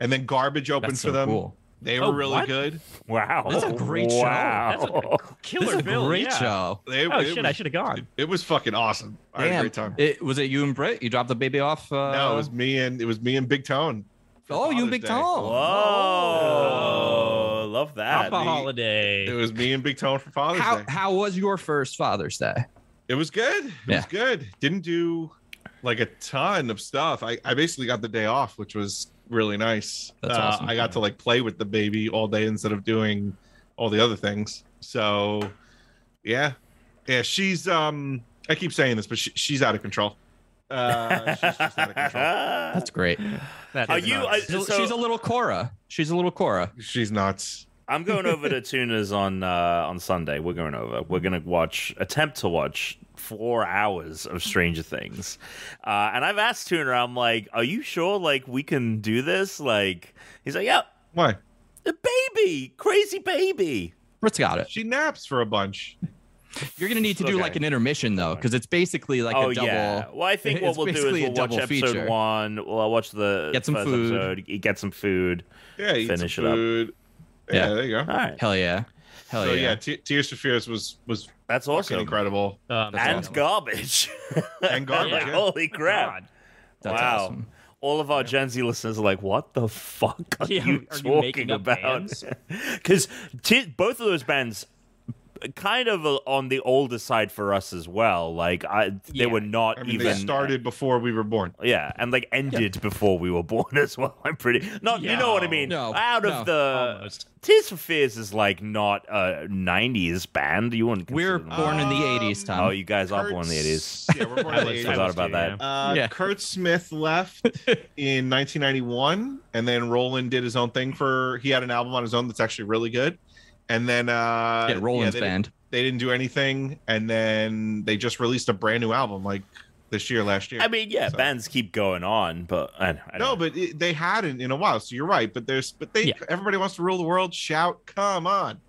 [SPEAKER 3] And then garbage opened
[SPEAKER 4] that's
[SPEAKER 3] for
[SPEAKER 4] so
[SPEAKER 3] them.
[SPEAKER 4] cool.
[SPEAKER 3] They were
[SPEAKER 2] Oh,
[SPEAKER 3] really
[SPEAKER 2] what?
[SPEAKER 3] good.
[SPEAKER 1] Wow,
[SPEAKER 4] That's a great show.
[SPEAKER 1] wow.
[SPEAKER 2] That's a killer
[SPEAKER 4] This is a
[SPEAKER 2] bill,
[SPEAKER 4] great
[SPEAKER 2] yeah.
[SPEAKER 4] show.
[SPEAKER 3] They
[SPEAKER 2] Oh
[SPEAKER 3] it
[SPEAKER 2] shit!
[SPEAKER 3] was,
[SPEAKER 2] I should have gone.
[SPEAKER 3] it was fucking awesome. I had a
[SPEAKER 4] Damn.
[SPEAKER 3] great time.
[SPEAKER 4] It was it you and Britt? You dropped the baby off. Uh,
[SPEAKER 3] no, it was me and it was me and Big Tone. for
[SPEAKER 4] oh, you and
[SPEAKER 3] Father's
[SPEAKER 4] Big
[SPEAKER 3] Day.
[SPEAKER 4] Tom.
[SPEAKER 1] Whoa, Oh, love that.
[SPEAKER 2] Papa
[SPEAKER 3] me-
[SPEAKER 2] holiday.
[SPEAKER 3] It was me and Big Tone for Father's
[SPEAKER 4] How
[SPEAKER 3] Day.
[SPEAKER 4] how was your first Father's Day?
[SPEAKER 3] It was good. It
[SPEAKER 4] Yeah.
[SPEAKER 3] was good. Didn't do like a ton of stuff. I, I basically got the day off, which was really nice. Uh,
[SPEAKER 4] That's awesome.
[SPEAKER 3] I got to like play with the baby all day instead of doing all the other things. So yeah. Yeah, she's um I keep saying this, but she, she's out of control. Uh she's just out of control.
[SPEAKER 4] That's great.
[SPEAKER 2] That's
[SPEAKER 1] Are you?
[SPEAKER 3] uh,
[SPEAKER 2] nuts.
[SPEAKER 1] I,
[SPEAKER 4] She's a-
[SPEAKER 1] so
[SPEAKER 4] she's a little Cora. She's a little Cora.
[SPEAKER 3] She's nuts.
[SPEAKER 1] I'm going over to Tuna's on uh, on Sunday. We're going over. We're going to watch, attempt to watch four hours of Stranger Things. Uh, and I've asked Tuna, I'm like, "Are you sure? Like, we can do this?" Like, he's like, "Yeah,
[SPEAKER 3] Why?
[SPEAKER 1] the baby, crazy baby."
[SPEAKER 4] Britt's got it.
[SPEAKER 3] She naps for a bunch.
[SPEAKER 4] You're gonna need to do
[SPEAKER 3] Okay.
[SPEAKER 4] like an intermission though, because it's basically like
[SPEAKER 1] oh
[SPEAKER 4] a double.
[SPEAKER 1] yeah. Well, I think what
[SPEAKER 4] it's
[SPEAKER 1] we'll do is
[SPEAKER 4] basically a
[SPEAKER 1] we'll watch
[SPEAKER 4] double
[SPEAKER 1] episode
[SPEAKER 4] feature.
[SPEAKER 1] one. We'll watch the
[SPEAKER 4] Get some
[SPEAKER 1] first
[SPEAKER 4] food.
[SPEAKER 1] Episode, eat- get some food.
[SPEAKER 3] Yeah, eat
[SPEAKER 1] Finish it
[SPEAKER 3] some
[SPEAKER 1] up. Ah,
[SPEAKER 3] food. Yeah,
[SPEAKER 4] Yeah.
[SPEAKER 3] there you go.
[SPEAKER 1] All right,
[SPEAKER 4] Hell yeah. Hell
[SPEAKER 3] so yeah,
[SPEAKER 4] yeah.
[SPEAKER 3] Te- Tears for Fears was was
[SPEAKER 1] that's
[SPEAKER 3] fucking
[SPEAKER 1] awesome.
[SPEAKER 3] incredible.
[SPEAKER 2] Um,
[SPEAKER 4] That's
[SPEAKER 1] and
[SPEAKER 4] awesome.
[SPEAKER 1] garbage.
[SPEAKER 3] And garbage, yeah.
[SPEAKER 1] Holy crap!
[SPEAKER 2] God.
[SPEAKER 4] That's
[SPEAKER 1] wow.
[SPEAKER 4] awesome.
[SPEAKER 1] All of our Gen Z listeners are like, "What the fuck are
[SPEAKER 2] Yeah,
[SPEAKER 1] you
[SPEAKER 2] are you
[SPEAKER 1] talking
[SPEAKER 2] making up
[SPEAKER 1] about?"
[SPEAKER 2] bands?
[SPEAKER 1] Because t- both of those bands, kind of uh, on the older side for us as well. Like, I,
[SPEAKER 2] Yeah.
[SPEAKER 1] they were not
[SPEAKER 3] I mean,
[SPEAKER 1] even
[SPEAKER 3] they started before we were born.
[SPEAKER 1] Yeah, and like ended before we were born as well. I'm pretty not. You know what I
[SPEAKER 2] No, Um,
[SPEAKER 1] mean?
[SPEAKER 4] no,
[SPEAKER 1] Out
[SPEAKER 4] no,
[SPEAKER 1] of the
[SPEAKER 3] Uh,
[SPEAKER 2] almost.
[SPEAKER 1] Tears for Fears is like not a '90s band. You wouldn't.
[SPEAKER 4] We're
[SPEAKER 1] consider them
[SPEAKER 4] born in the
[SPEAKER 3] Um,
[SPEAKER 4] '80s, Tom.
[SPEAKER 1] Oh, you guys are born in
[SPEAKER 3] Kurt's-
[SPEAKER 1] the '80s.
[SPEAKER 3] Yeah, we're born
[SPEAKER 2] I
[SPEAKER 3] in the
[SPEAKER 2] was,
[SPEAKER 3] 80s.
[SPEAKER 2] I
[SPEAKER 1] Forgot
[SPEAKER 2] was
[SPEAKER 1] about
[SPEAKER 2] too,
[SPEAKER 1] that.
[SPEAKER 2] yeah.
[SPEAKER 3] Uh,
[SPEAKER 4] Yeah.
[SPEAKER 3] Kurt Smith left in 1991, and then Roland did his own thing for. He had an album on his own that's actually really good. And then uh,
[SPEAKER 4] yeah, Roland's
[SPEAKER 3] they,
[SPEAKER 4] band.
[SPEAKER 3] They didn't do anything, and then they just released a brand new album like this year, last year.
[SPEAKER 1] I mean, yeah,
[SPEAKER 3] So-
[SPEAKER 1] bands keep going on, but I, I
[SPEAKER 3] no,
[SPEAKER 1] don't
[SPEAKER 3] but it, they hadn't in a while. So you're right. But there's, but they,
[SPEAKER 2] Yeah.
[SPEAKER 3] everybody wants to rule the world. Shout, come on!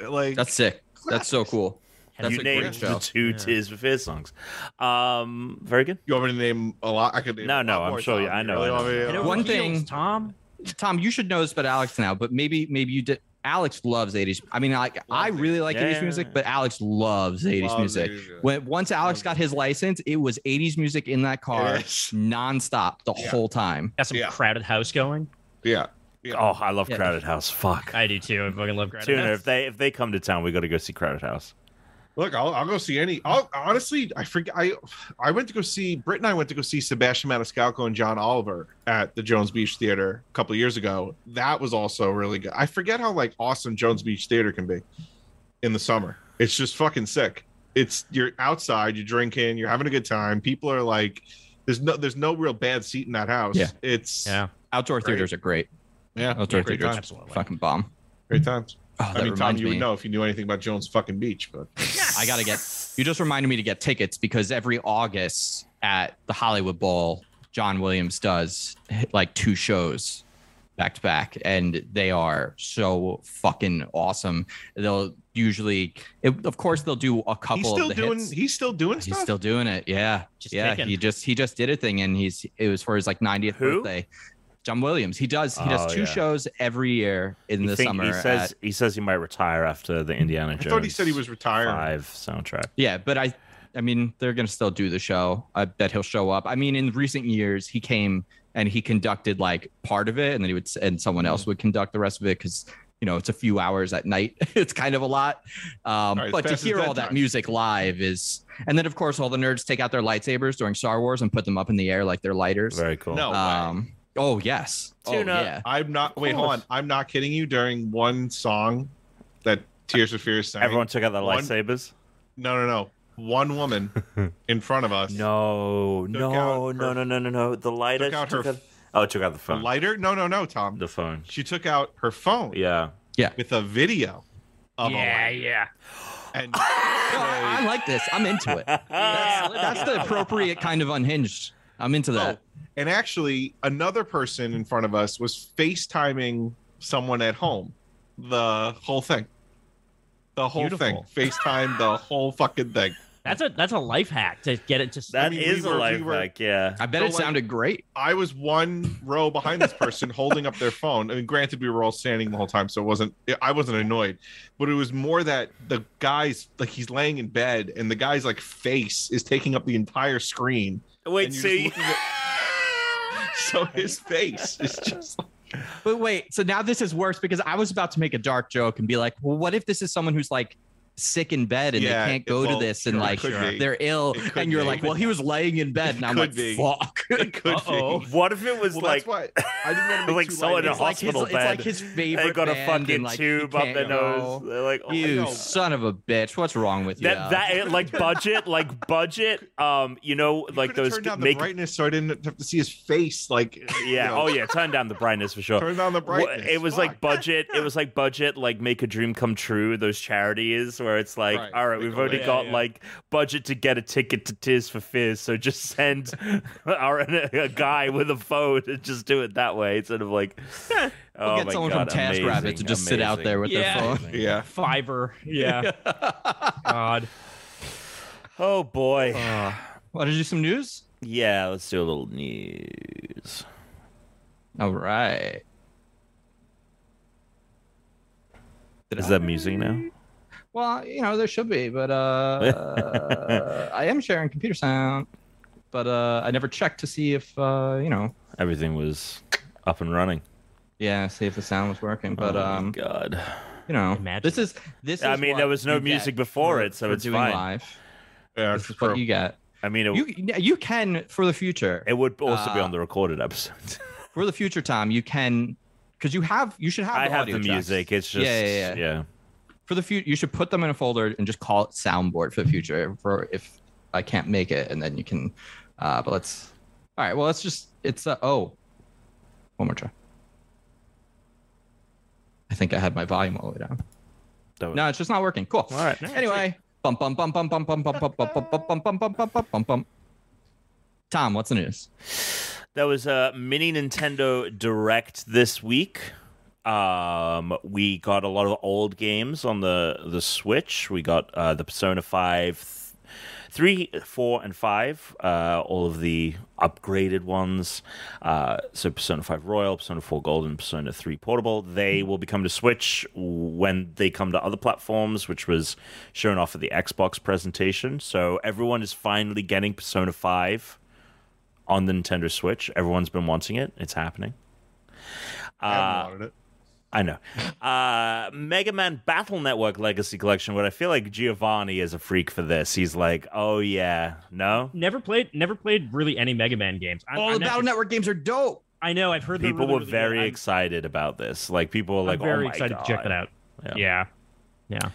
[SPEAKER 3] Like
[SPEAKER 4] That's sick. That's so cool. That's
[SPEAKER 1] you
[SPEAKER 4] a great
[SPEAKER 1] named
[SPEAKER 4] show.
[SPEAKER 1] the two
[SPEAKER 2] Yeah.
[SPEAKER 1] Tears for Fears songs. Um, very good.
[SPEAKER 3] you want me to name a lot? I could. Name
[SPEAKER 1] No,
[SPEAKER 3] a lot
[SPEAKER 1] no, I'm
[SPEAKER 3] more,
[SPEAKER 1] sure you-
[SPEAKER 3] Tom.
[SPEAKER 1] I
[SPEAKER 3] You
[SPEAKER 1] know,
[SPEAKER 3] really
[SPEAKER 1] I
[SPEAKER 3] want me to-
[SPEAKER 1] know.
[SPEAKER 2] You know
[SPEAKER 3] uh,
[SPEAKER 4] One
[SPEAKER 2] what
[SPEAKER 4] thing-
[SPEAKER 2] heals, Tom.
[SPEAKER 4] Tom, you should know this about Alex now, but maybe maybe you did. Alex loves 80s. I mean, like I
[SPEAKER 3] Loves
[SPEAKER 4] really like
[SPEAKER 1] Yeah,
[SPEAKER 4] 80s
[SPEAKER 1] yeah,
[SPEAKER 4] music,
[SPEAKER 1] yeah.
[SPEAKER 4] but Alex loves 80s
[SPEAKER 3] Loves 80s
[SPEAKER 4] music.
[SPEAKER 3] music.
[SPEAKER 4] When once Alex got his license, it was 80s music in that car
[SPEAKER 3] Yes.
[SPEAKER 4] nonstop the
[SPEAKER 3] Yeah.
[SPEAKER 4] whole time.
[SPEAKER 2] Got some
[SPEAKER 3] Yeah.
[SPEAKER 2] crowded house going.
[SPEAKER 3] Yeah.
[SPEAKER 1] Oh, I love
[SPEAKER 4] Yeah.
[SPEAKER 1] Crowded House. Fuck.
[SPEAKER 2] I do too. I fucking love crowded
[SPEAKER 1] Tuna,
[SPEAKER 2] house.
[SPEAKER 1] if they if they come to town, we got to go see Crowded House.
[SPEAKER 3] Look, I'll, I'll go see any. I'll, honestly, I forget. I I went to go see Britt and I went to go see Sebastian Maniscalco and John Oliver at the Jones Beach Theater a couple of years ago. That was also really good. I forget how like awesome Jones Beach Theater can be in the summer. It's just fucking sick. It's you're outside, you're drinking, you're having a good time. People are like, there's no there's no real bad seat in that house.
[SPEAKER 4] Yeah.
[SPEAKER 3] It's
[SPEAKER 2] Yeah,
[SPEAKER 4] Outdoor
[SPEAKER 3] Great.
[SPEAKER 4] theaters are great.
[SPEAKER 3] yeah,
[SPEAKER 4] Outdoor
[SPEAKER 3] great
[SPEAKER 4] theaters.
[SPEAKER 3] times.
[SPEAKER 2] absolutely.
[SPEAKER 4] Fucking bomb.
[SPEAKER 3] Great times.
[SPEAKER 4] Oh, that
[SPEAKER 3] I mean, Tom,
[SPEAKER 4] reminds
[SPEAKER 3] you
[SPEAKER 4] me.
[SPEAKER 3] would know if you knew anything about Jones fucking Beach, but
[SPEAKER 4] I gotta get. You just reminded me to get tickets because every August at the Hollywood Bowl, John Williams does like two shows back to back, and they are so fucking awesome. They'll usually, it, of course, they'll do a couple
[SPEAKER 3] he's still
[SPEAKER 4] of the
[SPEAKER 3] doing
[SPEAKER 4] hits.
[SPEAKER 3] he's still doing
[SPEAKER 4] He's
[SPEAKER 3] stuff.
[SPEAKER 4] still doing it. Yeah,
[SPEAKER 2] Just
[SPEAKER 4] yeah.
[SPEAKER 2] kicking.
[SPEAKER 4] He just he just did a thing, and he's it was for his like 90th
[SPEAKER 1] Who?
[SPEAKER 4] birthday. John Williams. He does he does
[SPEAKER 1] Oh,
[SPEAKER 4] two
[SPEAKER 1] yeah.
[SPEAKER 4] shows every year in
[SPEAKER 1] You
[SPEAKER 4] the
[SPEAKER 1] think
[SPEAKER 4] summer.
[SPEAKER 1] he says
[SPEAKER 4] at-
[SPEAKER 1] he says he might retire after the Indiana
[SPEAKER 3] I
[SPEAKER 1] Jones.
[SPEAKER 3] thought he said he was retiring.
[SPEAKER 1] five soundtrack.
[SPEAKER 4] Yeah, but I I mean they're gonna still do the show. I bet he'll show up. I mean, in recent years he came and he conducted like part of it, and then he would s- and someone
[SPEAKER 3] Mm.
[SPEAKER 4] else would conduct the rest of it because you know it's a few hours at night. it's kind of a lot. Um,
[SPEAKER 3] Right,
[SPEAKER 4] but to
[SPEAKER 3] fast as
[SPEAKER 4] hear all
[SPEAKER 3] bedtime.
[SPEAKER 4] that music live is, and then of course all the nerds take out their lightsabers during Star Wars and put them up in the air like they're lighters.
[SPEAKER 1] Very cool.
[SPEAKER 3] No.
[SPEAKER 4] Um, oh yes. Oh
[SPEAKER 1] Tuna.
[SPEAKER 4] yeah.
[SPEAKER 3] I'm not.
[SPEAKER 1] Of
[SPEAKER 3] Wait, hold
[SPEAKER 1] course.
[SPEAKER 3] on. I'm not kidding you. During one song that Tears of Fear sang,
[SPEAKER 1] Everyone took out their
[SPEAKER 3] One-
[SPEAKER 1] lightsabers.
[SPEAKER 3] No, no, no. one woman in front of us.
[SPEAKER 1] No, no,
[SPEAKER 3] out
[SPEAKER 1] no,
[SPEAKER 3] her-
[SPEAKER 1] no, no, no, no. The lighter.
[SPEAKER 3] took
[SPEAKER 1] she
[SPEAKER 3] out her
[SPEAKER 1] took oh, it took out the
[SPEAKER 3] The
[SPEAKER 1] phone.
[SPEAKER 3] lighter? No, no, no, Tom.
[SPEAKER 1] the phone.
[SPEAKER 3] She took out her phone
[SPEAKER 1] Yeah.
[SPEAKER 3] with a video of
[SPEAKER 2] yeah,
[SPEAKER 3] a lighter.
[SPEAKER 2] yeah.
[SPEAKER 3] And
[SPEAKER 4] No, I, I like this. I'm into it. That's, that's the appropriate kind of unhinged. I'm into
[SPEAKER 3] Oh,
[SPEAKER 4] that.
[SPEAKER 3] and actually another person in front of us was FaceTiming someone at home. The whole thing. The whole
[SPEAKER 2] Beautiful.
[SPEAKER 3] thing. FaceTime the whole fucking thing.
[SPEAKER 2] That's a that's a life hack to get it to. s-
[SPEAKER 1] that
[SPEAKER 3] mean,
[SPEAKER 1] is
[SPEAKER 3] we were-
[SPEAKER 1] a
[SPEAKER 3] we
[SPEAKER 1] life
[SPEAKER 3] were-
[SPEAKER 1] hack. Yeah.
[SPEAKER 4] I bet
[SPEAKER 3] So,
[SPEAKER 4] it
[SPEAKER 3] like-
[SPEAKER 4] sounded great.
[SPEAKER 3] I was one row behind this person holding up their phone. I mean, granted, we were all standing the whole time, so it wasn't I wasn't annoyed, but it was more that the guy's like he's laying in bed and the guy's like face is taking up the entire screen.
[SPEAKER 1] Wait,
[SPEAKER 3] and you're
[SPEAKER 1] see.
[SPEAKER 3] just looking So his face is just
[SPEAKER 4] But wait, so now this is worse because I was about to make a dark joke and be like, well, what if this is someone who's like sick in bed and
[SPEAKER 3] Yeah,
[SPEAKER 4] they can't
[SPEAKER 3] it-
[SPEAKER 4] go
[SPEAKER 3] well,
[SPEAKER 4] to this and
[SPEAKER 3] sure, it
[SPEAKER 4] like
[SPEAKER 3] could be.
[SPEAKER 4] they're ill?
[SPEAKER 3] It could
[SPEAKER 4] And you're
[SPEAKER 3] be.
[SPEAKER 4] like, well, he was laying in bed.
[SPEAKER 3] It
[SPEAKER 4] And I'm
[SPEAKER 3] could
[SPEAKER 4] like,
[SPEAKER 3] be.
[SPEAKER 4] fuck.
[SPEAKER 3] it could
[SPEAKER 2] Uh-oh.
[SPEAKER 3] be.
[SPEAKER 1] What if it was
[SPEAKER 3] Well,
[SPEAKER 1] like
[SPEAKER 3] that's why I didn't want to make
[SPEAKER 1] like
[SPEAKER 3] too
[SPEAKER 1] someone
[SPEAKER 3] light
[SPEAKER 1] in a
[SPEAKER 3] of it.
[SPEAKER 4] It's like, his,
[SPEAKER 1] hospital
[SPEAKER 4] it's like
[SPEAKER 1] band.
[SPEAKER 4] his favorite.
[SPEAKER 1] they got a
[SPEAKER 4] band and,
[SPEAKER 1] fucking
[SPEAKER 4] like, he
[SPEAKER 1] tube up
[SPEAKER 4] can't
[SPEAKER 1] their
[SPEAKER 4] go.
[SPEAKER 1] nose? They're like, oh,
[SPEAKER 4] You
[SPEAKER 3] know.
[SPEAKER 4] son of a bitch. What's wrong with you?
[SPEAKER 1] That, that like budget like budget um you know
[SPEAKER 3] You
[SPEAKER 1] like
[SPEAKER 3] could've
[SPEAKER 1] those
[SPEAKER 3] turned down
[SPEAKER 1] make
[SPEAKER 3] the brightness so I didn't have to see his face like
[SPEAKER 1] yeah oh yeah turn down the brightness for sure
[SPEAKER 3] turn down the
[SPEAKER 1] Wha-
[SPEAKER 3] brightness.
[SPEAKER 1] it was like budget it was like budget like make a dream come true those charities where it's like
[SPEAKER 3] Right.
[SPEAKER 1] all right
[SPEAKER 3] They
[SPEAKER 1] we've
[SPEAKER 3] go
[SPEAKER 1] already
[SPEAKER 2] there.
[SPEAKER 1] got
[SPEAKER 2] Yeah, yeah.
[SPEAKER 1] like budget to get a ticket to tears for fears so just send our, a guy with a phone and just do it that way instead of like oh
[SPEAKER 4] We'll get
[SPEAKER 1] my
[SPEAKER 4] someone
[SPEAKER 1] God,
[SPEAKER 4] from TaskRabbit to
[SPEAKER 1] amazing,
[SPEAKER 4] just sit out
[SPEAKER 1] amazing.
[SPEAKER 4] there with
[SPEAKER 2] Yeah.
[SPEAKER 4] their phone.
[SPEAKER 1] Amazing.
[SPEAKER 3] yeah.
[SPEAKER 2] Fiverr. Yeah. God.
[SPEAKER 1] oh boy
[SPEAKER 4] Want to do some news?
[SPEAKER 1] yeah let's do a little news
[SPEAKER 4] All right. Did
[SPEAKER 1] is
[SPEAKER 4] I-
[SPEAKER 1] that music now
[SPEAKER 4] Well, you know, there should be, but uh, I am sharing computer sound, but uh, I never checked to see if uh, you know,
[SPEAKER 1] everything was up and running
[SPEAKER 4] yeah, see if the sound was working. But
[SPEAKER 1] oh my
[SPEAKER 4] um,
[SPEAKER 1] god
[SPEAKER 4] you know,
[SPEAKER 2] Imagine.
[SPEAKER 4] this is this.
[SPEAKER 1] I
[SPEAKER 4] is
[SPEAKER 1] mean,
[SPEAKER 4] what
[SPEAKER 1] there was no
[SPEAKER 4] you
[SPEAKER 1] music
[SPEAKER 4] get
[SPEAKER 1] before
[SPEAKER 4] for-
[SPEAKER 1] it, so
[SPEAKER 4] for
[SPEAKER 1] it's
[SPEAKER 4] doing
[SPEAKER 1] fine.
[SPEAKER 4] live.
[SPEAKER 3] Yeah,
[SPEAKER 4] This is
[SPEAKER 3] true.
[SPEAKER 4] what you get.
[SPEAKER 1] i mean it,
[SPEAKER 4] You you can for the future.
[SPEAKER 1] it would also be
[SPEAKER 4] uh,
[SPEAKER 1] on the recorded episodes
[SPEAKER 4] for the future time you can because you have you should have
[SPEAKER 1] I
[SPEAKER 4] the
[SPEAKER 1] have
[SPEAKER 4] audio
[SPEAKER 1] the
[SPEAKER 4] tracks.
[SPEAKER 1] music. It's
[SPEAKER 4] Yeah,
[SPEAKER 1] just
[SPEAKER 4] yeah, yeah. for the future you should put them in a folder and just call it soundboard for the future for if i can't make it and then you can uh but let's all right well let's just it's uh oh one more try i think i had my volume all the way down
[SPEAKER 1] That was-
[SPEAKER 4] no it's just not working cool
[SPEAKER 1] All right.
[SPEAKER 4] anyway bum bum bum bum bum bum bum bum bum bum bum bum bum bum bum bum bum tom what's the news
[SPEAKER 1] There was a mini Nintendo Direct this week. Um, we got a lot of old games on the the Switch. We got uh, the Persona Five, th- three, four, and five. Uh, all of the upgraded ones. Uh, so Persona Five Royal, Persona Four Gold, and Persona Three Portable. They will become to Switch when they come to other platforms, which was shown off at the Xbox presentation. So everyone is finally getting Persona Five on the Nintendo Switch. Everyone's been wanting it. It's happening. Uh,
[SPEAKER 3] I haven't wanted it.
[SPEAKER 1] I know. Uh, Mega Man Battle Network Legacy Collection. What I feel like Giovanni is a freak for this. He's like, oh yeah, no.
[SPEAKER 2] Never played. Never played really any Mega Man games. I'm,
[SPEAKER 4] all
[SPEAKER 2] I'm
[SPEAKER 4] the battle
[SPEAKER 2] actually-
[SPEAKER 4] Oh, network games are dope
[SPEAKER 2] I know. I've heard they're
[SPEAKER 1] People
[SPEAKER 2] really,
[SPEAKER 1] were
[SPEAKER 2] really
[SPEAKER 1] very
[SPEAKER 2] good. I'm-
[SPEAKER 1] excited about this. Like people were like,
[SPEAKER 2] I'm very
[SPEAKER 1] oh my
[SPEAKER 2] excited
[SPEAKER 1] God.
[SPEAKER 2] to check that out.
[SPEAKER 1] Yeah.
[SPEAKER 2] Yeah. yeah.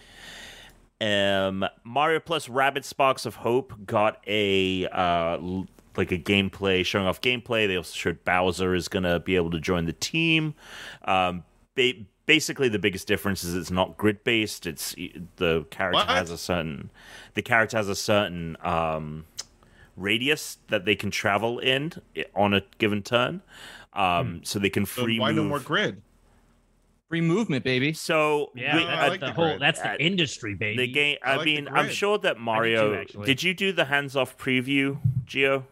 [SPEAKER 1] Um, Mario plus Rabbit Sparks of Hope got a uh, l- like a gameplay showing off gameplay. They also showed Bowser is gonna be able to join the team. Um, ba- basically, the biggest difference is it's not grid based. It's e, the character
[SPEAKER 3] What?
[SPEAKER 1] has a certain the character has a certain um, radius that they can travel in i- on a given turn. Um, So they can
[SPEAKER 3] Hmm. So
[SPEAKER 1] free
[SPEAKER 3] why no
[SPEAKER 1] move.
[SPEAKER 3] more grid?
[SPEAKER 4] free movement baby
[SPEAKER 1] so
[SPEAKER 2] Yeah,
[SPEAKER 1] we-
[SPEAKER 3] I
[SPEAKER 2] that's
[SPEAKER 3] like
[SPEAKER 2] the
[SPEAKER 3] the
[SPEAKER 2] whole.
[SPEAKER 3] grid.
[SPEAKER 2] That's
[SPEAKER 1] Uh,
[SPEAKER 2] the industry, baby.
[SPEAKER 1] The game.
[SPEAKER 3] I
[SPEAKER 1] I,
[SPEAKER 3] like the
[SPEAKER 1] mean, I'm
[SPEAKER 3] grid.
[SPEAKER 1] sure that Mario.
[SPEAKER 2] actually.
[SPEAKER 1] did you do the hands-off preview, Geo?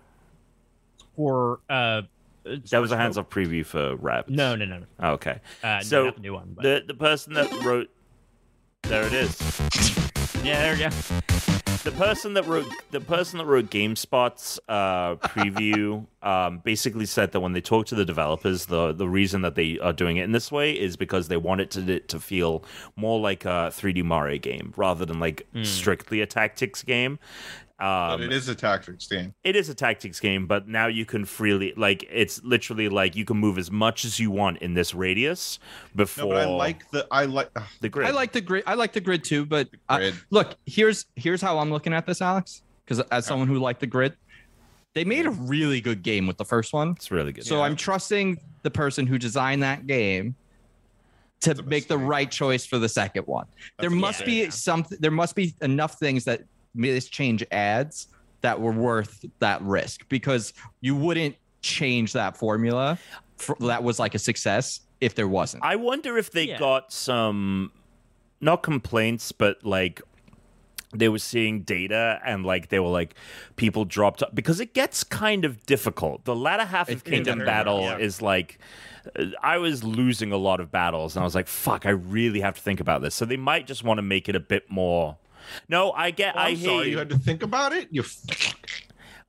[SPEAKER 2] for uh,
[SPEAKER 1] That was a hands-off preview for Rabbits.
[SPEAKER 2] No, no, no. no.
[SPEAKER 1] Oh, okay.
[SPEAKER 2] Uh,
[SPEAKER 1] So,
[SPEAKER 2] no, not the new one. But.
[SPEAKER 1] The the person that wrote. There it is.
[SPEAKER 2] yeah, there we go.
[SPEAKER 1] The person that wrote the person that wrote GameSpot's uh, preview um, basically said that when they talk to the developers, the the reason that they are doing it in this way is because they want it to to feel
[SPEAKER 2] Hmm.
[SPEAKER 1] more like a 3D Mario game rather than like strictly a tactics game. Um,
[SPEAKER 3] but it is a tactics game.
[SPEAKER 1] it is a tactics game, but now you can freely like it's literally like you can move as much as you want in this radius before
[SPEAKER 3] No, but I like the I like ugh,
[SPEAKER 1] the grid.
[SPEAKER 4] I like the grid. I like the grid too, but I-
[SPEAKER 3] grid.
[SPEAKER 4] look, here's here's how I'm looking at this, Alex. Because as someone who liked the grid, they made a really good game with the first one.
[SPEAKER 1] it's really good.
[SPEAKER 4] So
[SPEAKER 3] Yeah.
[SPEAKER 4] I'm trusting the person who designed that game to
[SPEAKER 3] That's a
[SPEAKER 4] make the
[SPEAKER 3] mistake.
[SPEAKER 4] right choice for the second one. there
[SPEAKER 3] That's a
[SPEAKER 4] must
[SPEAKER 3] mistake.
[SPEAKER 4] be something. There must be enough things that made this change ads that were worth that risk because you wouldn't change that formula for, that was like a success if there wasn't.
[SPEAKER 1] I wonder if they
[SPEAKER 2] Yeah.
[SPEAKER 1] got some not complaints, but like they were seeing data and like they were like people dropped because it gets kind of difficult. The latter half of
[SPEAKER 4] It- it
[SPEAKER 1] Kingdom
[SPEAKER 3] does.
[SPEAKER 1] Battle
[SPEAKER 3] Yeah.
[SPEAKER 1] is like uh, I was losing a lot of battles and I was like, fuck, I really have to think about this. So they might just want to make it a bit more. No, I get.
[SPEAKER 3] Oh, I'm
[SPEAKER 1] I hear
[SPEAKER 3] sorry you had to think about it. You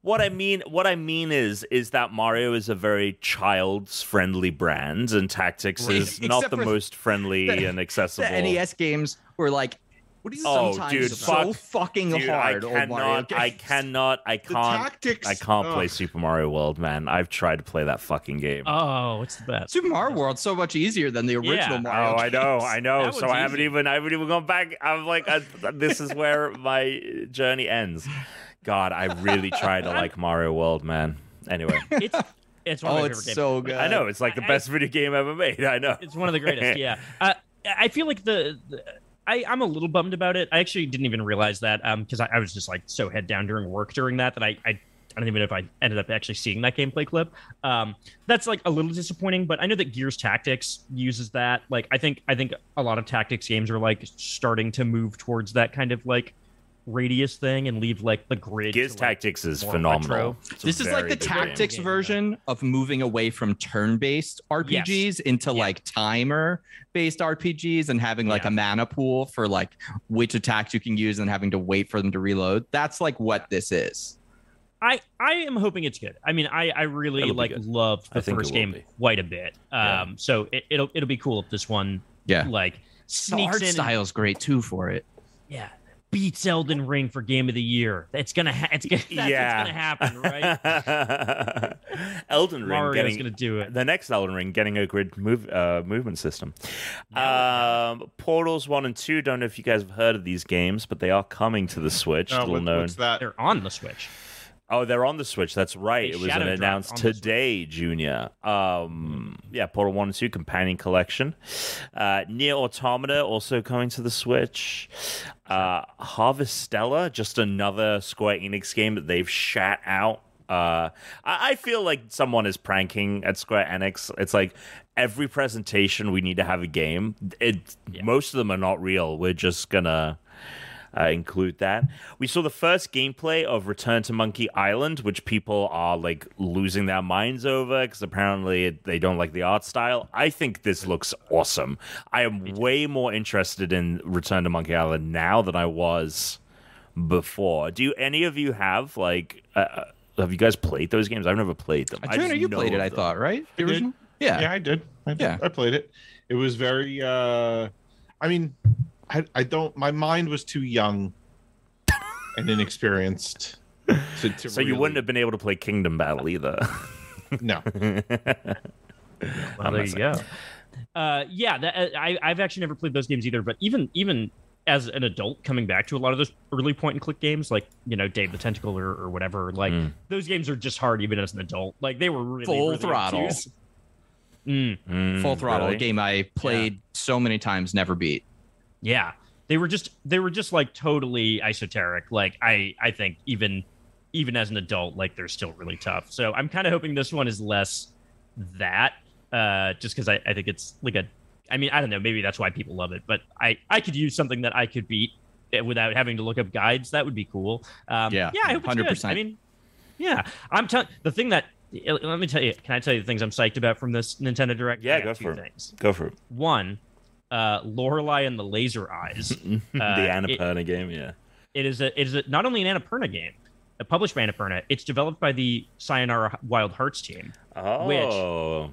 [SPEAKER 1] what I mean, what I mean is, is that Mario is a very child's-friendly brand, and Tactics
[SPEAKER 4] Right.
[SPEAKER 1] is not
[SPEAKER 4] Except
[SPEAKER 1] the
[SPEAKER 4] for
[SPEAKER 1] most friendly
[SPEAKER 4] the- E
[SPEAKER 1] and accessible.
[SPEAKER 4] the NES games were like
[SPEAKER 3] what is
[SPEAKER 1] Oh,
[SPEAKER 4] sometimes
[SPEAKER 1] dude,
[SPEAKER 4] so
[SPEAKER 1] fuck.
[SPEAKER 4] fucking
[SPEAKER 1] Dude,
[SPEAKER 4] hard.
[SPEAKER 1] I
[SPEAKER 4] old Mario
[SPEAKER 1] cannot, I
[SPEAKER 4] games.
[SPEAKER 1] cannot, I
[SPEAKER 3] the
[SPEAKER 1] can't,
[SPEAKER 3] tactics?
[SPEAKER 1] I can't
[SPEAKER 3] ugh.
[SPEAKER 1] play Super Mario World, man. I've tried to play that fucking game.
[SPEAKER 2] Oh, it's the best.
[SPEAKER 4] Super Mario World's so much easier than the original
[SPEAKER 2] Yeah.
[SPEAKER 4] Mario.
[SPEAKER 1] Oh, I know,
[SPEAKER 4] games.
[SPEAKER 1] I know.
[SPEAKER 2] That
[SPEAKER 1] So
[SPEAKER 2] one's
[SPEAKER 1] I haven't
[SPEAKER 2] easy.
[SPEAKER 1] even, I haven't even gone back. I'm like, I, this is where my journey ends. God, I really try to like Mario World, man. Anyway,
[SPEAKER 2] It's it's one of
[SPEAKER 4] Oh,
[SPEAKER 2] my favorite
[SPEAKER 4] it's
[SPEAKER 2] games.
[SPEAKER 4] so good.
[SPEAKER 1] I know it's like the
[SPEAKER 2] I-
[SPEAKER 1] best video game ever made. I know.
[SPEAKER 2] It's one of the greatest. Yeah, uh, I feel like the, the I, I'm a little bummed about it. I actually didn't even realize that because I, I was just like so head down during work during that that I, I I don't even know if I ended up actually seeing that gameplay clip. Um, that's like a little disappointing, but I know that Gears Tactics uses that. Like I think I think a lot of tactics games are like starting to move towards that kind of like radius thing and leave like the grid.
[SPEAKER 1] Gears
[SPEAKER 2] to, like,
[SPEAKER 1] Tactics is
[SPEAKER 2] more
[SPEAKER 1] phenomenal.
[SPEAKER 2] retro.
[SPEAKER 1] It's a
[SPEAKER 4] This is
[SPEAKER 1] very
[SPEAKER 4] like the
[SPEAKER 1] good
[SPEAKER 4] tactics
[SPEAKER 2] game.
[SPEAKER 4] version of moving away from turn-based RPGs into
[SPEAKER 2] Yeah.
[SPEAKER 4] like timer-based RPGs and having like
[SPEAKER 2] Yeah.
[SPEAKER 4] a mana pool for like which attacks you can use and having to wait for them to reload. That's like what this is.
[SPEAKER 2] I I am hoping it's good. I mean, I I really
[SPEAKER 1] It'll be
[SPEAKER 2] like
[SPEAKER 1] good.
[SPEAKER 2] loved
[SPEAKER 1] I
[SPEAKER 2] the
[SPEAKER 1] think it
[SPEAKER 2] first
[SPEAKER 1] will
[SPEAKER 2] game
[SPEAKER 1] be.
[SPEAKER 2] quite a bit.
[SPEAKER 1] Yeah.
[SPEAKER 2] Um, so it, it'll it'll be cool if this one
[SPEAKER 4] Yeah.
[SPEAKER 2] like
[SPEAKER 4] the
[SPEAKER 2] sneaks
[SPEAKER 4] art
[SPEAKER 2] in. and-
[SPEAKER 4] style's great too for it.
[SPEAKER 2] yeah, beats Elden Ring for game of the year. That's gonna ha- it's gonna that's what's
[SPEAKER 1] Yeah.
[SPEAKER 2] gonna happen, right?
[SPEAKER 1] Elden Ring
[SPEAKER 2] Mario's
[SPEAKER 1] getting
[SPEAKER 2] gonna do it.
[SPEAKER 1] the next Elden Ring getting a grid move uh, movement system. Um, Portals one and two. Don't know if you guys have heard of these games, but they are coming to the Switch.
[SPEAKER 3] Oh, No,
[SPEAKER 1] little
[SPEAKER 3] what-
[SPEAKER 1] known.
[SPEAKER 3] what's that?
[SPEAKER 2] They're on the Switch.
[SPEAKER 1] Oh, they're on the Switch. That's right.
[SPEAKER 2] They
[SPEAKER 1] it was
[SPEAKER 2] shadow dropped
[SPEAKER 1] announced
[SPEAKER 2] on the
[SPEAKER 1] today, Junior. Um, yeah, Portal One and Two Companion Collection. Uh, Near Automata also coming to the Switch. Uh, Harvestella, just another Square Enix game that they've shat out. Uh, I, I feel like someone is pranking at Square Enix. It's like every presentation we need to have a game. It most of them are not real. We're just gonna uh, include that. We saw the first gameplay of Return to Monkey Island, which people are like losing their minds over because apparently it, they don't like the art style. I think this looks awesome. I am way more interested in Return to Monkey Island now than I was before. Do any of you have like? Uh, uh, have you guys played those games? I've never played them. I
[SPEAKER 4] Uh, Turner,
[SPEAKER 1] just
[SPEAKER 4] you
[SPEAKER 1] know
[SPEAKER 4] played it,
[SPEAKER 1] of
[SPEAKER 4] I
[SPEAKER 1] them.
[SPEAKER 4] thought, right? The
[SPEAKER 3] I did.
[SPEAKER 4] original? Yeah.
[SPEAKER 3] Yeah, I did. I did.
[SPEAKER 4] Yeah.
[SPEAKER 3] I played it. It was very uh I mean I I don't my mind was too young and inexperienced to, to
[SPEAKER 1] So you wouldn't have been able to play Kingdom Battle either.
[SPEAKER 3] have no.
[SPEAKER 2] Well, there you go. Uh, yeah, that, I I've actually never played those games either. But even even as an adult, coming back to a lot of those early point and click games, like you know Dave the Tentacle or, or whatever, like
[SPEAKER 1] Mm.
[SPEAKER 2] those games are just hard even as an adult. Like they were really
[SPEAKER 4] Full
[SPEAKER 2] really
[SPEAKER 4] throttle.
[SPEAKER 2] obtuse. Mm,
[SPEAKER 1] Mm,
[SPEAKER 4] Full throttle
[SPEAKER 1] really?
[SPEAKER 4] a game I played so many times, never beat.
[SPEAKER 2] yeah, they were just they were just like totally esoteric. Like I I think even even as an adult, like they're still really tough. So I'm kind of hoping this one is less that, uh, just because I I think it's like a I mean I don't know maybe that's why people love it, but I I could use something that I could beat eh, without having to look up guides. That would be cool. Um,
[SPEAKER 4] Yeah,
[SPEAKER 2] yeah, I hope it's good.
[SPEAKER 4] 100%.
[SPEAKER 2] I mean, yeah, I'm telling the thing that. eh, Let me tell you. Can I tell you the things I'm psyched about from this Nintendo Direct?
[SPEAKER 1] Yeah,
[SPEAKER 2] I got
[SPEAKER 1] go
[SPEAKER 2] two
[SPEAKER 1] for it.
[SPEAKER 2] things
[SPEAKER 1] Go for it.
[SPEAKER 2] one uh lorelei and the laser eyes Uh,
[SPEAKER 1] the
[SPEAKER 2] it-
[SPEAKER 1] Annapurna game, yeah.
[SPEAKER 2] it is a it is a, not only an annapurna game uh, published by annapurna it's developed by the sayonara wild hearts team
[SPEAKER 1] Oh,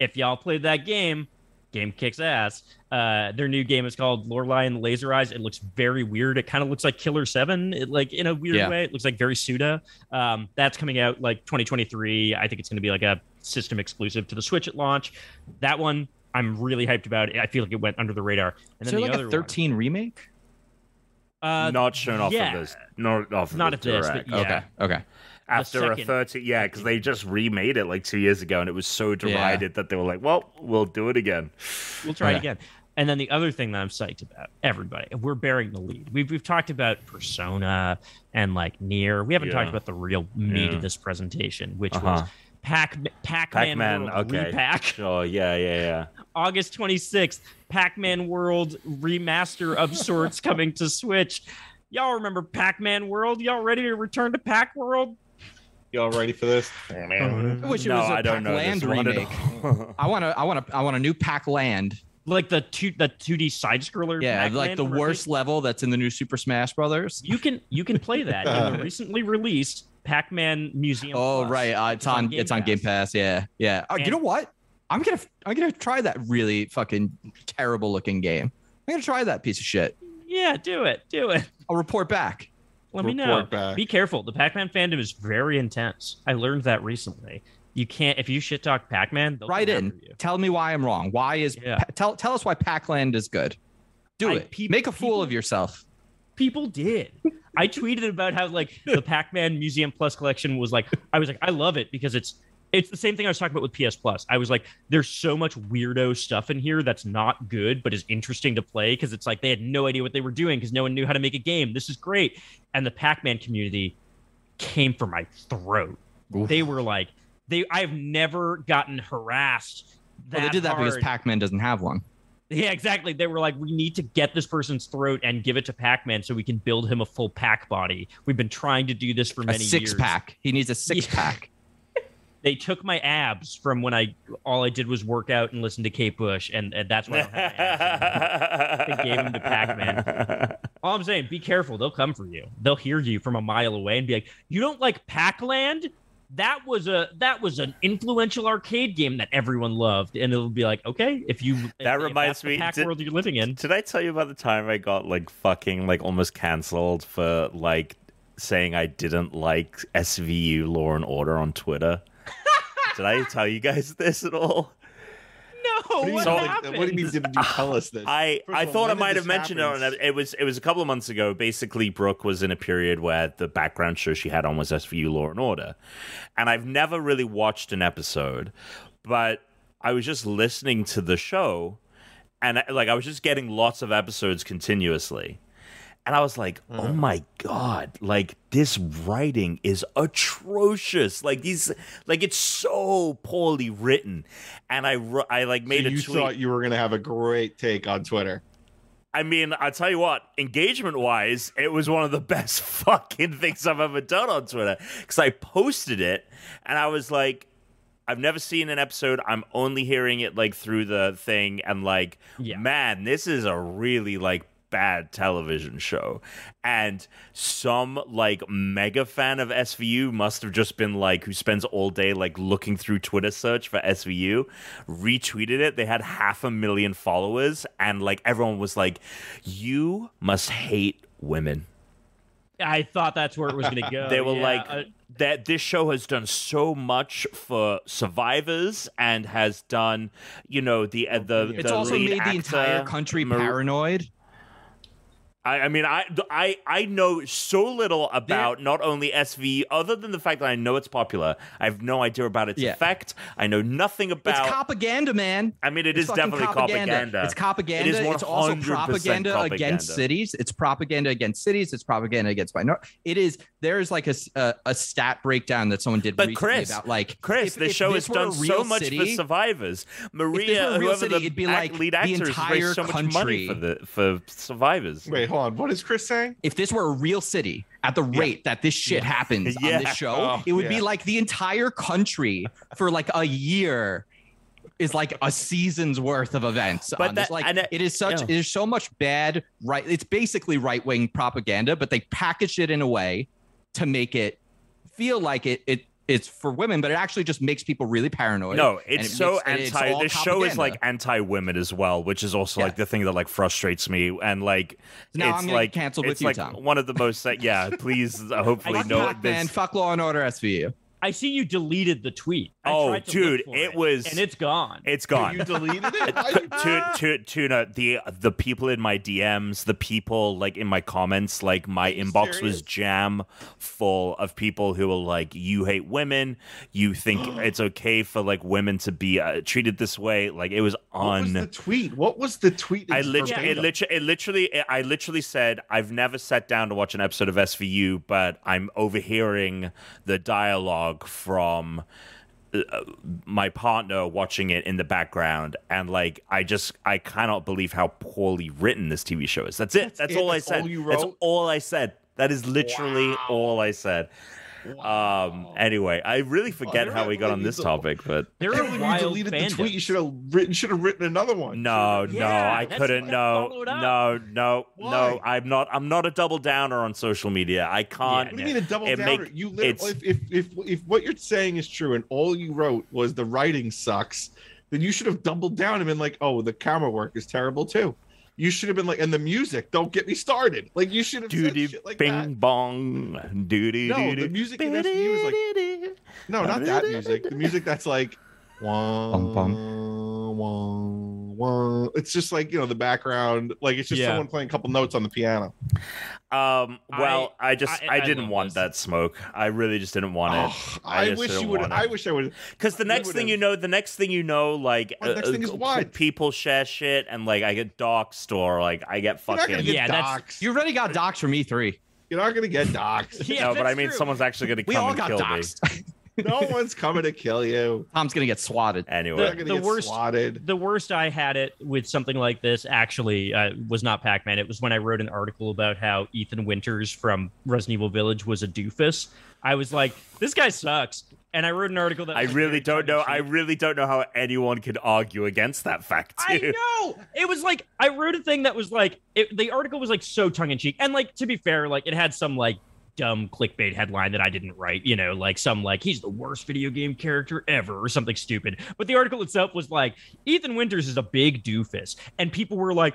[SPEAKER 2] if y'all played that game game kicks ass. Uh, their new game is called Lorelei and the Laser Eyes. It looks very weird. It kind of looks like Killer Seven, it, like in a weird
[SPEAKER 4] Yeah.
[SPEAKER 2] way. It looks like very Suda. Um, that's coming out like 2023. I think it's going to be like a system exclusive to the Switch at launch. That one I'm really hyped about. I feel like it went under the radar. And
[SPEAKER 4] Is
[SPEAKER 2] then
[SPEAKER 4] there
[SPEAKER 2] the
[SPEAKER 4] like
[SPEAKER 2] other
[SPEAKER 4] a 13 remake?
[SPEAKER 2] one, uh,
[SPEAKER 1] not shown off
[SPEAKER 2] yeah.
[SPEAKER 1] of this. Not off of
[SPEAKER 2] Not
[SPEAKER 1] this
[SPEAKER 2] at this, but
[SPEAKER 1] direct.
[SPEAKER 2] yeah.
[SPEAKER 4] Okay. Okay.
[SPEAKER 1] After
[SPEAKER 2] second-
[SPEAKER 1] a 30, yeah, because they just remade it like two years ago and it was so derided that they were like, well, we'll do it again.
[SPEAKER 2] We'll try it
[SPEAKER 4] Okay.
[SPEAKER 2] again. And then the other thing that I'm psyched about, everybody, we're bearing the lead. We've, we've talked about Persona and like Near. We haven't
[SPEAKER 1] Yeah.
[SPEAKER 2] talked about the real meat
[SPEAKER 1] Yeah.
[SPEAKER 2] of this presentation, which
[SPEAKER 1] Uh-huh.
[SPEAKER 2] was Pac Pac Man
[SPEAKER 1] Pac-Man,
[SPEAKER 2] World
[SPEAKER 1] okay.
[SPEAKER 2] Repack,
[SPEAKER 1] Sure, yeah, yeah, yeah.
[SPEAKER 2] August 26th, Pac Man World remaster of sorts coming to Switch. Y'all remember Pac Man World? Y'all ready to return to Pac World?
[SPEAKER 3] Y'all ready for this? Oh,
[SPEAKER 2] I
[SPEAKER 4] wish it
[SPEAKER 1] no,
[SPEAKER 4] was a
[SPEAKER 1] I don't know
[SPEAKER 4] Pac-Land
[SPEAKER 1] this one at
[SPEAKER 4] remake.
[SPEAKER 1] all.
[SPEAKER 4] I want to. I want to. I want a new Pac Land.
[SPEAKER 2] Like the two the 2D side scroller.
[SPEAKER 4] Yeah, like the worst level that's in the new Super Smash Brothers.
[SPEAKER 2] You can you can play that in the recently released Pac-Man Museum.
[SPEAKER 4] Oh
[SPEAKER 2] Plus.
[SPEAKER 4] right, uh, it's,
[SPEAKER 2] on
[SPEAKER 4] on,
[SPEAKER 2] Game
[SPEAKER 4] it's on Game Pass. Yeah, yeah. Uh,
[SPEAKER 2] And-
[SPEAKER 4] you know what? I'm gonna I'm gonna try that really fucking terrible looking game. I'm gonna try that piece of shit.
[SPEAKER 2] Yeah, do it, do it.
[SPEAKER 4] I'll report back.
[SPEAKER 2] Let me know.
[SPEAKER 3] Report back.
[SPEAKER 2] Be careful. The Pac-Man fandom is very intense. I learned that recently. You can't if you shit talk Pac-Man. They'll
[SPEAKER 4] Write
[SPEAKER 2] come
[SPEAKER 4] in.
[SPEAKER 2] after You.
[SPEAKER 4] Tell me why I'm wrong. Why is
[SPEAKER 2] Yeah.
[SPEAKER 4] Pa- tell tell us why Pac-Land is good. Do
[SPEAKER 2] I-
[SPEAKER 4] it.
[SPEAKER 2] peop-
[SPEAKER 4] Make a fool
[SPEAKER 2] people-
[SPEAKER 4] of yourself.
[SPEAKER 2] People did. I tweeted about how like the Pac-Man Museum Plus collection was like. I was like, I love it because it's it's the same thing I was talking about with PS Plus. I was like, there's so much weirdo stuff in here that's not good, but is interesting to play because it's like they had no idea what they were doing because no one knew how to make a game. This is great, and the Pac-Man community came for my throat.
[SPEAKER 4] Oof.
[SPEAKER 2] They were like, they. I've never gotten harassed. That
[SPEAKER 4] Well, they did that because
[SPEAKER 2] hard.
[SPEAKER 4] Pac-Man doesn't have one.
[SPEAKER 2] Yeah, exactly. They were like, we need to get this person's throat and give it to Pac Man so we can build him a full pack body. We've been trying to do this for
[SPEAKER 4] A
[SPEAKER 2] many years.
[SPEAKER 4] six pack. He needs a six pack.
[SPEAKER 2] They took my abs from when I all I did was work out and listen to Kate Bush, and, and that's why I don't have my abs anymore. They gave him to Pac-Man. All I'm saying, be careful. They'll come for you. They'll hear you from a mile away and be like, "You don't like Pac-Land? That was a that was an influential arcade game that everyone loved." And it'll be like, "Okay, if you if- if
[SPEAKER 1] reminds
[SPEAKER 2] that's the
[SPEAKER 1] me-
[SPEAKER 2] Pac
[SPEAKER 1] did-
[SPEAKER 2] world you're living in."
[SPEAKER 1] Did I tell you about the time I got like fucking like almost cancelled for like saying I didn't like SVU Law and Order on Twitter? Did I tell you guys this at all?
[SPEAKER 2] No,
[SPEAKER 3] What do you
[SPEAKER 2] what
[SPEAKER 3] mean-
[SPEAKER 2] happened?
[SPEAKER 3] what do you mean? Didn't you tell us this?
[SPEAKER 1] I,
[SPEAKER 3] First
[SPEAKER 1] I
[SPEAKER 3] of all,
[SPEAKER 1] thought I
[SPEAKER 3] when did
[SPEAKER 1] might
[SPEAKER 3] this
[SPEAKER 1] have mentioned
[SPEAKER 3] happen?
[SPEAKER 1] it. and It was it was a couple of months ago. Basically, Brooke was in a period where the background show she had on was SVU Law and Order, and I've never really watched an episode, but I was just listening to the show, and I, like I was just getting lots of episodes continuously. And I was like,
[SPEAKER 3] Uh-huh.
[SPEAKER 1] oh my God, like this writing is atrocious. Like these, like it's so poorly written. And I, wr- I like
[SPEAKER 3] So
[SPEAKER 1] made a
[SPEAKER 3] you
[SPEAKER 1] tweet.
[SPEAKER 3] thought you were gonna have a great take on Twitter.
[SPEAKER 1] I mean, I tell you what, engagement wise, it was one of the best fucking things I've ever done on Twitter because I posted it and I was like, I've never seen an episode. I'm only hearing it like through the thing and like,
[SPEAKER 2] Yeah.
[SPEAKER 1] man, this is a really like bad television show. And some like mega fan of SVU must have just been like, who spends all day like looking through Twitter search for SVU, retweeted it. They had half a million followers. And like everyone was like, you must hate women.
[SPEAKER 2] I thought that's where it was going to go.
[SPEAKER 1] They were
[SPEAKER 2] Yeah,
[SPEAKER 1] like
[SPEAKER 2] uh,
[SPEAKER 1] that this show has done so much for survivors and has done, you know, the uh, the
[SPEAKER 4] It's
[SPEAKER 1] the
[SPEAKER 4] also
[SPEAKER 1] lead
[SPEAKER 4] made the
[SPEAKER 1] actor,
[SPEAKER 4] entire country
[SPEAKER 1] Mar-
[SPEAKER 4] paranoid.
[SPEAKER 1] I, I mean, I, I I know so little about not only SV, other than the fact that I know it's popular. I have no idea about its
[SPEAKER 4] Yeah.
[SPEAKER 1] effect. I know nothing
[SPEAKER 4] It's
[SPEAKER 1] about.
[SPEAKER 4] propaganda, man.
[SPEAKER 1] I mean, it
[SPEAKER 4] It's
[SPEAKER 1] is
[SPEAKER 4] fucking
[SPEAKER 1] definitely propaganda.
[SPEAKER 4] It's
[SPEAKER 1] It
[SPEAKER 4] propaganda.
[SPEAKER 1] is
[SPEAKER 4] it's also
[SPEAKER 1] 100%
[SPEAKER 4] propaganda,
[SPEAKER 1] propaganda.
[SPEAKER 4] against cities. It's propaganda against cities. It's propaganda against minor. It is. There is like a, s- a- a stat breakdown that someone did
[SPEAKER 1] But
[SPEAKER 4] recently
[SPEAKER 1] Chris,
[SPEAKER 4] about like
[SPEAKER 1] Chris,
[SPEAKER 4] if-
[SPEAKER 1] this
[SPEAKER 4] if
[SPEAKER 1] show
[SPEAKER 4] this
[SPEAKER 1] has
[SPEAKER 4] were a
[SPEAKER 1] done
[SPEAKER 4] real
[SPEAKER 1] so much for
[SPEAKER 4] city-
[SPEAKER 1] survivors.
[SPEAKER 4] this were
[SPEAKER 1] Maria,
[SPEAKER 4] a real
[SPEAKER 1] whoever
[SPEAKER 4] city,
[SPEAKER 1] the
[SPEAKER 4] it'd be
[SPEAKER 1] ac-
[SPEAKER 4] like
[SPEAKER 1] lead
[SPEAKER 4] the
[SPEAKER 1] actor is, has
[SPEAKER 4] entire
[SPEAKER 1] raised so much money
[SPEAKER 4] country.
[SPEAKER 1] for the for survivors.
[SPEAKER 3] Wait, hold on. What is Chris saying?
[SPEAKER 4] If this were a real city, at the rate that this shit happens on
[SPEAKER 1] Yeah.
[SPEAKER 4] this show,
[SPEAKER 3] Oh,
[SPEAKER 4] it would be
[SPEAKER 3] yeah.
[SPEAKER 4] like the entire country for like a year is like a season's worth of events.
[SPEAKER 1] But
[SPEAKER 4] on this.
[SPEAKER 1] that-
[SPEAKER 4] like
[SPEAKER 1] and that-
[SPEAKER 4] it is such
[SPEAKER 1] yeah.
[SPEAKER 4] there's so much bad right. It's basically right wing propaganda, but they package it in a way to make it feel like it it it's for women, but it actually just makes people really paranoid.
[SPEAKER 1] No,
[SPEAKER 4] and
[SPEAKER 1] it's
[SPEAKER 4] it
[SPEAKER 1] so
[SPEAKER 4] makes- and it's
[SPEAKER 1] anti.
[SPEAKER 4] all
[SPEAKER 1] this show is
[SPEAKER 4] propaganda.
[SPEAKER 1] like anti women as well, which is also
[SPEAKER 4] Yeah.
[SPEAKER 1] like the thing that like frustrates me and like
[SPEAKER 4] Now
[SPEAKER 1] it's
[SPEAKER 4] I'm gonna get
[SPEAKER 1] like
[SPEAKER 4] canceled
[SPEAKER 1] it's
[SPEAKER 4] with you,
[SPEAKER 1] like
[SPEAKER 4] Tom.
[SPEAKER 1] one of the most like, yeah. Please, uh, hopefully,
[SPEAKER 4] fuck
[SPEAKER 1] no.
[SPEAKER 4] Pac-Man,
[SPEAKER 1] This,
[SPEAKER 4] fuck Law and Order SVU.
[SPEAKER 2] I see you deleted the tweet. I
[SPEAKER 1] Oh,
[SPEAKER 2] tried to
[SPEAKER 1] dude,
[SPEAKER 2] look for
[SPEAKER 1] it was-
[SPEAKER 2] and it's gone.
[SPEAKER 1] it's gone.
[SPEAKER 3] You deleted it. Why
[SPEAKER 1] Tu-
[SPEAKER 3] you-
[SPEAKER 1] tu- tu- Tuna, the the people in my DMs, the people like in my comments, like my
[SPEAKER 3] you
[SPEAKER 1] inbox
[SPEAKER 3] serious?
[SPEAKER 1] was jam full of people who were like, "You hate women. You think it's okay for like women to be uh, treated this way." Like it was
[SPEAKER 3] What was
[SPEAKER 1] on.
[SPEAKER 3] the tweet? What was the tweet?
[SPEAKER 1] I
[SPEAKER 3] It's
[SPEAKER 1] literally, it
[SPEAKER 3] verbatim.
[SPEAKER 1] literally, it literally, I literally said, I've never sat down to watch an episode of SVU, but I'm overhearing the dialogue from uh, my partner watching it in the background, and like, I just, I cannot believe how poorly written this TV show is. That's it. That's,
[SPEAKER 3] it?
[SPEAKER 1] all
[SPEAKER 3] That's
[SPEAKER 1] I said.
[SPEAKER 3] all you
[SPEAKER 1] That's
[SPEAKER 3] wrote?
[SPEAKER 1] all I said. That is literally
[SPEAKER 3] Wow.
[SPEAKER 1] all I said. Um.
[SPEAKER 3] Wow.
[SPEAKER 1] Anyway, I really
[SPEAKER 3] I
[SPEAKER 1] forget
[SPEAKER 3] don't
[SPEAKER 1] how we got on
[SPEAKER 3] believe
[SPEAKER 1] this
[SPEAKER 3] the-
[SPEAKER 1] topic, but
[SPEAKER 2] There
[SPEAKER 3] Can't
[SPEAKER 2] are
[SPEAKER 3] believe
[SPEAKER 2] wild
[SPEAKER 3] you deleted
[SPEAKER 2] fandoms.
[SPEAKER 3] the tweet. You should have written. Should have written another one.
[SPEAKER 1] No,
[SPEAKER 3] Should've-
[SPEAKER 1] no,
[SPEAKER 2] Yeah,
[SPEAKER 1] I
[SPEAKER 2] that's
[SPEAKER 1] couldn't.
[SPEAKER 2] what
[SPEAKER 1] No,
[SPEAKER 2] followed
[SPEAKER 1] no,
[SPEAKER 2] up.
[SPEAKER 1] no,
[SPEAKER 3] Why?
[SPEAKER 1] no. I'm not. I'm not a double downer on social media. I can't.
[SPEAKER 3] What do you mean a double
[SPEAKER 1] It
[SPEAKER 3] downer?
[SPEAKER 1] make-
[SPEAKER 3] you literally,
[SPEAKER 1] it's-
[SPEAKER 3] if, if if if what you're saying is true and all you wrote was the writing sucks, then you should have doubled down and been like, oh, the camera work is terrible too. You should have been like, and the music, don't get me started. Like you should have said
[SPEAKER 1] Doody
[SPEAKER 3] shit like
[SPEAKER 1] bing
[SPEAKER 3] that.
[SPEAKER 1] bong. Doody.
[SPEAKER 3] No, the
[SPEAKER 1] doody.
[SPEAKER 3] music in SVU is No, not that music. The music that's like, wah,
[SPEAKER 4] Bum,
[SPEAKER 3] wah, wah. It's just like you know the background. Like it's just
[SPEAKER 2] Yeah.
[SPEAKER 3] someone playing a couple notes on the piano.
[SPEAKER 1] Um. Well, I, just
[SPEAKER 2] I-
[SPEAKER 1] I,
[SPEAKER 2] I
[SPEAKER 1] didn't
[SPEAKER 2] love
[SPEAKER 1] want
[SPEAKER 2] this.
[SPEAKER 1] that smoke. I really just didn't want it.
[SPEAKER 3] Ugh,
[SPEAKER 1] I
[SPEAKER 3] I,
[SPEAKER 1] just
[SPEAKER 3] wish
[SPEAKER 1] didn't
[SPEAKER 3] you would.
[SPEAKER 1] want it.
[SPEAKER 3] I wish I would.
[SPEAKER 1] Because the
[SPEAKER 3] I
[SPEAKER 1] next thing
[SPEAKER 3] Oh, would've-
[SPEAKER 1] you know, the next thing you know, like uh,
[SPEAKER 3] Well, the next thing is what?
[SPEAKER 1] people share shit and like I get doxxed or like I get
[SPEAKER 3] You're not
[SPEAKER 1] fucking.
[SPEAKER 3] gonna get
[SPEAKER 2] Yeah, that's-
[SPEAKER 3] doxxed.
[SPEAKER 4] You already got doxxed from E E3.
[SPEAKER 3] You're not gonna get doxxed.
[SPEAKER 2] Yeah,
[SPEAKER 1] no, but
[SPEAKER 2] that's
[SPEAKER 1] I mean,
[SPEAKER 2] true.
[SPEAKER 1] someone's actually gonna
[SPEAKER 4] We
[SPEAKER 1] come
[SPEAKER 4] all
[SPEAKER 1] and
[SPEAKER 4] got
[SPEAKER 1] kill me.
[SPEAKER 4] doxxed.
[SPEAKER 3] no one's coming to kill you.
[SPEAKER 4] Tom's gonna get swatted.
[SPEAKER 1] Anyway,
[SPEAKER 3] You're not gonna
[SPEAKER 2] the
[SPEAKER 3] get
[SPEAKER 2] worst-
[SPEAKER 3] swatted.
[SPEAKER 2] the worst I had it with something like this actually uh, was not Pac Man. It was when I wrote an article about how Ethan Winters from Resident Evil Village was a doofus. I was like, this guy sucks. And I wrote an article that
[SPEAKER 1] I
[SPEAKER 2] was
[SPEAKER 1] really
[SPEAKER 2] very
[SPEAKER 1] don't know. I
[SPEAKER 2] tongue-in-cheek.
[SPEAKER 1] really don't know how anyone could argue against that fact.
[SPEAKER 2] I
[SPEAKER 1] too.
[SPEAKER 2] know. It was like I wrote a thing that was like it, the article was like so tongue in cheek, and like to be fair, like it had some like dumb clickbait headline that I didn't write. You know, like some like he's the worst video game character ever or something stupid. But the article itself was like Ethan Winters is a big doofus, and people were like,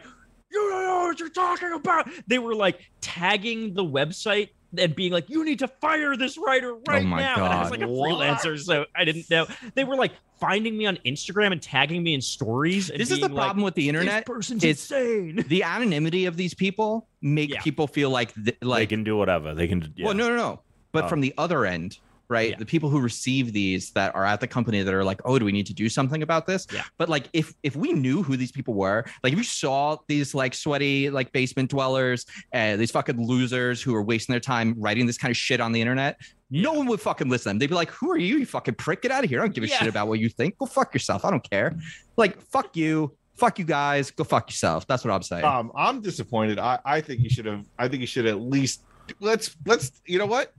[SPEAKER 2] "You don't know what you're talking about." They were like tagging the website. And being like, you need to fire this writer right
[SPEAKER 4] Oh my
[SPEAKER 2] now. And I was
[SPEAKER 4] God.
[SPEAKER 2] like a
[SPEAKER 3] What?
[SPEAKER 2] freelancer, so I didn't know. They were like finding me on Instagram and tagging me in stories. And
[SPEAKER 4] This is the
[SPEAKER 2] being like,
[SPEAKER 4] problem with the internet.
[SPEAKER 2] this person's
[SPEAKER 4] is-
[SPEAKER 2] insane.
[SPEAKER 4] The anonymity of these people make
[SPEAKER 2] Yeah.
[SPEAKER 4] people feel like th-
[SPEAKER 1] they
[SPEAKER 4] like
[SPEAKER 1] can do whatever. They can. Yeah.
[SPEAKER 4] Well, no, no, no. But
[SPEAKER 1] Oh.
[SPEAKER 4] from the other end, right?
[SPEAKER 2] Yeah.
[SPEAKER 4] The people who receive these that are at the company that are like, oh, do we need to do something about this?
[SPEAKER 2] Yeah.
[SPEAKER 4] But like, if if we knew who these people were, like, if you saw these like sweaty like basement dwellers, uh, these fucking losers who are wasting their time writing this kind of shit on the internet. No one would fucking listen to them. They'd be like, "Who are you? You fucking prick! Get out of here! I don't give a
[SPEAKER 2] Yeah.
[SPEAKER 4] shit about what you think. Go fuck yourself. I don't care. Like, fuck you, fuck you guys. Go fuck yourself. That's what I'm saying.
[SPEAKER 1] Uh,
[SPEAKER 3] Um, I'm disappointed. I, I think you should have. I think you should at least let's let's. You know what?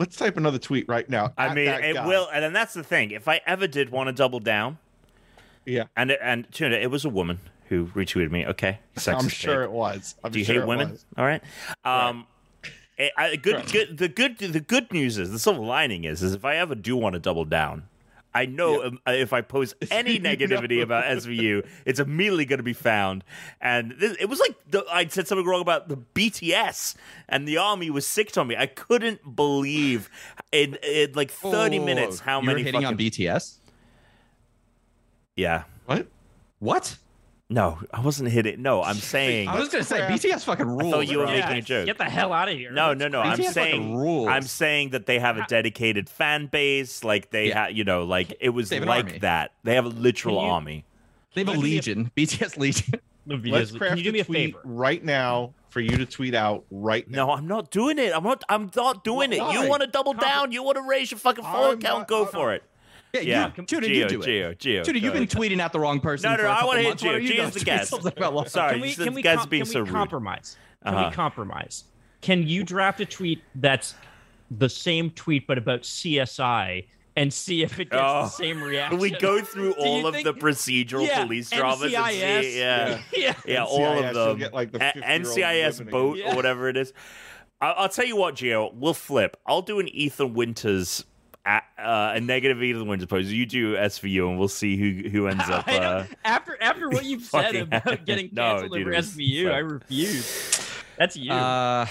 [SPEAKER 3] Let's type another tweet right now.
[SPEAKER 1] I
[SPEAKER 3] at
[SPEAKER 1] mean,
[SPEAKER 3] that
[SPEAKER 1] it
[SPEAKER 3] guy.
[SPEAKER 1] will. And then that's the thing. If I ever did want to double down,
[SPEAKER 3] Yeah.
[SPEAKER 1] And and tuna, it was a woman who retweeted me. Okay, sexist
[SPEAKER 3] I'm sure
[SPEAKER 1] babe.
[SPEAKER 3] it was. I'm
[SPEAKER 1] Do you
[SPEAKER 3] sure
[SPEAKER 1] hate
[SPEAKER 3] it
[SPEAKER 1] women?
[SPEAKER 3] was.
[SPEAKER 1] All right. Um, it- I, good,
[SPEAKER 3] Right.
[SPEAKER 1] good. The good. The good news is the silver lining is is if I ever do want to double down. I know um, if I pose any
[SPEAKER 3] You know.
[SPEAKER 1] negativity about SVU, it's immediately going to be found. And this, it was like the, I said something wrong about the BTS, and the army was sick on me. I couldn't believe in, in like
[SPEAKER 4] Whoa,
[SPEAKER 1] thirty
[SPEAKER 4] whoa, whoa,
[SPEAKER 1] minutes
[SPEAKER 4] whoa.
[SPEAKER 1] how
[SPEAKER 4] Oh, you
[SPEAKER 1] many
[SPEAKER 4] were hitting
[SPEAKER 1] fucking
[SPEAKER 4] on BTS?
[SPEAKER 1] yeah.
[SPEAKER 3] What?
[SPEAKER 4] What?
[SPEAKER 1] No, I wasn't hitting. No, I'm saying.
[SPEAKER 4] I was gonna say
[SPEAKER 3] crap.
[SPEAKER 4] BTS fucking rules.
[SPEAKER 1] you were
[SPEAKER 4] bro.
[SPEAKER 1] making a joke.
[SPEAKER 2] Get the hell out of here.
[SPEAKER 1] No, no, no.
[SPEAKER 4] crazy.
[SPEAKER 1] I'm
[SPEAKER 4] They have fucking
[SPEAKER 1] saying
[SPEAKER 4] rules.
[SPEAKER 1] I'm saying that they have a dedicated fan base. Like they
[SPEAKER 4] Yeah.
[SPEAKER 1] ha have, you know, like it was
[SPEAKER 4] They have an
[SPEAKER 1] like
[SPEAKER 4] army.
[SPEAKER 1] that. They have a literal
[SPEAKER 2] Can you-
[SPEAKER 1] army.
[SPEAKER 4] They have a
[SPEAKER 2] Let me-
[SPEAKER 4] legion, BTS legion.
[SPEAKER 3] Let's craft
[SPEAKER 2] Can you do
[SPEAKER 3] a
[SPEAKER 2] me a
[SPEAKER 3] tweet
[SPEAKER 2] favor?
[SPEAKER 3] right now for you to tweet out right now.
[SPEAKER 1] No, I'm not doing it. I'm not. I'm not doing it.
[SPEAKER 3] Why?
[SPEAKER 1] You want to double
[SPEAKER 2] Compre-
[SPEAKER 1] down? You want to raise your fucking follow
[SPEAKER 3] I'm
[SPEAKER 1] count?
[SPEAKER 3] not-
[SPEAKER 1] Go
[SPEAKER 3] I'm
[SPEAKER 1] for it.
[SPEAKER 4] Yeah,
[SPEAKER 1] Yeah.
[SPEAKER 4] you, Tuna, you
[SPEAKER 1] Geo,
[SPEAKER 4] do it.
[SPEAKER 1] Geo, Geo.
[SPEAKER 4] Tuna, you've
[SPEAKER 1] go.
[SPEAKER 4] been tweeting at the wrong person.
[SPEAKER 1] No, no,
[SPEAKER 4] for
[SPEAKER 1] no,
[SPEAKER 4] a
[SPEAKER 1] I
[SPEAKER 4] couple
[SPEAKER 1] wanna hit
[SPEAKER 4] months. Why
[SPEAKER 1] Geo.
[SPEAKER 4] are you
[SPEAKER 1] Geo's
[SPEAKER 4] not
[SPEAKER 1] the
[SPEAKER 4] tweeting
[SPEAKER 1] guest.
[SPEAKER 4] something about Law and
[SPEAKER 1] Sorry,
[SPEAKER 2] Can we,
[SPEAKER 1] this
[SPEAKER 2] can we,
[SPEAKER 1] guy's
[SPEAKER 2] com-
[SPEAKER 1] being
[SPEAKER 2] can
[SPEAKER 1] so
[SPEAKER 2] we
[SPEAKER 1] rude.
[SPEAKER 2] compromise? Can
[SPEAKER 1] Uh-huh.
[SPEAKER 2] we compromise? Can you draft a tweet that's the same tweet but about CSI and see if it gets
[SPEAKER 1] Oh.
[SPEAKER 2] the same reaction?
[SPEAKER 1] We go through
[SPEAKER 2] you
[SPEAKER 1] all of
[SPEAKER 2] think-
[SPEAKER 1] the procedural
[SPEAKER 2] Yeah,
[SPEAKER 1] police dramas and
[SPEAKER 2] NCIS.
[SPEAKER 1] see, yeah,
[SPEAKER 2] yeah.
[SPEAKER 1] yeah, all
[SPEAKER 3] NCIS,
[SPEAKER 1] of
[SPEAKER 3] you'll
[SPEAKER 1] them.
[SPEAKER 3] get, like, the
[SPEAKER 1] A-
[SPEAKER 3] 50-year-old
[SPEAKER 1] NCIS
[SPEAKER 3] women again.
[SPEAKER 1] boat or
[SPEAKER 2] Yeah.
[SPEAKER 1] whatever it is. I- I'll tell you what, Geo. We'll flip. I'll do an Ethan Winters a, uh, a negative E to the winter pose. You do SVU, and we'll see who who ends up.
[SPEAKER 2] I
[SPEAKER 1] Uh,
[SPEAKER 2] don't- after after what you've said
[SPEAKER 1] fucking
[SPEAKER 2] about
[SPEAKER 1] happened.
[SPEAKER 2] getting
[SPEAKER 1] No,
[SPEAKER 2] canceled
[SPEAKER 1] dude,
[SPEAKER 2] over
[SPEAKER 1] it was
[SPEAKER 2] SVU, I
[SPEAKER 1] fucked.
[SPEAKER 2] refuse. That's you.
[SPEAKER 4] Uh,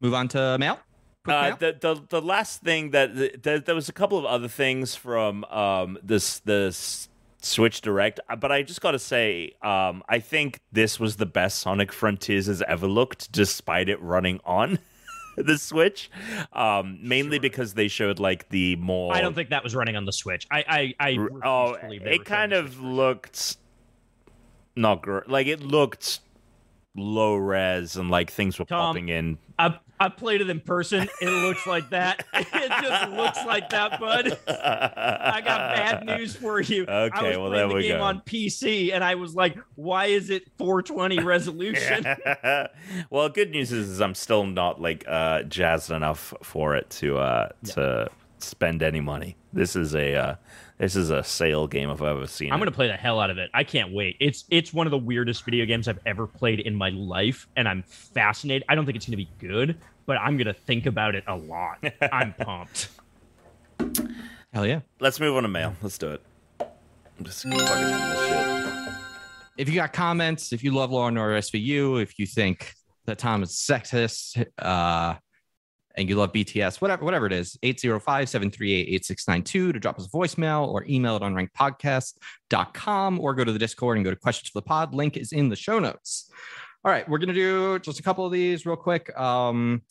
[SPEAKER 4] move on to mail. Quick
[SPEAKER 1] Uh,
[SPEAKER 4] mail?
[SPEAKER 1] the, the the last thing that th- th- there was a couple of other things from um this this Switch Direct, uh, but I just got to say, um, I think this was the best Sonic Frontiers has ever looked, despite it running on the Switch, um, mainly
[SPEAKER 2] Sure.
[SPEAKER 1] because they showed like the more.
[SPEAKER 2] I don't think that was running on the Switch. I I, I
[SPEAKER 1] r-
[SPEAKER 2] refuse
[SPEAKER 1] oh,
[SPEAKER 2] to believe they were
[SPEAKER 1] it kind
[SPEAKER 2] showing the
[SPEAKER 1] of looked not gr- like it looked low res and like things were
[SPEAKER 2] Tom,
[SPEAKER 1] popping in.
[SPEAKER 2] Switch. I I played it in person. It looks like that. it just looks like that, bud. I
[SPEAKER 1] I
[SPEAKER 2] got bad news for you. I
[SPEAKER 1] Okay,
[SPEAKER 2] was
[SPEAKER 1] well,
[SPEAKER 2] playing
[SPEAKER 1] there
[SPEAKER 2] the
[SPEAKER 1] we
[SPEAKER 2] game
[SPEAKER 1] go.
[SPEAKER 2] on PC, and I was like, "Why is it 420 resolution?"
[SPEAKER 1] well, good news is, is I'm still not like uh, jazzed enough for it to uh, to spend any money. This is a uh, this is a sale game if I've ever seen.
[SPEAKER 2] I'm
[SPEAKER 1] it.
[SPEAKER 2] gonna play the hell out of it. I can't wait. It's it's one of the weirdest video games I've ever played in my life, and I'm fascinated. I don't think it's gonna be good, but I'm gonna think about it a lot. I'm pumped.
[SPEAKER 4] Hell yeah.
[SPEAKER 1] Let's move on to mail. Let's do it. I'm just gonna fucking end this shit.
[SPEAKER 4] If you got comments, if you love Law and Order SVU, if you think that Tom is sexist, uh, and you love BTS, whatever, whatever it is, 805-738-8692 to drop us a voicemail or email at unrankedpodcast.com or go to the Discord and go to questions for the pod. Link is in the show notes. All right, we're gonna do just a couple of these real quick. Um,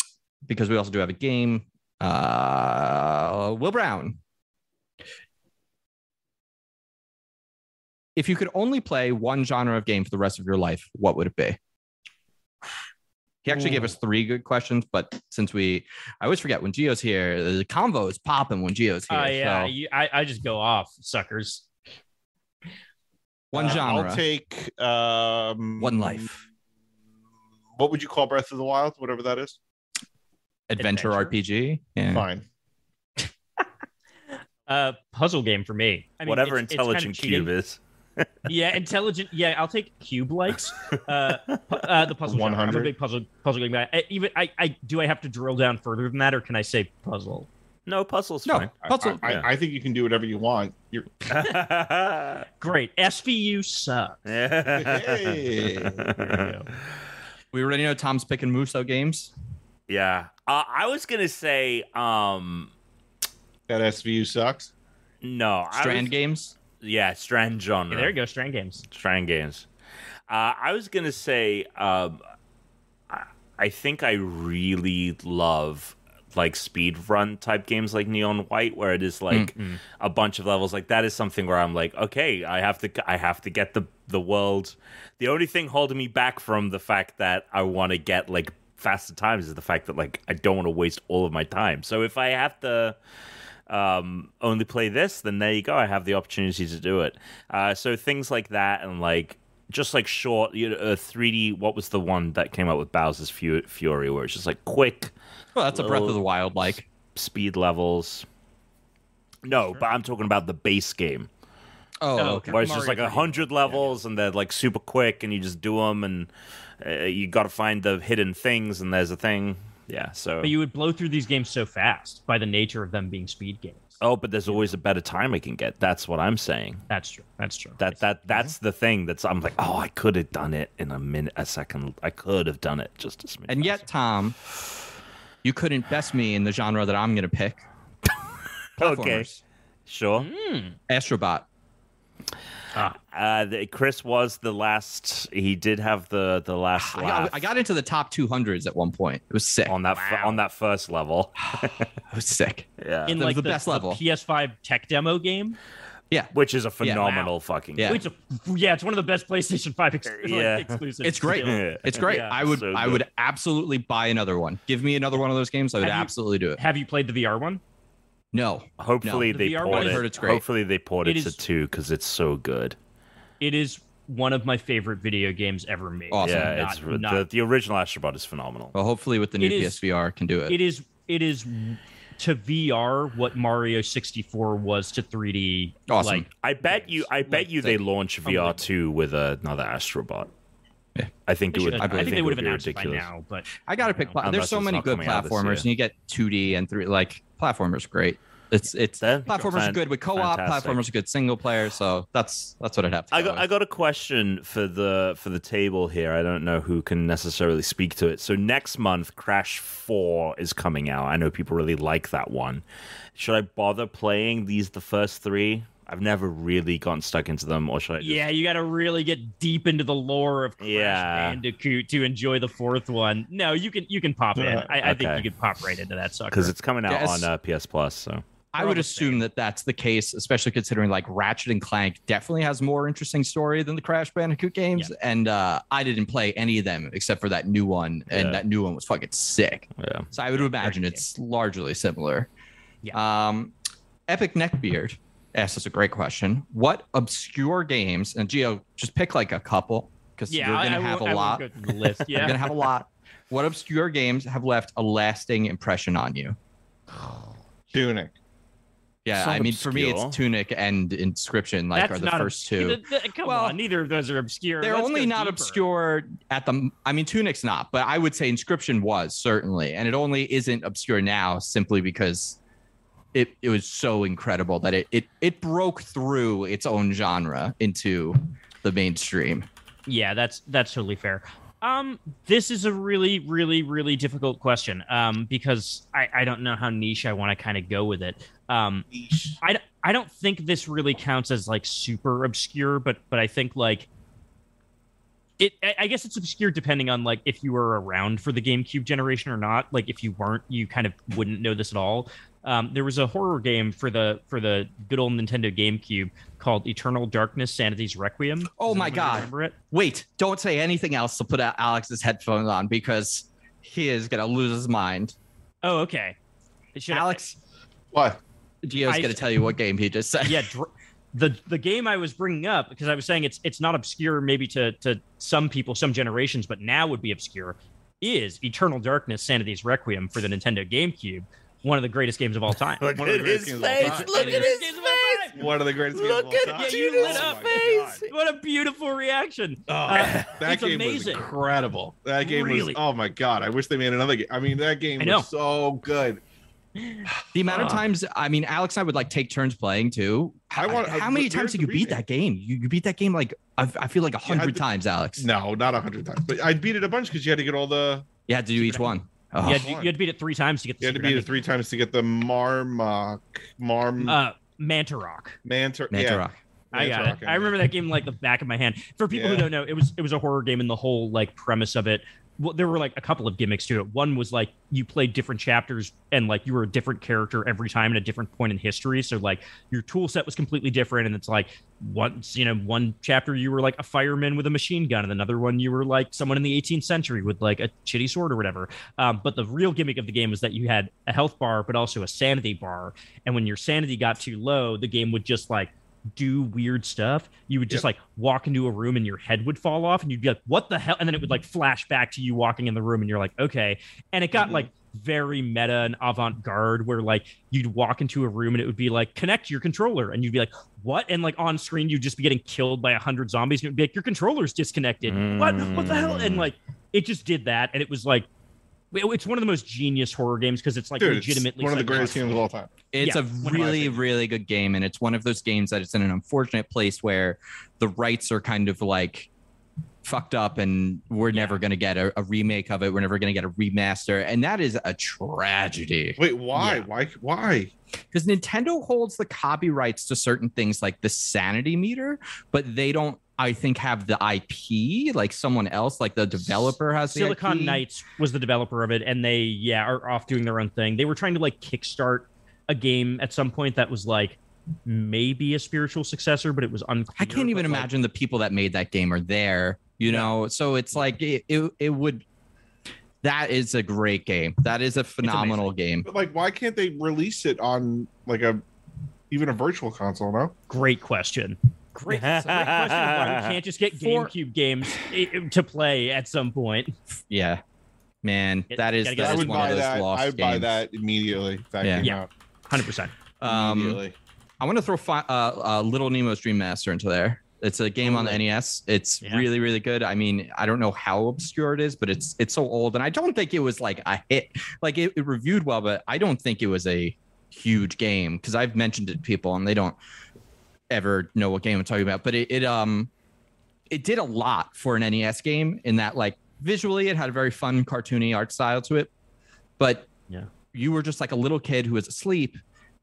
[SPEAKER 4] because we also do have a game. Uh, Will Brown. If you could only play one genre of game for the rest of your life, what would it be? He actually gave
[SPEAKER 2] Ooh.
[SPEAKER 4] us three good questions, but since we, I always forget when Geo's here, the convo is popping when Geo's
[SPEAKER 2] Oh
[SPEAKER 4] here.
[SPEAKER 2] yeah,
[SPEAKER 4] so
[SPEAKER 2] you, I I just go off, suckers.
[SPEAKER 4] one
[SPEAKER 3] Uh,
[SPEAKER 4] genre,
[SPEAKER 3] I'll take um,
[SPEAKER 4] one life,
[SPEAKER 3] What would you call Breath of the Wild? Whatever that is.
[SPEAKER 4] adventure,
[SPEAKER 2] Adventure.
[SPEAKER 4] RPG. Yeah.
[SPEAKER 3] Fine.
[SPEAKER 2] Uh, puzzle game for me. I mean,
[SPEAKER 1] Whatever
[SPEAKER 2] it's- it's kind of
[SPEAKER 1] intelligent
[SPEAKER 2] cheating.
[SPEAKER 1] cube is.
[SPEAKER 2] yeah, intelligent. Yeah, I'll take cube likes. Uh, pu- uh the puzzle. One hundred. I'm a
[SPEAKER 3] 100.
[SPEAKER 2] big puzzle puzzle game guy. I, even I, I do. I have to drill down further than that, or can I say puzzle?
[SPEAKER 1] No puzzles.
[SPEAKER 4] No,
[SPEAKER 3] I-
[SPEAKER 4] puzzle.
[SPEAKER 3] I, I, I think you can do whatever you want. You're
[SPEAKER 1] Fine.
[SPEAKER 2] Great. SVU suck.
[SPEAKER 3] Hey.
[SPEAKER 2] There we
[SPEAKER 4] we already know Tom's picking Muso games.
[SPEAKER 1] yeah. Uh, I was gonna say um
[SPEAKER 3] that SVU sucks.
[SPEAKER 1] no I
[SPEAKER 4] Strand
[SPEAKER 1] was-
[SPEAKER 4] games.
[SPEAKER 1] Yeah, strand genre.
[SPEAKER 2] Yeah, there you go. Strand games.
[SPEAKER 1] Strand games. Uh, I was gonna say um I, I think I really love like speed run type games like Neon White where it is like a bunch of levels like that is something where I'm like okay I have to I have to get the the world the only thing holding me back from the fact that I want to get like faster times is the fact that like I don't want to waste all of my time so if I have to um, only play this then there you go I have the opportunity to do it uh, so things like that and like just like short you know uh, 3D what was the one that came out with Bowser's Fu- Fury where it's just like quick
[SPEAKER 4] Well, that's a Breath of the
[SPEAKER 1] Little-
[SPEAKER 4] Wild like.
[SPEAKER 1] speed levels. No, but I'm talking about the base game
[SPEAKER 4] Oh,
[SPEAKER 2] Oh,
[SPEAKER 4] okay.
[SPEAKER 1] where it's just
[SPEAKER 2] Mario
[SPEAKER 1] like a
[SPEAKER 2] 3D.
[SPEAKER 1] hundred levels and they're like super quick and you just do them and uh, you got to find the hidden things and there's a thing. Yeah, so.
[SPEAKER 2] But you would blow through these games so fast by the nature of them being speed games.
[SPEAKER 1] oh, but there's always a better time I can get. That's what I'm saying.
[SPEAKER 2] That's true. That's true.
[SPEAKER 1] That that
[SPEAKER 4] Mm-hmm.
[SPEAKER 1] that's the thing. That's I'm like, oh, I could have done it in a minute, a second. I could have done it just a smidge.
[SPEAKER 4] And yet, Tom, you couldn't best me in the genre that I'm going to pick.
[SPEAKER 1] faster. okay,
[SPEAKER 4] Platformers. Mm-hmm.
[SPEAKER 1] sure.
[SPEAKER 4] Astrobot.
[SPEAKER 1] Uh, the, Chris was the last. He did have the the last
[SPEAKER 4] I
[SPEAKER 1] laugh
[SPEAKER 4] got, I got into the top 200s at one point. It was sick.
[SPEAKER 1] on that fir- on that first level.
[SPEAKER 4] It was sick.
[SPEAKER 1] Yeah.
[SPEAKER 2] in
[SPEAKER 4] that was
[SPEAKER 2] like
[SPEAKER 4] the best level.
[SPEAKER 2] PS5 tech demo game.
[SPEAKER 1] which is a
[SPEAKER 4] Yeah.
[SPEAKER 1] phenomenal fucking
[SPEAKER 4] Yeah.
[SPEAKER 2] Which, a, yeah, it's one of the best PlayStation 5 ex- like,
[SPEAKER 1] Yeah.
[SPEAKER 2] exclusives.
[SPEAKER 4] It's great.
[SPEAKER 2] still.
[SPEAKER 1] Yeah.
[SPEAKER 4] It's great.
[SPEAKER 2] Yeah,
[SPEAKER 4] I would
[SPEAKER 1] so
[SPEAKER 4] I
[SPEAKER 1] good.
[SPEAKER 4] would absolutely buy another one. Give me another one of those games. I would
[SPEAKER 2] Have you-
[SPEAKER 4] absolutely do it.
[SPEAKER 2] Have you played the VR one?
[SPEAKER 4] No.
[SPEAKER 1] Hopefully
[SPEAKER 2] No.
[SPEAKER 1] they
[SPEAKER 2] The VR
[SPEAKER 1] port
[SPEAKER 2] one-
[SPEAKER 1] it.
[SPEAKER 2] I've
[SPEAKER 4] heard it's great.
[SPEAKER 1] Hopefully they port it,
[SPEAKER 2] It
[SPEAKER 1] to
[SPEAKER 2] is-
[SPEAKER 1] two because it's so good.
[SPEAKER 2] It is one of my favorite video games ever made.
[SPEAKER 4] Awesome.
[SPEAKER 1] yeah,
[SPEAKER 2] Not-
[SPEAKER 1] it's re-
[SPEAKER 2] not-
[SPEAKER 1] the, the original Astrobot is phenomenal.
[SPEAKER 4] Well, hopefully with the new
[SPEAKER 2] It is-
[SPEAKER 4] PSVR can do it.
[SPEAKER 2] It is it is to VR what Mario 64 was to 3D.
[SPEAKER 4] Awesome.
[SPEAKER 2] Like,
[SPEAKER 1] I bet you. I bet
[SPEAKER 4] Like
[SPEAKER 1] you
[SPEAKER 4] the-
[SPEAKER 1] they launch VR two with another Astrobot. I think
[SPEAKER 2] They
[SPEAKER 1] it would.
[SPEAKER 2] should- I,
[SPEAKER 1] I
[SPEAKER 2] think they
[SPEAKER 1] it
[SPEAKER 2] would have
[SPEAKER 1] be
[SPEAKER 2] announced it by
[SPEAKER 1] ridiculous.
[SPEAKER 2] now, but
[SPEAKER 4] I gotta pick.
[SPEAKER 2] Yeah.
[SPEAKER 4] Pla- There's
[SPEAKER 1] Unless
[SPEAKER 4] so
[SPEAKER 1] it's
[SPEAKER 4] many
[SPEAKER 1] not
[SPEAKER 4] good
[SPEAKER 1] coming out this
[SPEAKER 4] platformers,
[SPEAKER 1] year.
[SPEAKER 4] and you get 2D and three. Like platformers, are great. It's it's
[SPEAKER 1] That-
[SPEAKER 4] platformers are
[SPEAKER 1] Fan-
[SPEAKER 4] good with co-op.
[SPEAKER 1] fantastic.
[SPEAKER 4] Platformers are good single player. So that's that's what I'd have to.
[SPEAKER 1] I
[SPEAKER 4] go
[SPEAKER 1] got,
[SPEAKER 4] with.
[SPEAKER 1] I got a question for the for the table here. I don't know who can necessarily speak to it. So next month, Crash Four is coming out. I know people really like that one. Should I bother playing these the first three? I've never really gotten stuck into them, or should I? Just...
[SPEAKER 2] yeah, you got to really get deep into the lore of Crash
[SPEAKER 1] Yeah.
[SPEAKER 2] Bandicoot to enjoy the fourth one. No, you can you can pop in.
[SPEAKER 3] Yeah.
[SPEAKER 2] I, I
[SPEAKER 1] Okay.
[SPEAKER 2] think you can pop right into that sucker.
[SPEAKER 1] because it's coming out
[SPEAKER 4] Yes.
[SPEAKER 1] on uh, PS Plus. So
[SPEAKER 2] We're
[SPEAKER 4] I
[SPEAKER 2] all
[SPEAKER 4] would
[SPEAKER 2] the
[SPEAKER 4] assume
[SPEAKER 2] same.
[SPEAKER 4] that that's the case, especially considering like Ratchet and Clank definitely has more interesting story than the Crash Bandicoot games. And uh, I didn't play any of them except for that new one, and
[SPEAKER 1] Yeah.
[SPEAKER 4] that new one was fucking sick.
[SPEAKER 1] yeah,
[SPEAKER 4] So I would imagine
[SPEAKER 2] good
[SPEAKER 4] it's largely similar.
[SPEAKER 2] Yeah.
[SPEAKER 4] Um, Epic Neckbeard asked us a great question: What obscure games? And Geo, just pick like a couple because
[SPEAKER 2] yeah,
[SPEAKER 4] you're
[SPEAKER 2] I-
[SPEAKER 4] gonna
[SPEAKER 2] I
[SPEAKER 4] have
[SPEAKER 2] won't-
[SPEAKER 4] a
[SPEAKER 2] I
[SPEAKER 4] lot.
[SPEAKER 2] won't go through the list.
[SPEAKER 4] You're
[SPEAKER 2] Yeah,
[SPEAKER 4] gonna have a lot. What obscure games have left a lasting impression on you?
[SPEAKER 3] Tunic.
[SPEAKER 4] Yeah,
[SPEAKER 1] Some
[SPEAKER 4] I mean, for me,
[SPEAKER 1] obscure.
[SPEAKER 4] it's Tunic and Inscription. Like,
[SPEAKER 2] That's
[SPEAKER 4] are the
[SPEAKER 2] not
[SPEAKER 4] first
[SPEAKER 2] obscure.
[SPEAKER 4] two.
[SPEAKER 2] Th- th- come
[SPEAKER 4] Well,
[SPEAKER 2] on, neither of those are obscure.
[SPEAKER 4] They're
[SPEAKER 2] Let's
[SPEAKER 4] only
[SPEAKER 2] go
[SPEAKER 4] not
[SPEAKER 2] deeper.
[SPEAKER 4] obscure at the. I mean, Tunic's not, but I would say Inscription was certainly, and it only isn't obscure now simply because it it was so incredible that it it it broke through its own genre into the mainstream.
[SPEAKER 2] Yeah, that's that's totally fair. Um, this is a really, really, really difficult question. Um, because I, I don't know how niche I want to kind of go with it. Um, I, d- I don't think this really counts as like super obscure, but but I think like it. I, I guess it's obscure depending on like if you were around for the GameCube generation or not. Like if you weren't, you kind of wouldn't know this at all. Um, there was a horror game for the for the good old Nintendo GameCube called Eternal Darkness: Sanity's Requiem.
[SPEAKER 4] Oh
[SPEAKER 2] Does
[SPEAKER 4] my
[SPEAKER 2] anyone
[SPEAKER 4] God.
[SPEAKER 2] Remember it?
[SPEAKER 4] Wait, don't say anything else to put out Alex's headphones on because he is gonna lose his mind.
[SPEAKER 2] Oh, okay. Should I-
[SPEAKER 4] Alex,
[SPEAKER 3] What?
[SPEAKER 4] Gio's
[SPEAKER 2] I-
[SPEAKER 4] gonna tell you what game he just said.
[SPEAKER 2] yeah, dr- the the game I was bringing up because I was saying it's it's not obscure maybe to to some people, some generations, but now would be obscure is Eternal Darkness: Sanity's Requiem for the Nintendo GameCube, one of the greatest games of all time.
[SPEAKER 1] look
[SPEAKER 3] One of
[SPEAKER 1] at
[SPEAKER 3] the
[SPEAKER 1] his
[SPEAKER 3] greatest games of all
[SPEAKER 1] face.
[SPEAKER 3] time.
[SPEAKER 1] Look
[SPEAKER 2] It
[SPEAKER 1] at
[SPEAKER 2] is.
[SPEAKER 1] his face.
[SPEAKER 3] One of the greatest games
[SPEAKER 1] Look
[SPEAKER 3] of all time.
[SPEAKER 1] at
[SPEAKER 2] Yeah, you lit
[SPEAKER 1] Judas'
[SPEAKER 2] up.
[SPEAKER 3] Oh my
[SPEAKER 1] face.
[SPEAKER 2] What a beautiful reaction!
[SPEAKER 3] God. Oh,
[SPEAKER 2] Uh,
[SPEAKER 3] that
[SPEAKER 2] it's
[SPEAKER 3] game
[SPEAKER 2] amazing.
[SPEAKER 3] was incredible. That game
[SPEAKER 2] Really.
[SPEAKER 3] was oh my god! I wish they made another game. I mean, that game
[SPEAKER 2] I know.
[SPEAKER 3] was so good.
[SPEAKER 4] The amount of
[SPEAKER 2] Ah.
[SPEAKER 4] times, I mean, Alex and I would like take turns playing too. How,
[SPEAKER 3] I want-
[SPEAKER 4] how many
[SPEAKER 3] there's
[SPEAKER 4] times did
[SPEAKER 3] the
[SPEAKER 4] you beat
[SPEAKER 3] remake.
[SPEAKER 4] that game? You, you beat that game like I, I feel like a
[SPEAKER 3] Yeah, I
[SPEAKER 4] hundred
[SPEAKER 3] did-
[SPEAKER 4] times, Alex.
[SPEAKER 3] No, not a hundred times, but I beat it a bunch because you had to get all the
[SPEAKER 4] You had to do each one. Oh.
[SPEAKER 2] you, had, you had to beat it three times to get the
[SPEAKER 3] you had to
[SPEAKER 2] secret
[SPEAKER 3] beat it
[SPEAKER 2] ending.
[SPEAKER 3] three times to get the Marmok Marm
[SPEAKER 2] Uh, Manta Rock.
[SPEAKER 3] Mantor.
[SPEAKER 4] Manta
[SPEAKER 3] yeah,
[SPEAKER 4] Rock.
[SPEAKER 2] I got
[SPEAKER 3] Mantarok,
[SPEAKER 2] it. I remember that game in, like the back of my hand. For people who
[SPEAKER 3] Yeah.
[SPEAKER 2] don't know, it was it was a horror game, and the whole like premise of it. Well, there were like a couple of gimmicks to it. One was like you played different chapters, and like you were a different character every time at a different point in history. So like your tool set was completely different, and it's like once you know one chapter you were like a fireman with a machine gun, and another one you were like someone in the 18th century with like a shitty sword or whatever. Um, but the real gimmick of the game was that you had a health bar, but also a sanity bar, and when your sanity got too low, the game would just like do weird stuff. You would just like walk into a room and your head would fall off and you'd be like, what the hell? And then it would like flash back to you walking in the room and you're like, okay. And it got
[SPEAKER 3] Mhm.
[SPEAKER 2] like very meta and avant garde where like you'd walk into a room and it would be like, connect your controller. And you'd be like, what? And like on screen, you'd just be getting killed by a hundred zombies and it'd be like, your controller's disconnected. What? What the hell? And
[SPEAKER 1] Mm.
[SPEAKER 2] like, it just did that. And it was like, it- it's one of the most genius horror games because it's like
[SPEAKER 3] Dude, it's
[SPEAKER 2] legitimately
[SPEAKER 3] one of the greatest games of all time.
[SPEAKER 4] It's
[SPEAKER 2] Yeah,
[SPEAKER 4] a
[SPEAKER 2] one of my
[SPEAKER 4] really,
[SPEAKER 3] favorites.
[SPEAKER 4] really good game, and it's one of those games that it's in an unfortunate place where the rights are kind of like fucked up, and we're never going to get a, a remake of it. We're never going to get a remaster, and that is a tragedy.
[SPEAKER 3] Wait, why?
[SPEAKER 2] Yeah.
[SPEAKER 3] Why? Why?
[SPEAKER 4] because Nintendo holds the copyrights to certain things like the sanity meter, but they don't, I think, have the IP like someone else, like the developer has. the
[SPEAKER 2] Silicon
[SPEAKER 4] IP.
[SPEAKER 2] Knights was the developer of it, and they yeah are off doing their own thing. They were trying to like kickstart a game at some point that was like maybe a spiritual successor, but it was unclear.
[SPEAKER 4] I can't even
[SPEAKER 2] but, like,
[SPEAKER 4] imagine the people that made that game are there, you know? So it's like it, it, it would. That is a great game. That is a phenomenal game.
[SPEAKER 3] But like, why can't they release it on like a even a virtual console? No,
[SPEAKER 2] great question. Great, great question. Why we can't just get
[SPEAKER 4] For-
[SPEAKER 2] GameCube games i- i- to play at some point?
[SPEAKER 4] Yeah, man,
[SPEAKER 2] It-
[SPEAKER 4] that is
[SPEAKER 2] gotta get-
[SPEAKER 4] that
[SPEAKER 3] I
[SPEAKER 4] is
[SPEAKER 3] would
[SPEAKER 4] one of
[SPEAKER 3] buy
[SPEAKER 4] those
[SPEAKER 3] that.
[SPEAKER 4] lost
[SPEAKER 3] I would
[SPEAKER 4] games.
[SPEAKER 3] buy that immediately. If that
[SPEAKER 4] Yeah.
[SPEAKER 3] came
[SPEAKER 2] Yeah.
[SPEAKER 3] out
[SPEAKER 2] Hundred percent.
[SPEAKER 4] Um,
[SPEAKER 3] immediately.
[SPEAKER 4] I want to throw fi- uh, uh, Little Nemo's Dream Master into there. It's a game on the NES. It's
[SPEAKER 2] Oh, Yeah.
[SPEAKER 4] really, really good. I mean, I don't know how obscure it is, but it's it's so old, and I don't think it was like a hit. Like it, it reviewed well, but I don't think it was a huge game because I've mentioned it to people, and they don't ever know what game I'm talking about. But it, it um it did a lot for an NES game in that like visually it had a very fun cartoony art style to it, but
[SPEAKER 2] Yeah.
[SPEAKER 4] you were just like a little kid who was asleep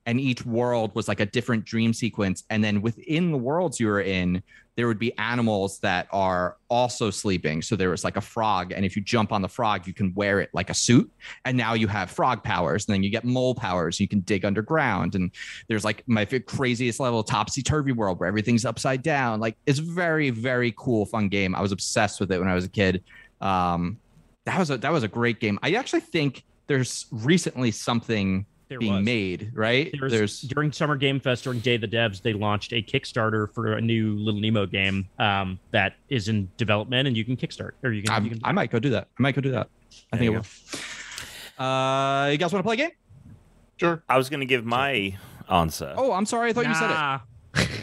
[SPEAKER 4] and each world was like a different dream sequence and then within the worlds you were in there would be animals that are also sleeping so there was like a frog and if you jump on the frog you can wear it like a suit and now you have frog powers and then you get mole powers you can dig underground and there's like my f- craziest level topsy turvy world where everything's upside down like it's very very cool fun game i was obsessed with it when i was a kid um that was a that was a great game i actually think there's recently something
[SPEAKER 2] There
[SPEAKER 4] being
[SPEAKER 2] was.
[SPEAKER 4] made right
[SPEAKER 2] There was- during Summer Game Fest, during Day of the Devs, they launched a Kickstarter for a new Little Nemo game um, that is in development, and you can kickstart or you can. You
[SPEAKER 4] I'm,
[SPEAKER 2] can
[SPEAKER 4] I might go do that. I might go do that. I
[SPEAKER 2] There
[SPEAKER 4] think
[SPEAKER 2] you
[SPEAKER 4] I will. Uh, you guys want to play a game?
[SPEAKER 3] Sure.
[SPEAKER 1] I was gonna give my answer.
[SPEAKER 4] Oh, I'm sorry. I thought you said it.
[SPEAKER 2] Nah.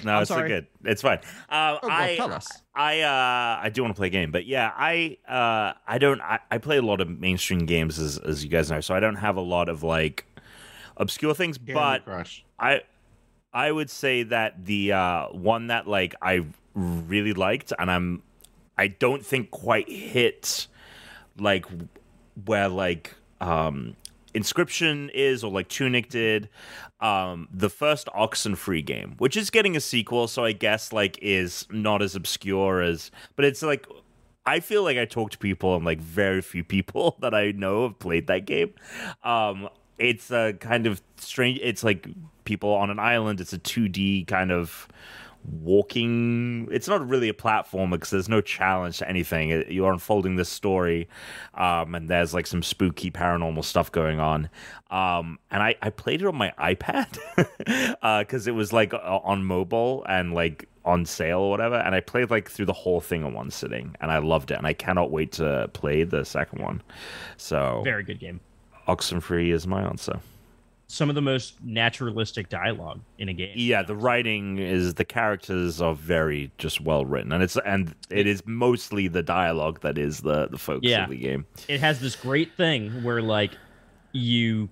[SPEAKER 1] no,
[SPEAKER 4] I'm
[SPEAKER 1] it's
[SPEAKER 4] sorry.
[SPEAKER 1] all good. It's fine. Uh,
[SPEAKER 4] Oh, well,
[SPEAKER 1] I
[SPEAKER 4] tell us.
[SPEAKER 1] I uh, I do want to play a game, but yeah, I uh, I don't I, I play a lot of mainstream games as as you guys know, so I don't have a lot of like obscure things.
[SPEAKER 3] Candy
[SPEAKER 1] but
[SPEAKER 3] Crush.
[SPEAKER 1] I I would say that the uh, one that like I really liked, and I'm I don't think quite hit like where like um inscription is or like tunic did um the first oxen free game which is getting a sequel so i guess like is not as obscure as but it's like i feel like i talk to people and like very few people that i know have played that game um it's a kind of strange it's like people on an island it's a 2d kind of walking it's not really a platformer because there's no challenge to anything It- you're unfolding this story um, and there's like some spooky paranormal stuff going on um, and I, I played it on my ipad because it was like o- on mobile and like on sale or whatever and i played like through the whole thing in one sitting and i loved it and i cannot wait to play the second one
[SPEAKER 4] Oh.
[SPEAKER 1] so
[SPEAKER 2] Very good game.
[SPEAKER 1] oxenfree is my answer
[SPEAKER 2] Some of the most naturalistic dialogue in a game.
[SPEAKER 1] yeah the writing is the characters are very just well written and it's and it is mostly the dialogue that is the the focus
[SPEAKER 2] Yeah.
[SPEAKER 1] of the game
[SPEAKER 2] it has this great thing where like you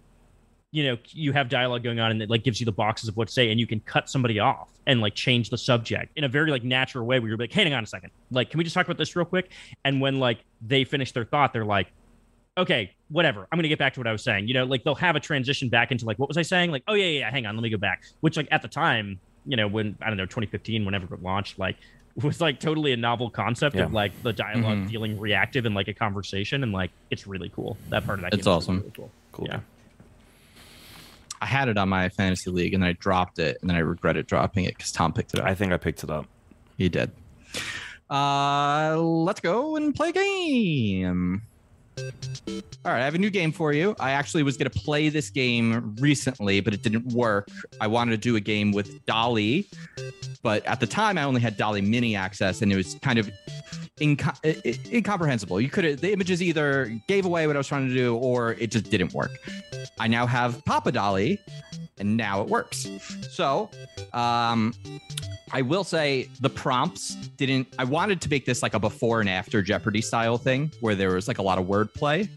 [SPEAKER 2] you know you have dialogue going on and it like gives you the boxes of what to say and you can cut somebody off and like change the subject in a very like natural way where you're like hang on a second like can we just talk about this real quick and when like they finish their thought they're like okay whatever i'm gonna get back to what i was saying you know like they'll have a transition back into like what was i saying like oh yeah yeah, yeah hang on let me go back which like at the time you know when i don't know 2015 whenever it launched like was like totally a novel concept of
[SPEAKER 1] Yeah.
[SPEAKER 2] like the dialog
[SPEAKER 4] Mhm.
[SPEAKER 2] feeling reactive in like a conversation and like it's really cool that part of that
[SPEAKER 4] It's
[SPEAKER 2] game is
[SPEAKER 4] awesome.
[SPEAKER 2] really cool.
[SPEAKER 1] cool
[SPEAKER 2] Yeah.
[SPEAKER 4] I had it on my fantasy league and then I dropped it and then I regretted dropping it because Tom picked it up.
[SPEAKER 1] i think i picked it up
[SPEAKER 4] he did. Uh, let's go and play a game. All right, I have a new game for you. I actually was going to play this game recently, but it didn't work. I wanted to do a game with Dolly, but at the time I only had Dolly Mini access, and it was kind of inco- i- i- incomprehensible. You could the images either gave away what I was trying to do, or it just didn't work. I now have Papa Dolly, and now it works. So, um, I will say the prompts didn't. I wanted to make this like a before and after Jeopardy style thing where there was like a lot of wordplay.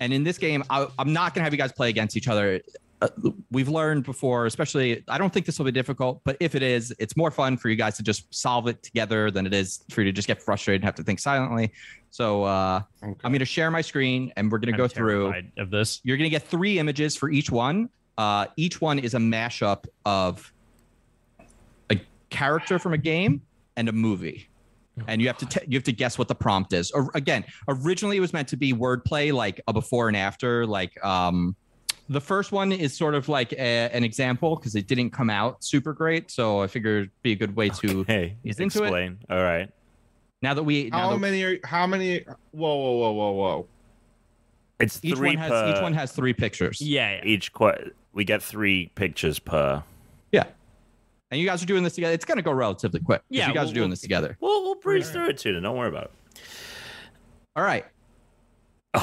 [SPEAKER 4] And in this game, I, I'm not going to have you guys play against each other. Uh, we've learned before, especially, I don't think this will be difficult, but if it is, it's more fun for you guys to just solve it together than it is for you to just get frustrated and have to think silently. So uh, I'm going to share my screen and we're going to
[SPEAKER 2] I'm
[SPEAKER 4] go through
[SPEAKER 2] terrified of this
[SPEAKER 4] you're gonna get three images for each one. Uh, each one is a mashup of a character from a game and a movie,
[SPEAKER 2] Oh,
[SPEAKER 4] and you have to t- you have to guess what the prompt is. Or, again, originally it was meant to be wordplay, like a before and after. Like um, the first one is sort of like a- an example because it didn't come out super great, so I figured it'd be a good way to.
[SPEAKER 1] hey
[SPEAKER 4] He's into it.
[SPEAKER 1] explain all right
[SPEAKER 4] Now that we now
[SPEAKER 3] How
[SPEAKER 4] that
[SPEAKER 3] many are how many whoa whoa whoa whoa whoa.
[SPEAKER 1] It's
[SPEAKER 4] each
[SPEAKER 1] three
[SPEAKER 4] one has
[SPEAKER 1] per
[SPEAKER 4] each one has three pictures.
[SPEAKER 2] yeah, yeah.
[SPEAKER 1] each qu- we get three pictures per.
[SPEAKER 4] Yeah. And you guys are doing this together. It's gonna go relatively quick. 'cause
[SPEAKER 2] Yeah,
[SPEAKER 4] you guys
[SPEAKER 2] we'll-
[SPEAKER 4] are doing
[SPEAKER 2] we'll-
[SPEAKER 4] this together.
[SPEAKER 1] We'll we'll breeze through it, too. Don't worry about it.
[SPEAKER 4] All right.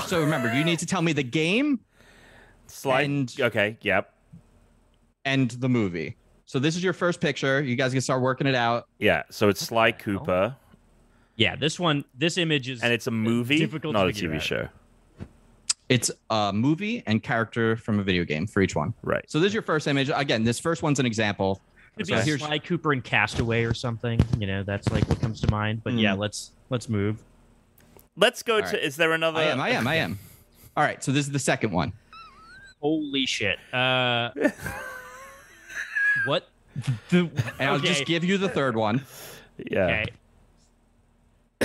[SPEAKER 4] So remember, you need to tell me the game
[SPEAKER 1] Slide.
[SPEAKER 4] And-
[SPEAKER 1] okay. Yep.
[SPEAKER 4] and the movie. So this is your first picture. You guys can start working it out.
[SPEAKER 1] Yeah, so it's Sly
[SPEAKER 2] the hell?
[SPEAKER 1] Cooper,
[SPEAKER 2] Yeah, this one, this image is
[SPEAKER 1] and it's a movie,
[SPEAKER 2] difficult to
[SPEAKER 1] not a
[SPEAKER 2] figure
[SPEAKER 1] TV
[SPEAKER 2] out.
[SPEAKER 1] show.
[SPEAKER 4] It's a movie and character from a video game for each one.
[SPEAKER 1] Right.
[SPEAKER 4] So this is your first image. Again, this first one's an example.
[SPEAKER 2] could
[SPEAKER 4] so
[SPEAKER 2] be
[SPEAKER 4] here's-
[SPEAKER 2] Sly Cooper and Castaway or something. You know, that's like what comes to mind. But
[SPEAKER 4] Hmm.
[SPEAKER 2] yeah, let's let's move.
[SPEAKER 1] Let's go
[SPEAKER 4] All
[SPEAKER 1] to.
[SPEAKER 4] right.
[SPEAKER 1] Is there another?
[SPEAKER 4] I am. I am. I am. All right. So this is the second one.
[SPEAKER 2] Holy shit! Uh, what?
[SPEAKER 4] And I'll
[SPEAKER 2] Okay.
[SPEAKER 4] just give you the third one.
[SPEAKER 1] Yeah.
[SPEAKER 2] Okay.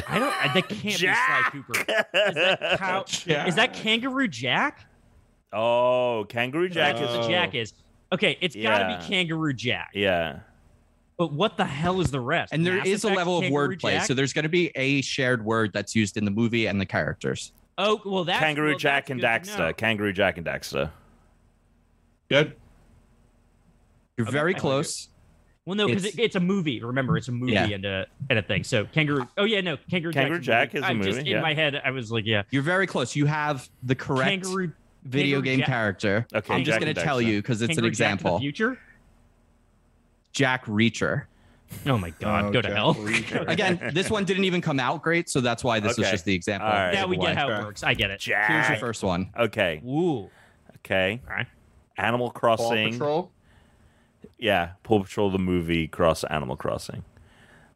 [SPEAKER 2] I don't. I- That can't
[SPEAKER 1] Jack!
[SPEAKER 2] be Sly Cooper. Is that, cow-
[SPEAKER 3] Jack.
[SPEAKER 2] is that Kangaroo Jack?
[SPEAKER 1] Oh, Kangaroo Jack
[SPEAKER 2] That's
[SPEAKER 1] is.
[SPEAKER 2] what
[SPEAKER 3] Oh.
[SPEAKER 2] Jack is. Okay, it's got to
[SPEAKER 1] Yeah.
[SPEAKER 2] be Kangaroo Jack.
[SPEAKER 1] Yeah.
[SPEAKER 2] But what the hell is the rest?
[SPEAKER 4] And there
[SPEAKER 2] Mass
[SPEAKER 4] is a
[SPEAKER 2] Effect
[SPEAKER 4] level of
[SPEAKER 2] Kangaroo
[SPEAKER 4] wordplay.
[SPEAKER 2] Jack?
[SPEAKER 4] So there's going to be a shared word that's used in the movie and the characters.
[SPEAKER 2] oh well, that's
[SPEAKER 1] Kangaroo
[SPEAKER 2] well,
[SPEAKER 1] Jack
[SPEAKER 2] that's
[SPEAKER 1] and
[SPEAKER 2] good to
[SPEAKER 1] Daxter.
[SPEAKER 2] know.
[SPEAKER 1] Kangaroo Jack and Daxter.
[SPEAKER 3] Good.
[SPEAKER 4] You're
[SPEAKER 2] Okay,
[SPEAKER 4] very
[SPEAKER 2] I like it.
[SPEAKER 4] close.
[SPEAKER 2] Well, no, because
[SPEAKER 4] It's-
[SPEAKER 2] it, it's a movie. Remember, it's a movie
[SPEAKER 4] Yeah.
[SPEAKER 2] and a and a thing. So kangaroo. Oh yeah, no, kangaroo.
[SPEAKER 1] Kangaroo
[SPEAKER 2] Jack's
[SPEAKER 1] Jack is a
[SPEAKER 2] I Just
[SPEAKER 1] movie,
[SPEAKER 2] in
[SPEAKER 1] yeah.
[SPEAKER 2] my head, I was like, yeah,
[SPEAKER 4] You're very close. You have the correct
[SPEAKER 2] kangaroo.
[SPEAKER 4] video
[SPEAKER 2] Kangaroo
[SPEAKER 4] game
[SPEAKER 2] Jack-
[SPEAKER 4] character.
[SPEAKER 1] Okay,
[SPEAKER 4] I'm just
[SPEAKER 1] Jack
[SPEAKER 4] going
[SPEAKER 1] and
[SPEAKER 4] to tell
[SPEAKER 1] Daxter.
[SPEAKER 4] you because it's an
[SPEAKER 2] Kangaroo Jack to the
[SPEAKER 4] example.
[SPEAKER 2] future.
[SPEAKER 4] Jack Reacher.
[SPEAKER 2] Oh my god,
[SPEAKER 3] Oh,
[SPEAKER 2] go to
[SPEAKER 3] Jack
[SPEAKER 2] hell.
[SPEAKER 3] Reacher.
[SPEAKER 4] Again, this one didn't even come out great, so that's why this is
[SPEAKER 1] Okay.
[SPEAKER 4] just the example.
[SPEAKER 1] All right.
[SPEAKER 2] now we
[SPEAKER 4] Why.
[SPEAKER 2] get how it
[SPEAKER 3] Okay.
[SPEAKER 2] works. I get it.
[SPEAKER 1] Jack.
[SPEAKER 4] Here's your first one.
[SPEAKER 1] Okay.
[SPEAKER 2] Ooh.
[SPEAKER 1] Okay.
[SPEAKER 2] All right.
[SPEAKER 1] Animal
[SPEAKER 3] Paw
[SPEAKER 1] Crossing.
[SPEAKER 3] Patrol.
[SPEAKER 1] Yeah. Paw Patrol the movie cross Animal Crossing.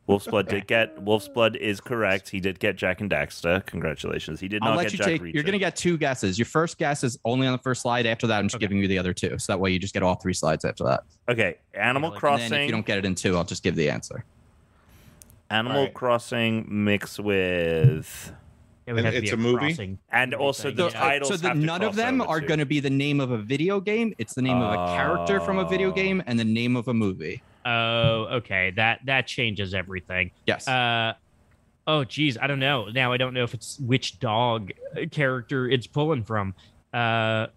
[SPEAKER 1] Wolf's Blood did get Wolf's Blood is correct. He did get Jack and Daxter. Congratulations. He did
[SPEAKER 4] I'll
[SPEAKER 1] not
[SPEAKER 4] let
[SPEAKER 1] get
[SPEAKER 4] you
[SPEAKER 1] Jack
[SPEAKER 4] take.
[SPEAKER 1] Reacher.
[SPEAKER 4] You're going to get two guesses. Your first guess is only on the first slide. After that, I'm just
[SPEAKER 2] Okay.
[SPEAKER 4] giving you the other two, so that way you just get all three slides after that.
[SPEAKER 1] Okay. Animal
[SPEAKER 2] Yeah, like-
[SPEAKER 4] And then if you
[SPEAKER 1] Crossing.
[SPEAKER 4] don't get it in two, I'll just give the answer.
[SPEAKER 1] Animal
[SPEAKER 3] Right.
[SPEAKER 1] Crossing mixed with
[SPEAKER 2] It would
[SPEAKER 3] And
[SPEAKER 2] have to be
[SPEAKER 3] it's a movie?
[SPEAKER 2] crossing.
[SPEAKER 1] and also
[SPEAKER 2] thing,
[SPEAKER 1] the
[SPEAKER 2] yeah.
[SPEAKER 4] So-
[SPEAKER 1] titles.
[SPEAKER 4] so the,
[SPEAKER 1] have to
[SPEAKER 4] none of
[SPEAKER 1] cross
[SPEAKER 4] them
[SPEAKER 1] over
[SPEAKER 4] are
[SPEAKER 1] too.
[SPEAKER 4] going to be the name of a video game. It's the name of a character from a video
[SPEAKER 1] Oh.
[SPEAKER 4] game and the name of a movie.
[SPEAKER 2] Oh, okay. That that changes everything.
[SPEAKER 4] Yes.
[SPEAKER 2] Uh, oh, geez, I don't know. Now I don't know if it's which dog uh, character it's pulling from. Uh,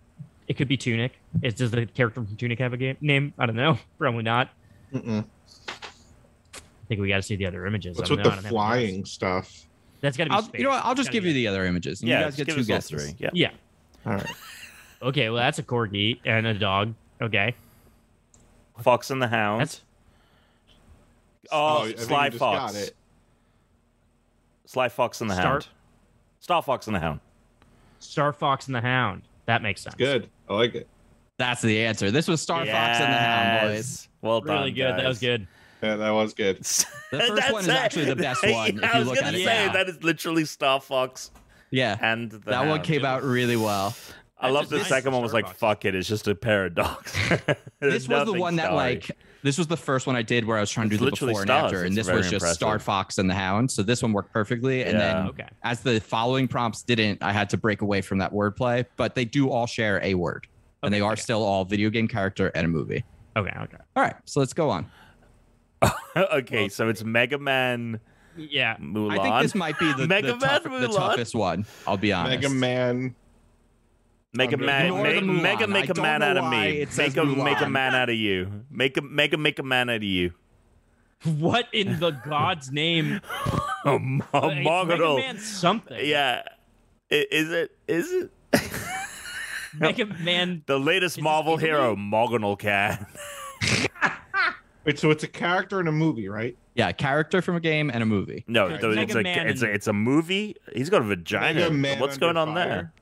[SPEAKER 2] it could be Tunic. Is, does the character from Tunic have a game name? I don't know. Probably not.
[SPEAKER 3] Mm-mm.
[SPEAKER 2] I think we got to see the other images. I
[SPEAKER 3] What's
[SPEAKER 2] don't
[SPEAKER 3] with
[SPEAKER 2] know. I
[SPEAKER 3] the
[SPEAKER 2] don't have
[SPEAKER 3] flying stuff?
[SPEAKER 2] those. That's got to be.
[SPEAKER 4] I'll,
[SPEAKER 2] space.
[SPEAKER 4] you know what? I'll
[SPEAKER 2] It's
[SPEAKER 4] just
[SPEAKER 2] gotta
[SPEAKER 4] give
[SPEAKER 2] be
[SPEAKER 4] you the other images. And
[SPEAKER 1] yeah,
[SPEAKER 4] you guys
[SPEAKER 1] just
[SPEAKER 4] get
[SPEAKER 1] give
[SPEAKER 4] two
[SPEAKER 1] us all
[SPEAKER 4] guesses.
[SPEAKER 1] Three. Yeah.
[SPEAKER 2] that. Yeah.
[SPEAKER 3] All right.
[SPEAKER 2] Okay. Well, that's a corgi and a dog. Okay.
[SPEAKER 1] Fox and the Hound.
[SPEAKER 2] That's
[SPEAKER 1] oh,
[SPEAKER 3] I think
[SPEAKER 1] Sly
[SPEAKER 3] you just
[SPEAKER 1] Fox.
[SPEAKER 3] got it.
[SPEAKER 1] Sly Fox and the
[SPEAKER 2] Star-
[SPEAKER 1] Hound. Star Fox and the Hound.
[SPEAKER 2] Star Fox and the Hound. That makes sense.
[SPEAKER 3] Good. I like it.
[SPEAKER 4] That's the answer. This was Star Fox and the Hound boys.
[SPEAKER 1] Yes. Well done.
[SPEAKER 2] Really good. That was good.
[SPEAKER 3] Yeah, that was good.
[SPEAKER 4] The first one is actually the best one if
[SPEAKER 1] I
[SPEAKER 4] you
[SPEAKER 1] was
[SPEAKER 4] look
[SPEAKER 1] gonna
[SPEAKER 4] at it.
[SPEAKER 1] say
[SPEAKER 4] now.
[SPEAKER 1] that is literally Star Fox
[SPEAKER 4] yeah,
[SPEAKER 1] and the
[SPEAKER 4] that one
[SPEAKER 1] Hound.
[SPEAKER 4] came out really well.
[SPEAKER 1] I love
[SPEAKER 2] That's
[SPEAKER 1] the
[SPEAKER 2] just
[SPEAKER 1] second
[SPEAKER 2] nice.
[SPEAKER 1] one was
[SPEAKER 2] Star
[SPEAKER 1] like,
[SPEAKER 2] Fox.
[SPEAKER 1] fuck it, it's just a paradox.
[SPEAKER 4] This was the one that like. This was the first one I did where I was trying to
[SPEAKER 1] It's
[SPEAKER 4] do the
[SPEAKER 1] literally
[SPEAKER 4] before and
[SPEAKER 1] stars.
[SPEAKER 4] after, and
[SPEAKER 1] It's
[SPEAKER 4] this was
[SPEAKER 1] very
[SPEAKER 4] just Star
[SPEAKER 1] impressive.
[SPEAKER 4] Fox and the Hound. So this one worked perfectly, and
[SPEAKER 1] Yeah.
[SPEAKER 4] then
[SPEAKER 2] Okay.
[SPEAKER 4] as the following prompts didn't, I had to break away from that wordplay. But they do all share a word, and
[SPEAKER 2] Okay,
[SPEAKER 4] they are
[SPEAKER 2] okay.
[SPEAKER 4] still all video game character and a movie.
[SPEAKER 2] Okay. Okay.
[SPEAKER 4] All right, so let's go on.
[SPEAKER 1] okay, so it's Mega Man
[SPEAKER 2] Yeah.
[SPEAKER 1] Mulan.
[SPEAKER 4] I think this might be the,
[SPEAKER 1] Mega
[SPEAKER 4] the,
[SPEAKER 1] Man
[SPEAKER 4] tough- the
[SPEAKER 1] Mulan?
[SPEAKER 4] toughest one. I'll be honest.
[SPEAKER 3] Mega Man.
[SPEAKER 1] Mega
[SPEAKER 3] I'm
[SPEAKER 1] Man,
[SPEAKER 4] ignore
[SPEAKER 1] make,
[SPEAKER 4] the
[SPEAKER 1] Mega
[SPEAKER 4] Mulan.
[SPEAKER 1] make
[SPEAKER 4] I
[SPEAKER 1] a
[SPEAKER 4] don't
[SPEAKER 1] man
[SPEAKER 4] know
[SPEAKER 1] out of
[SPEAKER 4] why
[SPEAKER 1] me.
[SPEAKER 4] it says
[SPEAKER 1] Make a make a
[SPEAKER 4] Mulan.
[SPEAKER 1] man out of you. Make a make a make a man out of you.
[SPEAKER 2] What in the god's name?
[SPEAKER 1] Oh, m- oh,
[SPEAKER 2] It's Mega
[SPEAKER 1] Margot.
[SPEAKER 2] Man something.
[SPEAKER 1] Yeah, I- is it is it
[SPEAKER 2] Mega Man.
[SPEAKER 1] the latest
[SPEAKER 2] this
[SPEAKER 1] Marvel
[SPEAKER 2] Italy?
[SPEAKER 1] hero, Mogonal Cat?
[SPEAKER 3] Wait, so it's a character in a movie, right?
[SPEAKER 4] Yeah, character from a game and a movie.
[SPEAKER 1] No,
[SPEAKER 3] Right.
[SPEAKER 1] though it's
[SPEAKER 2] Mega
[SPEAKER 1] a
[SPEAKER 2] Man
[SPEAKER 1] it's a
[SPEAKER 2] and-
[SPEAKER 1] it's a movie. He's got a
[SPEAKER 3] Mega
[SPEAKER 1] vagina.
[SPEAKER 3] Man
[SPEAKER 1] What's
[SPEAKER 3] Under
[SPEAKER 1] going on
[SPEAKER 3] Fire.
[SPEAKER 1] there?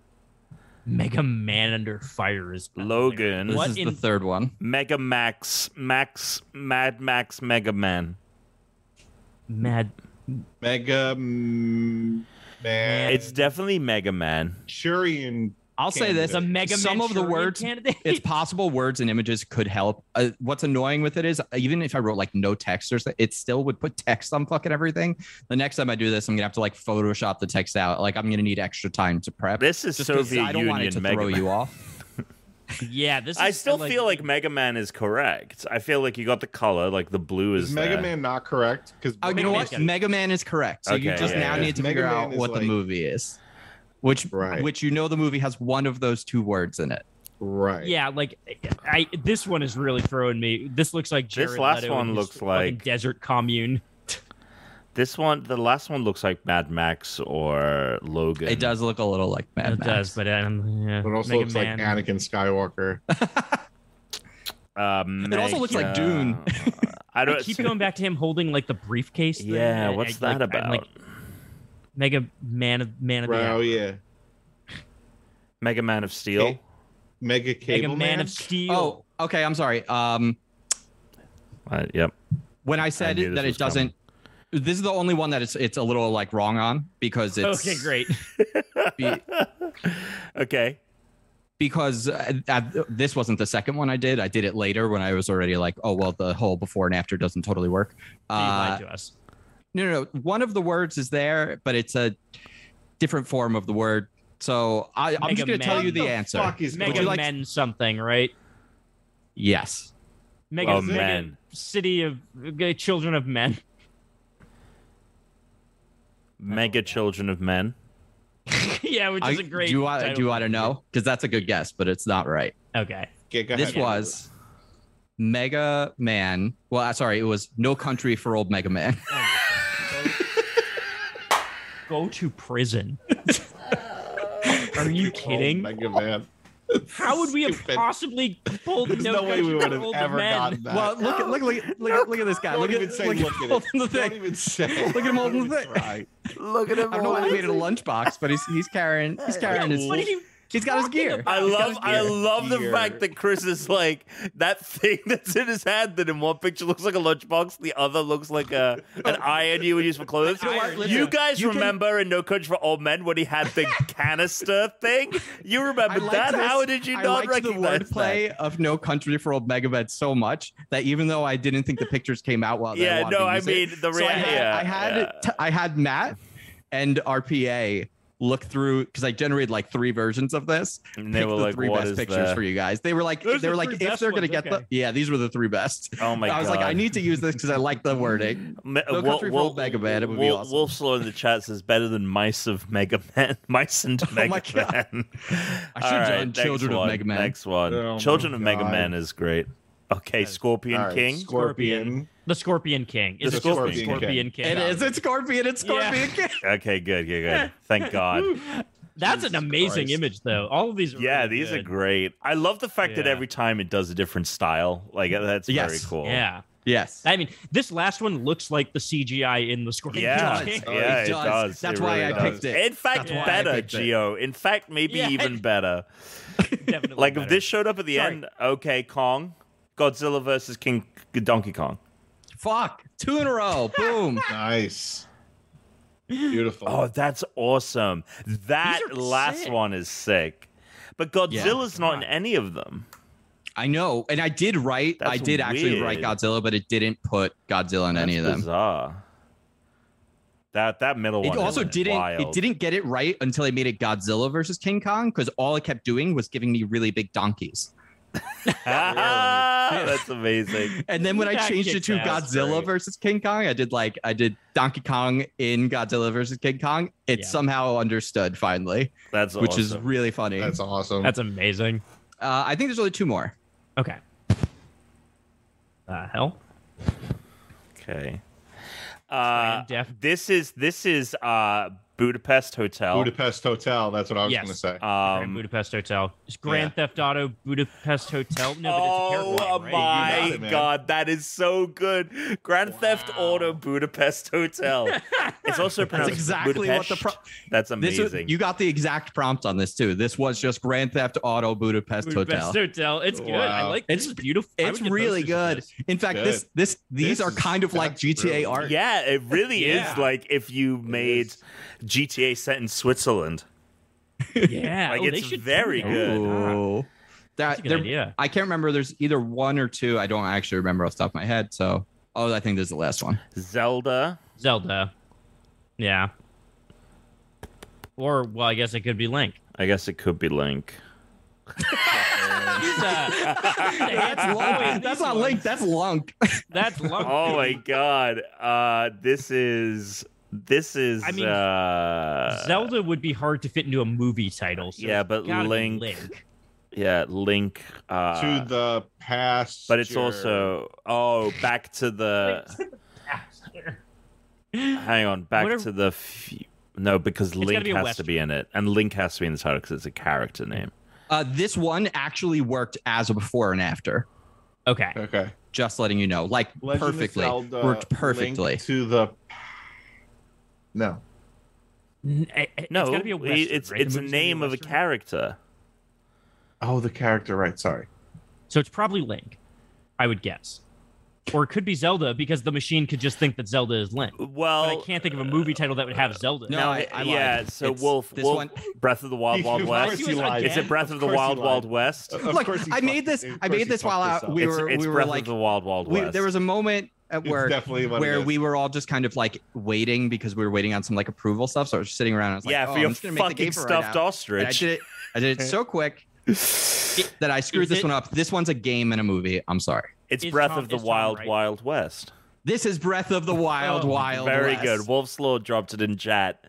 [SPEAKER 2] Mega Man under fire is
[SPEAKER 1] Logan,
[SPEAKER 4] This
[SPEAKER 2] What
[SPEAKER 4] is
[SPEAKER 2] in-
[SPEAKER 4] the third one.
[SPEAKER 1] Mega Max, Max, Mad Max, Mega Man.
[SPEAKER 2] mad.
[SPEAKER 3] Mega mm, Man.
[SPEAKER 1] It's definitely Mega Man.
[SPEAKER 3] Shurian.
[SPEAKER 4] I'll say
[SPEAKER 3] Candidate.
[SPEAKER 4] this:
[SPEAKER 2] It's a Mega
[SPEAKER 4] Some
[SPEAKER 2] Man
[SPEAKER 4] of the
[SPEAKER 2] Shuriken
[SPEAKER 4] words-
[SPEAKER 2] Candidate.
[SPEAKER 4] it's possible words and images could help. Uh, what's annoying with it is even if I wrote like no text or something, it still would put text on fucking everything. The next time I do this, I'm gonna have to like Photoshop the text out. Like I'm gonna need extra time to prep.
[SPEAKER 1] This is
[SPEAKER 4] just 'cause
[SPEAKER 1] Soviet
[SPEAKER 4] I don't
[SPEAKER 1] Union
[SPEAKER 4] want it to
[SPEAKER 1] Mega
[SPEAKER 4] throw
[SPEAKER 1] Man.
[SPEAKER 4] you off.
[SPEAKER 2] yeah, this. Is,
[SPEAKER 1] I still feel like Mega Man is correct. I feel like you got the color, like the blue is,
[SPEAKER 3] Is Mega
[SPEAKER 1] there.
[SPEAKER 3] Man not correct? Because
[SPEAKER 4] Oh, you know what? Mega Man is correct. So you
[SPEAKER 1] Okay,
[SPEAKER 4] just
[SPEAKER 1] yeah,
[SPEAKER 4] now
[SPEAKER 1] yeah.
[SPEAKER 4] need to
[SPEAKER 3] Mega
[SPEAKER 4] figure
[SPEAKER 3] Man
[SPEAKER 4] out
[SPEAKER 3] is,
[SPEAKER 4] what
[SPEAKER 3] like-
[SPEAKER 4] the movie is, which
[SPEAKER 3] Right.
[SPEAKER 4] which you know the movie has one of those two words in it.
[SPEAKER 3] Right.
[SPEAKER 2] Yeah, like I. This one is really throwing me. This looks like Jared
[SPEAKER 1] last
[SPEAKER 2] Leto in
[SPEAKER 1] one
[SPEAKER 2] his
[SPEAKER 1] looks
[SPEAKER 2] fucking
[SPEAKER 1] like-
[SPEAKER 2] desert commune.
[SPEAKER 1] This one, the last one looks like Mad Max or Logan.
[SPEAKER 4] It does look a little like Mad
[SPEAKER 2] it
[SPEAKER 4] Max.
[SPEAKER 2] does, but um, yeah,
[SPEAKER 3] But it also
[SPEAKER 2] Mega
[SPEAKER 3] looks
[SPEAKER 2] Man.
[SPEAKER 3] like Anakin Skywalker.
[SPEAKER 1] Um,
[SPEAKER 4] It also looks like Dune.
[SPEAKER 1] I
[SPEAKER 2] I
[SPEAKER 1] don't
[SPEAKER 2] keep going back to him holding like the briefcase. thing.
[SPEAKER 1] Yeah,
[SPEAKER 2] I- I-
[SPEAKER 1] what's
[SPEAKER 2] like,
[SPEAKER 1] that about?
[SPEAKER 2] I'm, like mega man of man of
[SPEAKER 3] Wow,
[SPEAKER 2] the hour.
[SPEAKER 3] yeah.
[SPEAKER 1] Mega Man of Steel.
[SPEAKER 3] Hey, Mega Cable
[SPEAKER 2] Mega man, of steel.
[SPEAKER 4] Oh, okay. I'm sorry. Um,
[SPEAKER 1] Uh, yep.
[SPEAKER 4] when I said
[SPEAKER 1] knew this
[SPEAKER 4] that it
[SPEAKER 1] was coming.
[SPEAKER 4] doesn't, this is the only one that it's it's a little like wrong on because it's
[SPEAKER 2] okay, great.
[SPEAKER 4] be-
[SPEAKER 1] Okay.
[SPEAKER 4] because uh, at, this wasn't the second one I did. I did it later when I was already like, oh well, the whole before and after doesn't totally work.
[SPEAKER 2] you
[SPEAKER 4] Uh,
[SPEAKER 2] lied to us.
[SPEAKER 4] no, no, no. One of the words is there, but it's a different form of the word. So I, I'm
[SPEAKER 2] Mega
[SPEAKER 4] just going to tell
[SPEAKER 2] Man.
[SPEAKER 4] you the
[SPEAKER 3] What the
[SPEAKER 4] answer.
[SPEAKER 3] fuck is
[SPEAKER 4] Would
[SPEAKER 2] Mega
[SPEAKER 4] you like-
[SPEAKER 2] men something, right?
[SPEAKER 4] yes.
[SPEAKER 2] Mega,
[SPEAKER 1] Oh,
[SPEAKER 2] mega
[SPEAKER 1] man.
[SPEAKER 2] city of uh, children of men.
[SPEAKER 1] Mega Children of Men.
[SPEAKER 2] yeah, which is
[SPEAKER 4] I-
[SPEAKER 2] a great.
[SPEAKER 4] do I
[SPEAKER 2] title.
[SPEAKER 4] do I don't know because that's a good guess, but it's not right.
[SPEAKER 2] Okay.
[SPEAKER 3] Okay, go
[SPEAKER 4] this
[SPEAKER 3] ahead.
[SPEAKER 4] was Mega Man. Well, uh, sorry, it was No Country for Old Mega Man.
[SPEAKER 2] Go to prison. Are you kidding?
[SPEAKER 3] Oh, Mega Man.
[SPEAKER 2] How would we have
[SPEAKER 3] Stupid.
[SPEAKER 2] possibly pulled
[SPEAKER 3] There's
[SPEAKER 2] no,
[SPEAKER 3] no, way
[SPEAKER 2] Country
[SPEAKER 3] we would
[SPEAKER 2] for
[SPEAKER 3] have
[SPEAKER 2] Old
[SPEAKER 3] ever
[SPEAKER 2] men?
[SPEAKER 3] gotten that.
[SPEAKER 4] well, look at look look at- look at look at this guy.
[SPEAKER 3] don't
[SPEAKER 4] look
[SPEAKER 3] even
[SPEAKER 4] at,
[SPEAKER 3] say
[SPEAKER 4] look,
[SPEAKER 3] look at it.
[SPEAKER 4] holding the
[SPEAKER 3] don't
[SPEAKER 4] thing.
[SPEAKER 3] even say.
[SPEAKER 4] Look at him holding the
[SPEAKER 3] Don't
[SPEAKER 4] thing.
[SPEAKER 3] even try.
[SPEAKER 5] Look at him.
[SPEAKER 4] I don't know why he made it a
[SPEAKER 5] always.
[SPEAKER 4] lunchbox, but he's he's carrying he's carrying his
[SPEAKER 2] What are you
[SPEAKER 4] he's got his gear.
[SPEAKER 1] I
[SPEAKER 4] He's got
[SPEAKER 1] love
[SPEAKER 4] his
[SPEAKER 1] I
[SPEAKER 4] gear.
[SPEAKER 1] love the
[SPEAKER 3] Gear.
[SPEAKER 1] fact that Chris is like that thing that's in his hand that in one picture looks like a lunchbox, the other looks like a an iron you would use for clothes.
[SPEAKER 2] An iron,
[SPEAKER 1] you
[SPEAKER 4] listen,
[SPEAKER 1] guys
[SPEAKER 4] you can-
[SPEAKER 1] remember in No Country for Old Men when he had the canister thing? You
[SPEAKER 4] I
[SPEAKER 1] remember
[SPEAKER 4] liked
[SPEAKER 1] that?
[SPEAKER 4] this-
[SPEAKER 1] How did you
[SPEAKER 4] I
[SPEAKER 1] not
[SPEAKER 4] liked the
[SPEAKER 1] recognize that?
[SPEAKER 4] wordplay of No Country for Old Megamed so much that even though I didn't think the pictures came out well,
[SPEAKER 1] Yeah, no, I mean the
[SPEAKER 4] so I
[SPEAKER 1] reality.
[SPEAKER 4] had, I had, t- I had Matt and RPA look through because I generated like three versions of this.
[SPEAKER 1] And they
[SPEAKER 4] picked
[SPEAKER 1] were
[SPEAKER 4] the
[SPEAKER 1] like,
[SPEAKER 4] three
[SPEAKER 1] "What
[SPEAKER 4] best
[SPEAKER 1] is
[SPEAKER 4] pictures
[SPEAKER 1] the-
[SPEAKER 4] for you guys. They were like,
[SPEAKER 2] Those
[SPEAKER 4] they
[SPEAKER 2] are
[SPEAKER 4] were
[SPEAKER 2] the
[SPEAKER 4] like,
[SPEAKER 2] three
[SPEAKER 4] if
[SPEAKER 2] best
[SPEAKER 4] they're gonna
[SPEAKER 2] ones,
[SPEAKER 4] get
[SPEAKER 2] okay.
[SPEAKER 4] the yeah, these were the three best.
[SPEAKER 1] Oh my
[SPEAKER 4] I was
[SPEAKER 1] god!
[SPEAKER 4] like, I need to use this because I like the wording.
[SPEAKER 1] Me- Wol-
[SPEAKER 4] No Country for
[SPEAKER 1] Wol-
[SPEAKER 4] Old Mega Man, it would be
[SPEAKER 1] Wol-
[SPEAKER 4] awesome.
[SPEAKER 1] Wolfslaw in the chat says better than mice of Mega Man. Mice and
[SPEAKER 4] Oh my
[SPEAKER 1] Mega
[SPEAKER 4] God.
[SPEAKER 1] Man.
[SPEAKER 4] I
[SPEAKER 1] All
[SPEAKER 4] should have
[SPEAKER 1] right,
[SPEAKER 4] done
[SPEAKER 1] next
[SPEAKER 4] Children of
[SPEAKER 1] one,
[SPEAKER 4] Mega Man.
[SPEAKER 1] Next one.
[SPEAKER 3] Oh my
[SPEAKER 1] Children of Mega
[SPEAKER 3] God.
[SPEAKER 1] Man is great. Okay,
[SPEAKER 2] Yes.
[SPEAKER 1] Scorpion
[SPEAKER 3] All right,
[SPEAKER 1] King.
[SPEAKER 3] Scorpion.
[SPEAKER 2] The Scorpion King. It's
[SPEAKER 1] The
[SPEAKER 2] just the
[SPEAKER 1] Scorpion
[SPEAKER 2] Scorpion,
[SPEAKER 1] King.
[SPEAKER 2] King.
[SPEAKER 4] It is. It's Scorpion. It's
[SPEAKER 2] Yeah.
[SPEAKER 4] Scorpion.
[SPEAKER 1] Okay, good, good, good. Thank God.
[SPEAKER 2] That's an
[SPEAKER 3] Jesus
[SPEAKER 2] amazing
[SPEAKER 3] Christ.
[SPEAKER 2] image, though. All of these. Are
[SPEAKER 1] Yeah,
[SPEAKER 2] really
[SPEAKER 1] these are
[SPEAKER 2] good.
[SPEAKER 1] great. I love the fact that
[SPEAKER 2] Yeah.
[SPEAKER 1] every time it does a different style. Like uh, that's very
[SPEAKER 4] Yes.
[SPEAKER 1] cool.
[SPEAKER 2] Yeah,
[SPEAKER 4] Yes.
[SPEAKER 2] I mean, this last one looks like the CGI in the Scorpion
[SPEAKER 1] Yeah,
[SPEAKER 2] King.
[SPEAKER 4] does.
[SPEAKER 1] yeah,
[SPEAKER 4] It
[SPEAKER 1] it
[SPEAKER 4] does.
[SPEAKER 1] does.
[SPEAKER 4] That's
[SPEAKER 1] It
[SPEAKER 4] why
[SPEAKER 1] really
[SPEAKER 4] I
[SPEAKER 1] does.
[SPEAKER 4] picked it.
[SPEAKER 1] In fact,
[SPEAKER 2] That's why I
[SPEAKER 1] better,
[SPEAKER 4] picked it.
[SPEAKER 1] Geo. In fact, maybe
[SPEAKER 2] Yeah.
[SPEAKER 1] even better.
[SPEAKER 2] Definitely
[SPEAKER 1] Like if
[SPEAKER 2] better.
[SPEAKER 1] this showed up at the
[SPEAKER 2] Sorry.
[SPEAKER 1] end, okay, Kong, Godzilla versus King Donkey Kong.
[SPEAKER 4] Fuck. Two in a row. Boom.
[SPEAKER 3] Nice. Beautiful.
[SPEAKER 1] Oh, that's awesome. That
[SPEAKER 2] are
[SPEAKER 1] last
[SPEAKER 2] sick.
[SPEAKER 1] one is sick. But
[SPEAKER 4] Yeah.
[SPEAKER 1] Godzilla's not in
[SPEAKER 2] God.
[SPEAKER 1] any of them.
[SPEAKER 4] I know, and I did write. I
[SPEAKER 1] That's
[SPEAKER 4] did actually write
[SPEAKER 1] weird.
[SPEAKER 4] Godzilla, but it didn't put Godzilla in any of
[SPEAKER 1] That's
[SPEAKER 4] them.
[SPEAKER 1] Bizarre. That that middle
[SPEAKER 4] It
[SPEAKER 1] one.
[SPEAKER 4] also
[SPEAKER 1] is
[SPEAKER 4] didn't. It
[SPEAKER 1] wild.
[SPEAKER 4] didn't get it right until I made it Godzilla versus King Kong because all it kept doing was giving me really big donkeys.
[SPEAKER 1] that's amazing.
[SPEAKER 4] And then when I
[SPEAKER 2] That
[SPEAKER 4] changed it
[SPEAKER 2] kicks
[SPEAKER 4] to
[SPEAKER 2] ass,
[SPEAKER 4] Godzilla
[SPEAKER 2] right.
[SPEAKER 4] versus King Kong, I did like I did Donkey Kong in Godzilla versus King Kong. It
[SPEAKER 2] Yeah.
[SPEAKER 4] somehow understood finally,
[SPEAKER 1] That's
[SPEAKER 4] which
[SPEAKER 1] awesome.
[SPEAKER 4] is really funny.
[SPEAKER 3] that's
[SPEAKER 4] Uh,
[SPEAKER 3] awesome.
[SPEAKER 2] That's amazing.
[SPEAKER 4] I think there's only two more.
[SPEAKER 2] Okay. Uh, hell.
[SPEAKER 1] okay. Uh,
[SPEAKER 2] Slam def-
[SPEAKER 1] this is this is uh, Budapest Hotel.
[SPEAKER 3] Budapest Hotel. That's what I was
[SPEAKER 2] Yes.
[SPEAKER 3] going to say.
[SPEAKER 2] Grand
[SPEAKER 1] Um,
[SPEAKER 2] Budapest Hotel. It's Grand Theft Auto Budapest Hotel. No, but it's a
[SPEAKER 1] oh
[SPEAKER 2] terrible
[SPEAKER 1] my
[SPEAKER 2] name, right?
[SPEAKER 3] You got it, man.
[SPEAKER 1] god, that is so good! Grand Theft Auto Budapest Hotel. it's also
[SPEAKER 4] That's
[SPEAKER 1] pronounced
[SPEAKER 4] exactly what the
[SPEAKER 1] Budapest.
[SPEAKER 4] pro-
[SPEAKER 1] That's
[SPEAKER 4] this was,
[SPEAKER 1] amazing.
[SPEAKER 4] you got the exact prompt on this too. This was just Grand Theft Auto Budapest,
[SPEAKER 2] Budapest
[SPEAKER 4] Hotel.
[SPEAKER 2] Hotel. It's good. I
[SPEAKER 3] Wow.
[SPEAKER 2] like.
[SPEAKER 4] It's-
[SPEAKER 2] It's beautiful. I would
[SPEAKER 4] It's
[SPEAKER 2] get
[SPEAKER 4] really
[SPEAKER 2] posters of
[SPEAKER 4] good.
[SPEAKER 2] this.
[SPEAKER 4] In fact,
[SPEAKER 3] Good.
[SPEAKER 4] this this these
[SPEAKER 3] This
[SPEAKER 4] are
[SPEAKER 3] is-
[SPEAKER 4] kind of like
[SPEAKER 3] that's
[SPEAKER 4] GTA
[SPEAKER 3] brilliant.
[SPEAKER 4] art.
[SPEAKER 1] yeah, it really
[SPEAKER 2] Yeah.
[SPEAKER 1] is like if you made
[SPEAKER 3] is.
[SPEAKER 1] GTA set in Switzerland.
[SPEAKER 2] Yeah,
[SPEAKER 1] Like,
[SPEAKER 2] oh,
[SPEAKER 1] it's
[SPEAKER 2] they should Ah. do
[SPEAKER 1] very
[SPEAKER 2] that.
[SPEAKER 1] good.
[SPEAKER 4] Ooh.
[SPEAKER 2] That's a
[SPEAKER 4] That
[SPEAKER 2] good
[SPEAKER 4] there-
[SPEAKER 2] idea.
[SPEAKER 4] I can't remember. There's either one or two. I don't actually remember off the top of my head. So, oh, I think this is the last one.
[SPEAKER 1] Zelda.
[SPEAKER 2] Zelda. Yeah. Or well, I guess it could be Link.
[SPEAKER 1] I guess it could be Link.
[SPEAKER 2] He's, uh,
[SPEAKER 4] That's Lunk. That's not Link. That's Lunk.
[SPEAKER 2] That's Lunk.
[SPEAKER 1] Oh my god. Uh this is this is
[SPEAKER 2] I mean,
[SPEAKER 1] uh
[SPEAKER 2] Zelda would be hard to fit into a movie title. So
[SPEAKER 1] Yeah,
[SPEAKER 2] it's
[SPEAKER 1] but
[SPEAKER 2] gotta be
[SPEAKER 1] Link-
[SPEAKER 2] Link.
[SPEAKER 1] yeah, Link uh
[SPEAKER 3] to the past.
[SPEAKER 1] but it's also oh back to the
[SPEAKER 2] Ah,
[SPEAKER 1] hang on back
[SPEAKER 2] Whatever-
[SPEAKER 1] to the fu- no because
[SPEAKER 2] gotta
[SPEAKER 1] Link
[SPEAKER 2] be a
[SPEAKER 1] has to
[SPEAKER 2] Western.
[SPEAKER 1] be in it and Link has to be in the title because it's a character name.
[SPEAKER 4] Uh, this one actually worked as a before and after.
[SPEAKER 2] Okay.
[SPEAKER 3] Okay.
[SPEAKER 4] Just letting you know, like
[SPEAKER 3] Legend of
[SPEAKER 4] perfectly
[SPEAKER 3] Zelda
[SPEAKER 4] worked
[SPEAKER 3] Link
[SPEAKER 4] perfectly.
[SPEAKER 3] to the. No.
[SPEAKER 2] N- it- it's
[SPEAKER 1] No,
[SPEAKER 2] gotta be a
[SPEAKER 1] it-
[SPEAKER 2] Western,
[SPEAKER 1] it's
[SPEAKER 2] right? The
[SPEAKER 1] it's a
[SPEAKER 2] movie's gotta be
[SPEAKER 1] name of a
[SPEAKER 2] Western.
[SPEAKER 1] character.
[SPEAKER 3] Oh, the character. Right. Sorry.
[SPEAKER 2] So it's probably Link, I would guess. Or it could be Zelda because the machine could just think that Zelda is Link.
[SPEAKER 1] Well, uh,
[SPEAKER 2] but I can't think of a movie title that would have Zelda.
[SPEAKER 4] No,
[SPEAKER 1] now-
[SPEAKER 4] I- I lied.
[SPEAKER 1] yeah. So
[SPEAKER 4] It's
[SPEAKER 1] Wolf,
[SPEAKER 4] this
[SPEAKER 1] Wolf,
[SPEAKER 4] one-
[SPEAKER 1] Breath of the Wild Wild
[SPEAKER 3] Of
[SPEAKER 1] West.
[SPEAKER 3] course
[SPEAKER 2] Is
[SPEAKER 3] he lied.
[SPEAKER 1] Is it Breath of the
[SPEAKER 3] course he
[SPEAKER 1] Wild
[SPEAKER 3] lied.
[SPEAKER 1] Wild West?
[SPEAKER 3] Of
[SPEAKER 4] Look,
[SPEAKER 3] course he
[SPEAKER 4] I
[SPEAKER 3] fucked-
[SPEAKER 4] made this-
[SPEAKER 3] of
[SPEAKER 4] I
[SPEAKER 3] course
[SPEAKER 4] made
[SPEAKER 3] he
[SPEAKER 4] this
[SPEAKER 3] fucked
[SPEAKER 4] while
[SPEAKER 3] this
[SPEAKER 4] I-
[SPEAKER 3] up.
[SPEAKER 4] Uh, we
[SPEAKER 1] it's
[SPEAKER 4] were-
[SPEAKER 1] it's
[SPEAKER 4] we were
[SPEAKER 1] Breath
[SPEAKER 4] like-
[SPEAKER 1] of the Wild Wild
[SPEAKER 4] We,
[SPEAKER 1] West.
[SPEAKER 4] there was a moment at
[SPEAKER 3] It's
[SPEAKER 4] where
[SPEAKER 3] definitely what it
[SPEAKER 4] where
[SPEAKER 3] is.
[SPEAKER 4] we were all just kind of like waiting because we were waiting on some like approval stuff. So I was just sitting around. And I was like,
[SPEAKER 1] yeah,
[SPEAKER 4] oh,
[SPEAKER 1] for
[SPEAKER 4] I'm
[SPEAKER 1] your
[SPEAKER 4] just gonna make the
[SPEAKER 1] fucking
[SPEAKER 4] game for right
[SPEAKER 1] stuffed
[SPEAKER 4] now.
[SPEAKER 1] ostrich.
[SPEAKER 4] And I did it. I did it so quick
[SPEAKER 1] it's
[SPEAKER 4] that I screwed
[SPEAKER 2] Is
[SPEAKER 4] this
[SPEAKER 2] it-
[SPEAKER 4] one up. This one's a game and a movie. I'm sorry.
[SPEAKER 2] Is
[SPEAKER 1] Breath
[SPEAKER 2] Tom-
[SPEAKER 1] of the
[SPEAKER 2] is Tom
[SPEAKER 1] Wild
[SPEAKER 2] right?
[SPEAKER 1] Wild West.
[SPEAKER 4] This is Breath of the Wild.
[SPEAKER 2] Oh,
[SPEAKER 4] Wild.
[SPEAKER 1] Very
[SPEAKER 4] West.
[SPEAKER 1] good. Wolf's Law dropped it in chat,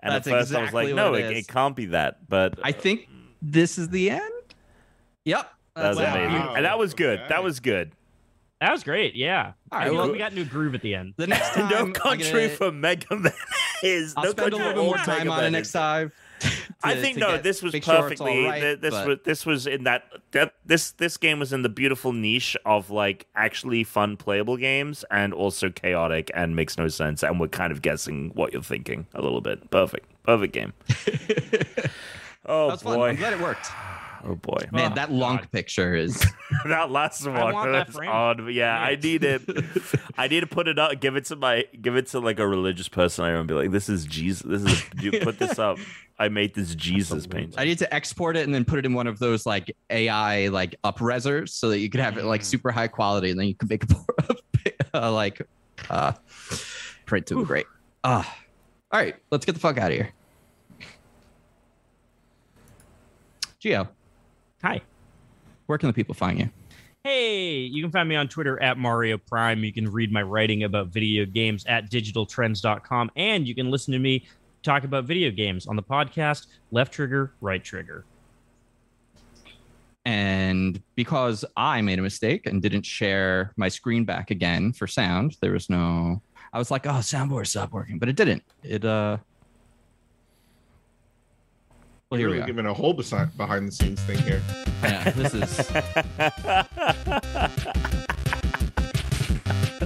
[SPEAKER 1] and
[SPEAKER 4] That's
[SPEAKER 1] at first I was
[SPEAKER 4] exactly
[SPEAKER 1] like,
[SPEAKER 4] what
[SPEAKER 1] "No,
[SPEAKER 4] it
[SPEAKER 1] it,
[SPEAKER 4] is.
[SPEAKER 1] it can't be that." But
[SPEAKER 4] I think this is the end. Yep.
[SPEAKER 1] that was
[SPEAKER 4] it.
[SPEAKER 2] Wow.
[SPEAKER 1] amazing, and that was good.
[SPEAKER 3] Okay.
[SPEAKER 1] That was good.
[SPEAKER 2] That was great. Yeah. I
[SPEAKER 4] All right.
[SPEAKER 2] feel like
[SPEAKER 4] Well,
[SPEAKER 2] we got into a groove at the end.
[SPEAKER 4] the next time,
[SPEAKER 1] no
[SPEAKER 4] I'm
[SPEAKER 1] country
[SPEAKER 4] gonna-
[SPEAKER 1] for Mega Man is.
[SPEAKER 4] I'll
[SPEAKER 1] no
[SPEAKER 4] spend a
[SPEAKER 1] country
[SPEAKER 4] little
[SPEAKER 1] for
[SPEAKER 4] bit more
[SPEAKER 1] Mega
[SPEAKER 4] time on
[SPEAKER 1] Man
[SPEAKER 4] it
[SPEAKER 1] is-
[SPEAKER 4] next time.
[SPEAKER 1] I
[SPEAKER 4] to-
[SPEAKER 1] think
[SPEAKER 4] to
[SPEAKER 1] no,
[SPEAKER 4] get-
[SPEAKER 1] this was
[SPEAKER 4] make sure it's all
[SPEAKER 1] perfectly.
[SPEAKER 4] right,
[SPEAKER 1] th- this
[SPEAKER 4] but-
[SPEAKER 1] was this was in that, that this this game was in the beautiful niche of like actually fun playable games and also chaotic and makes no sense and we're kind of guessing what you're thinking a little bit. Perfect, perfect game. oh
[SPEAKER 4] That was fun. I'm
[SPEAKER 1] boy,
[SPEAKER 4] glad it worked.
[SPEAKER 1] oh boy,
[SPEAKER 4] Man,
[SPEAKER 2] Oh,
[SPEAKER 4] that long
[SPEAKER 2] God.
[SPEAKER 4] picture is.
[SPEAKER 1] that last one
[SPEAKER 2] want that
[SPEAKER 1] was
[SPEAKER 2] frame.
[SPEAKER 1] odd. but Yeah, I
[SPEAKER 2] Yeah.
[SPEAKER 1] need it. I need to put it up. Give it to my. Give it to like a religious person. I don't be like, this is Jesus. This is you put this up. I made this Jesus painting.
[SPEAKER 4] I need to export it and then put it in one of those like AI like upresers so that you could have it like super high quality and then you could make a, uh, like uh, print to be great. Uh, all right, let's get the fuck out of here. Geo,
[SPEAKER 2] Hi.
[SPEAKER 4] where can the people find you?
[SPEAKER 2] Hey, you can find me on Twitter at Mario Prime. You can read my writing about video games at digitaltrends.com, and you can listen to me talk about video games on the podcast Left Trigger, Right Trigger.
[SPEAKER 4] And because I made a mistake and didn't share my screen back again for sound, there was no. I was like, "Oh, soundboard's not working," but it didn't. It uh. Well,
[SPEAKER 3] You're really
[SPEAKER 4] here we are.
[SPEAKER 3] giving a whole besi- behind the scenes thing here.
[SPEAKER 4] Yeah, this is.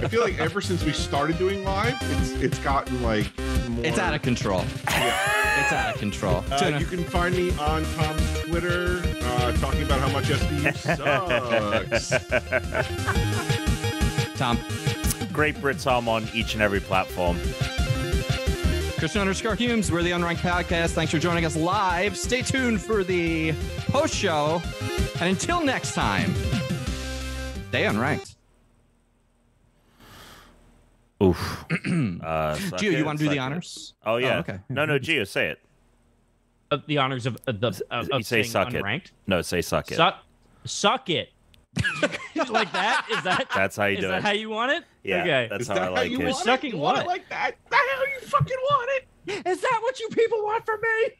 [SPEAKER 3] I feel like ever since we started doing live, it's it's gotten like more,
[SPEAKER 4] It's out of control. It's out of control.
[SPEAKER 3] Uh,
[SPEAKER 4] Jonah,
[SPEAKER 3] you can find me on Tom's Twitter uh, talking about how much SBU sucks.
[SPEAKER 4] Tom,
[SPEAKER 1] Great Brits Home on each and every platform.
[SPEAKER 4] Christian underscore Humes, we're the Unranked Podcast. Thanks for joining us live. Stay tuned for the post show. And until next time, stay unranked.
[SPEAKER 1] Oof. uh, suck
[SPEAKER 4] Gio,
[SPEAKER 1] it,
[SPEAKER 4] you want to do
[SPEAKER 1] suck it.
[SPEAKER 4] the honors?
[SPEAKER 1] Oh yeah.
[SPEAKER 4] okay.
[SPEAKER 1] No, no, Gio, say it.
[SPEAKER 2] Of the honors of, of the of,
[SPEAKER 1] you
[SPEAKER 2] of
[SPEAKER 1] say
[SPEAKER 2] saying
[SPEAKER 1] suck
[SPEAKER 2] unranked.
[SPEAKER 1] it. No, say suck it.
[SPEAKER 2] Suck, suck it. like that? Is that
[SPEAKER 1] That's how you
[SPEAKER 2] is
[SPEAKER 1] do
[SPEAKER 2] that
[SPEAKER 1] it.
[SPEAKER 2] how you want it?
[SPEAKER 1] yeah,
[SPEAKER 2] Okay.
[SPEAKER 1] that's
[SPEAKER 3] Is
[SPEAKER 1] how
[SPEAKER 3] that
[SPEAKER 1] I like
[SPEAKER 3] you
[SPEAKER 1] it.
[SPEAKER 3] want
[SPEAKER 2] Sucking
[SPEAKER 3] You want
[SPEAKER 2] what?
[SPEAKER 3] it like that? That's how you fucking want it.
[SPEAKER 2] Is that what you people want from me?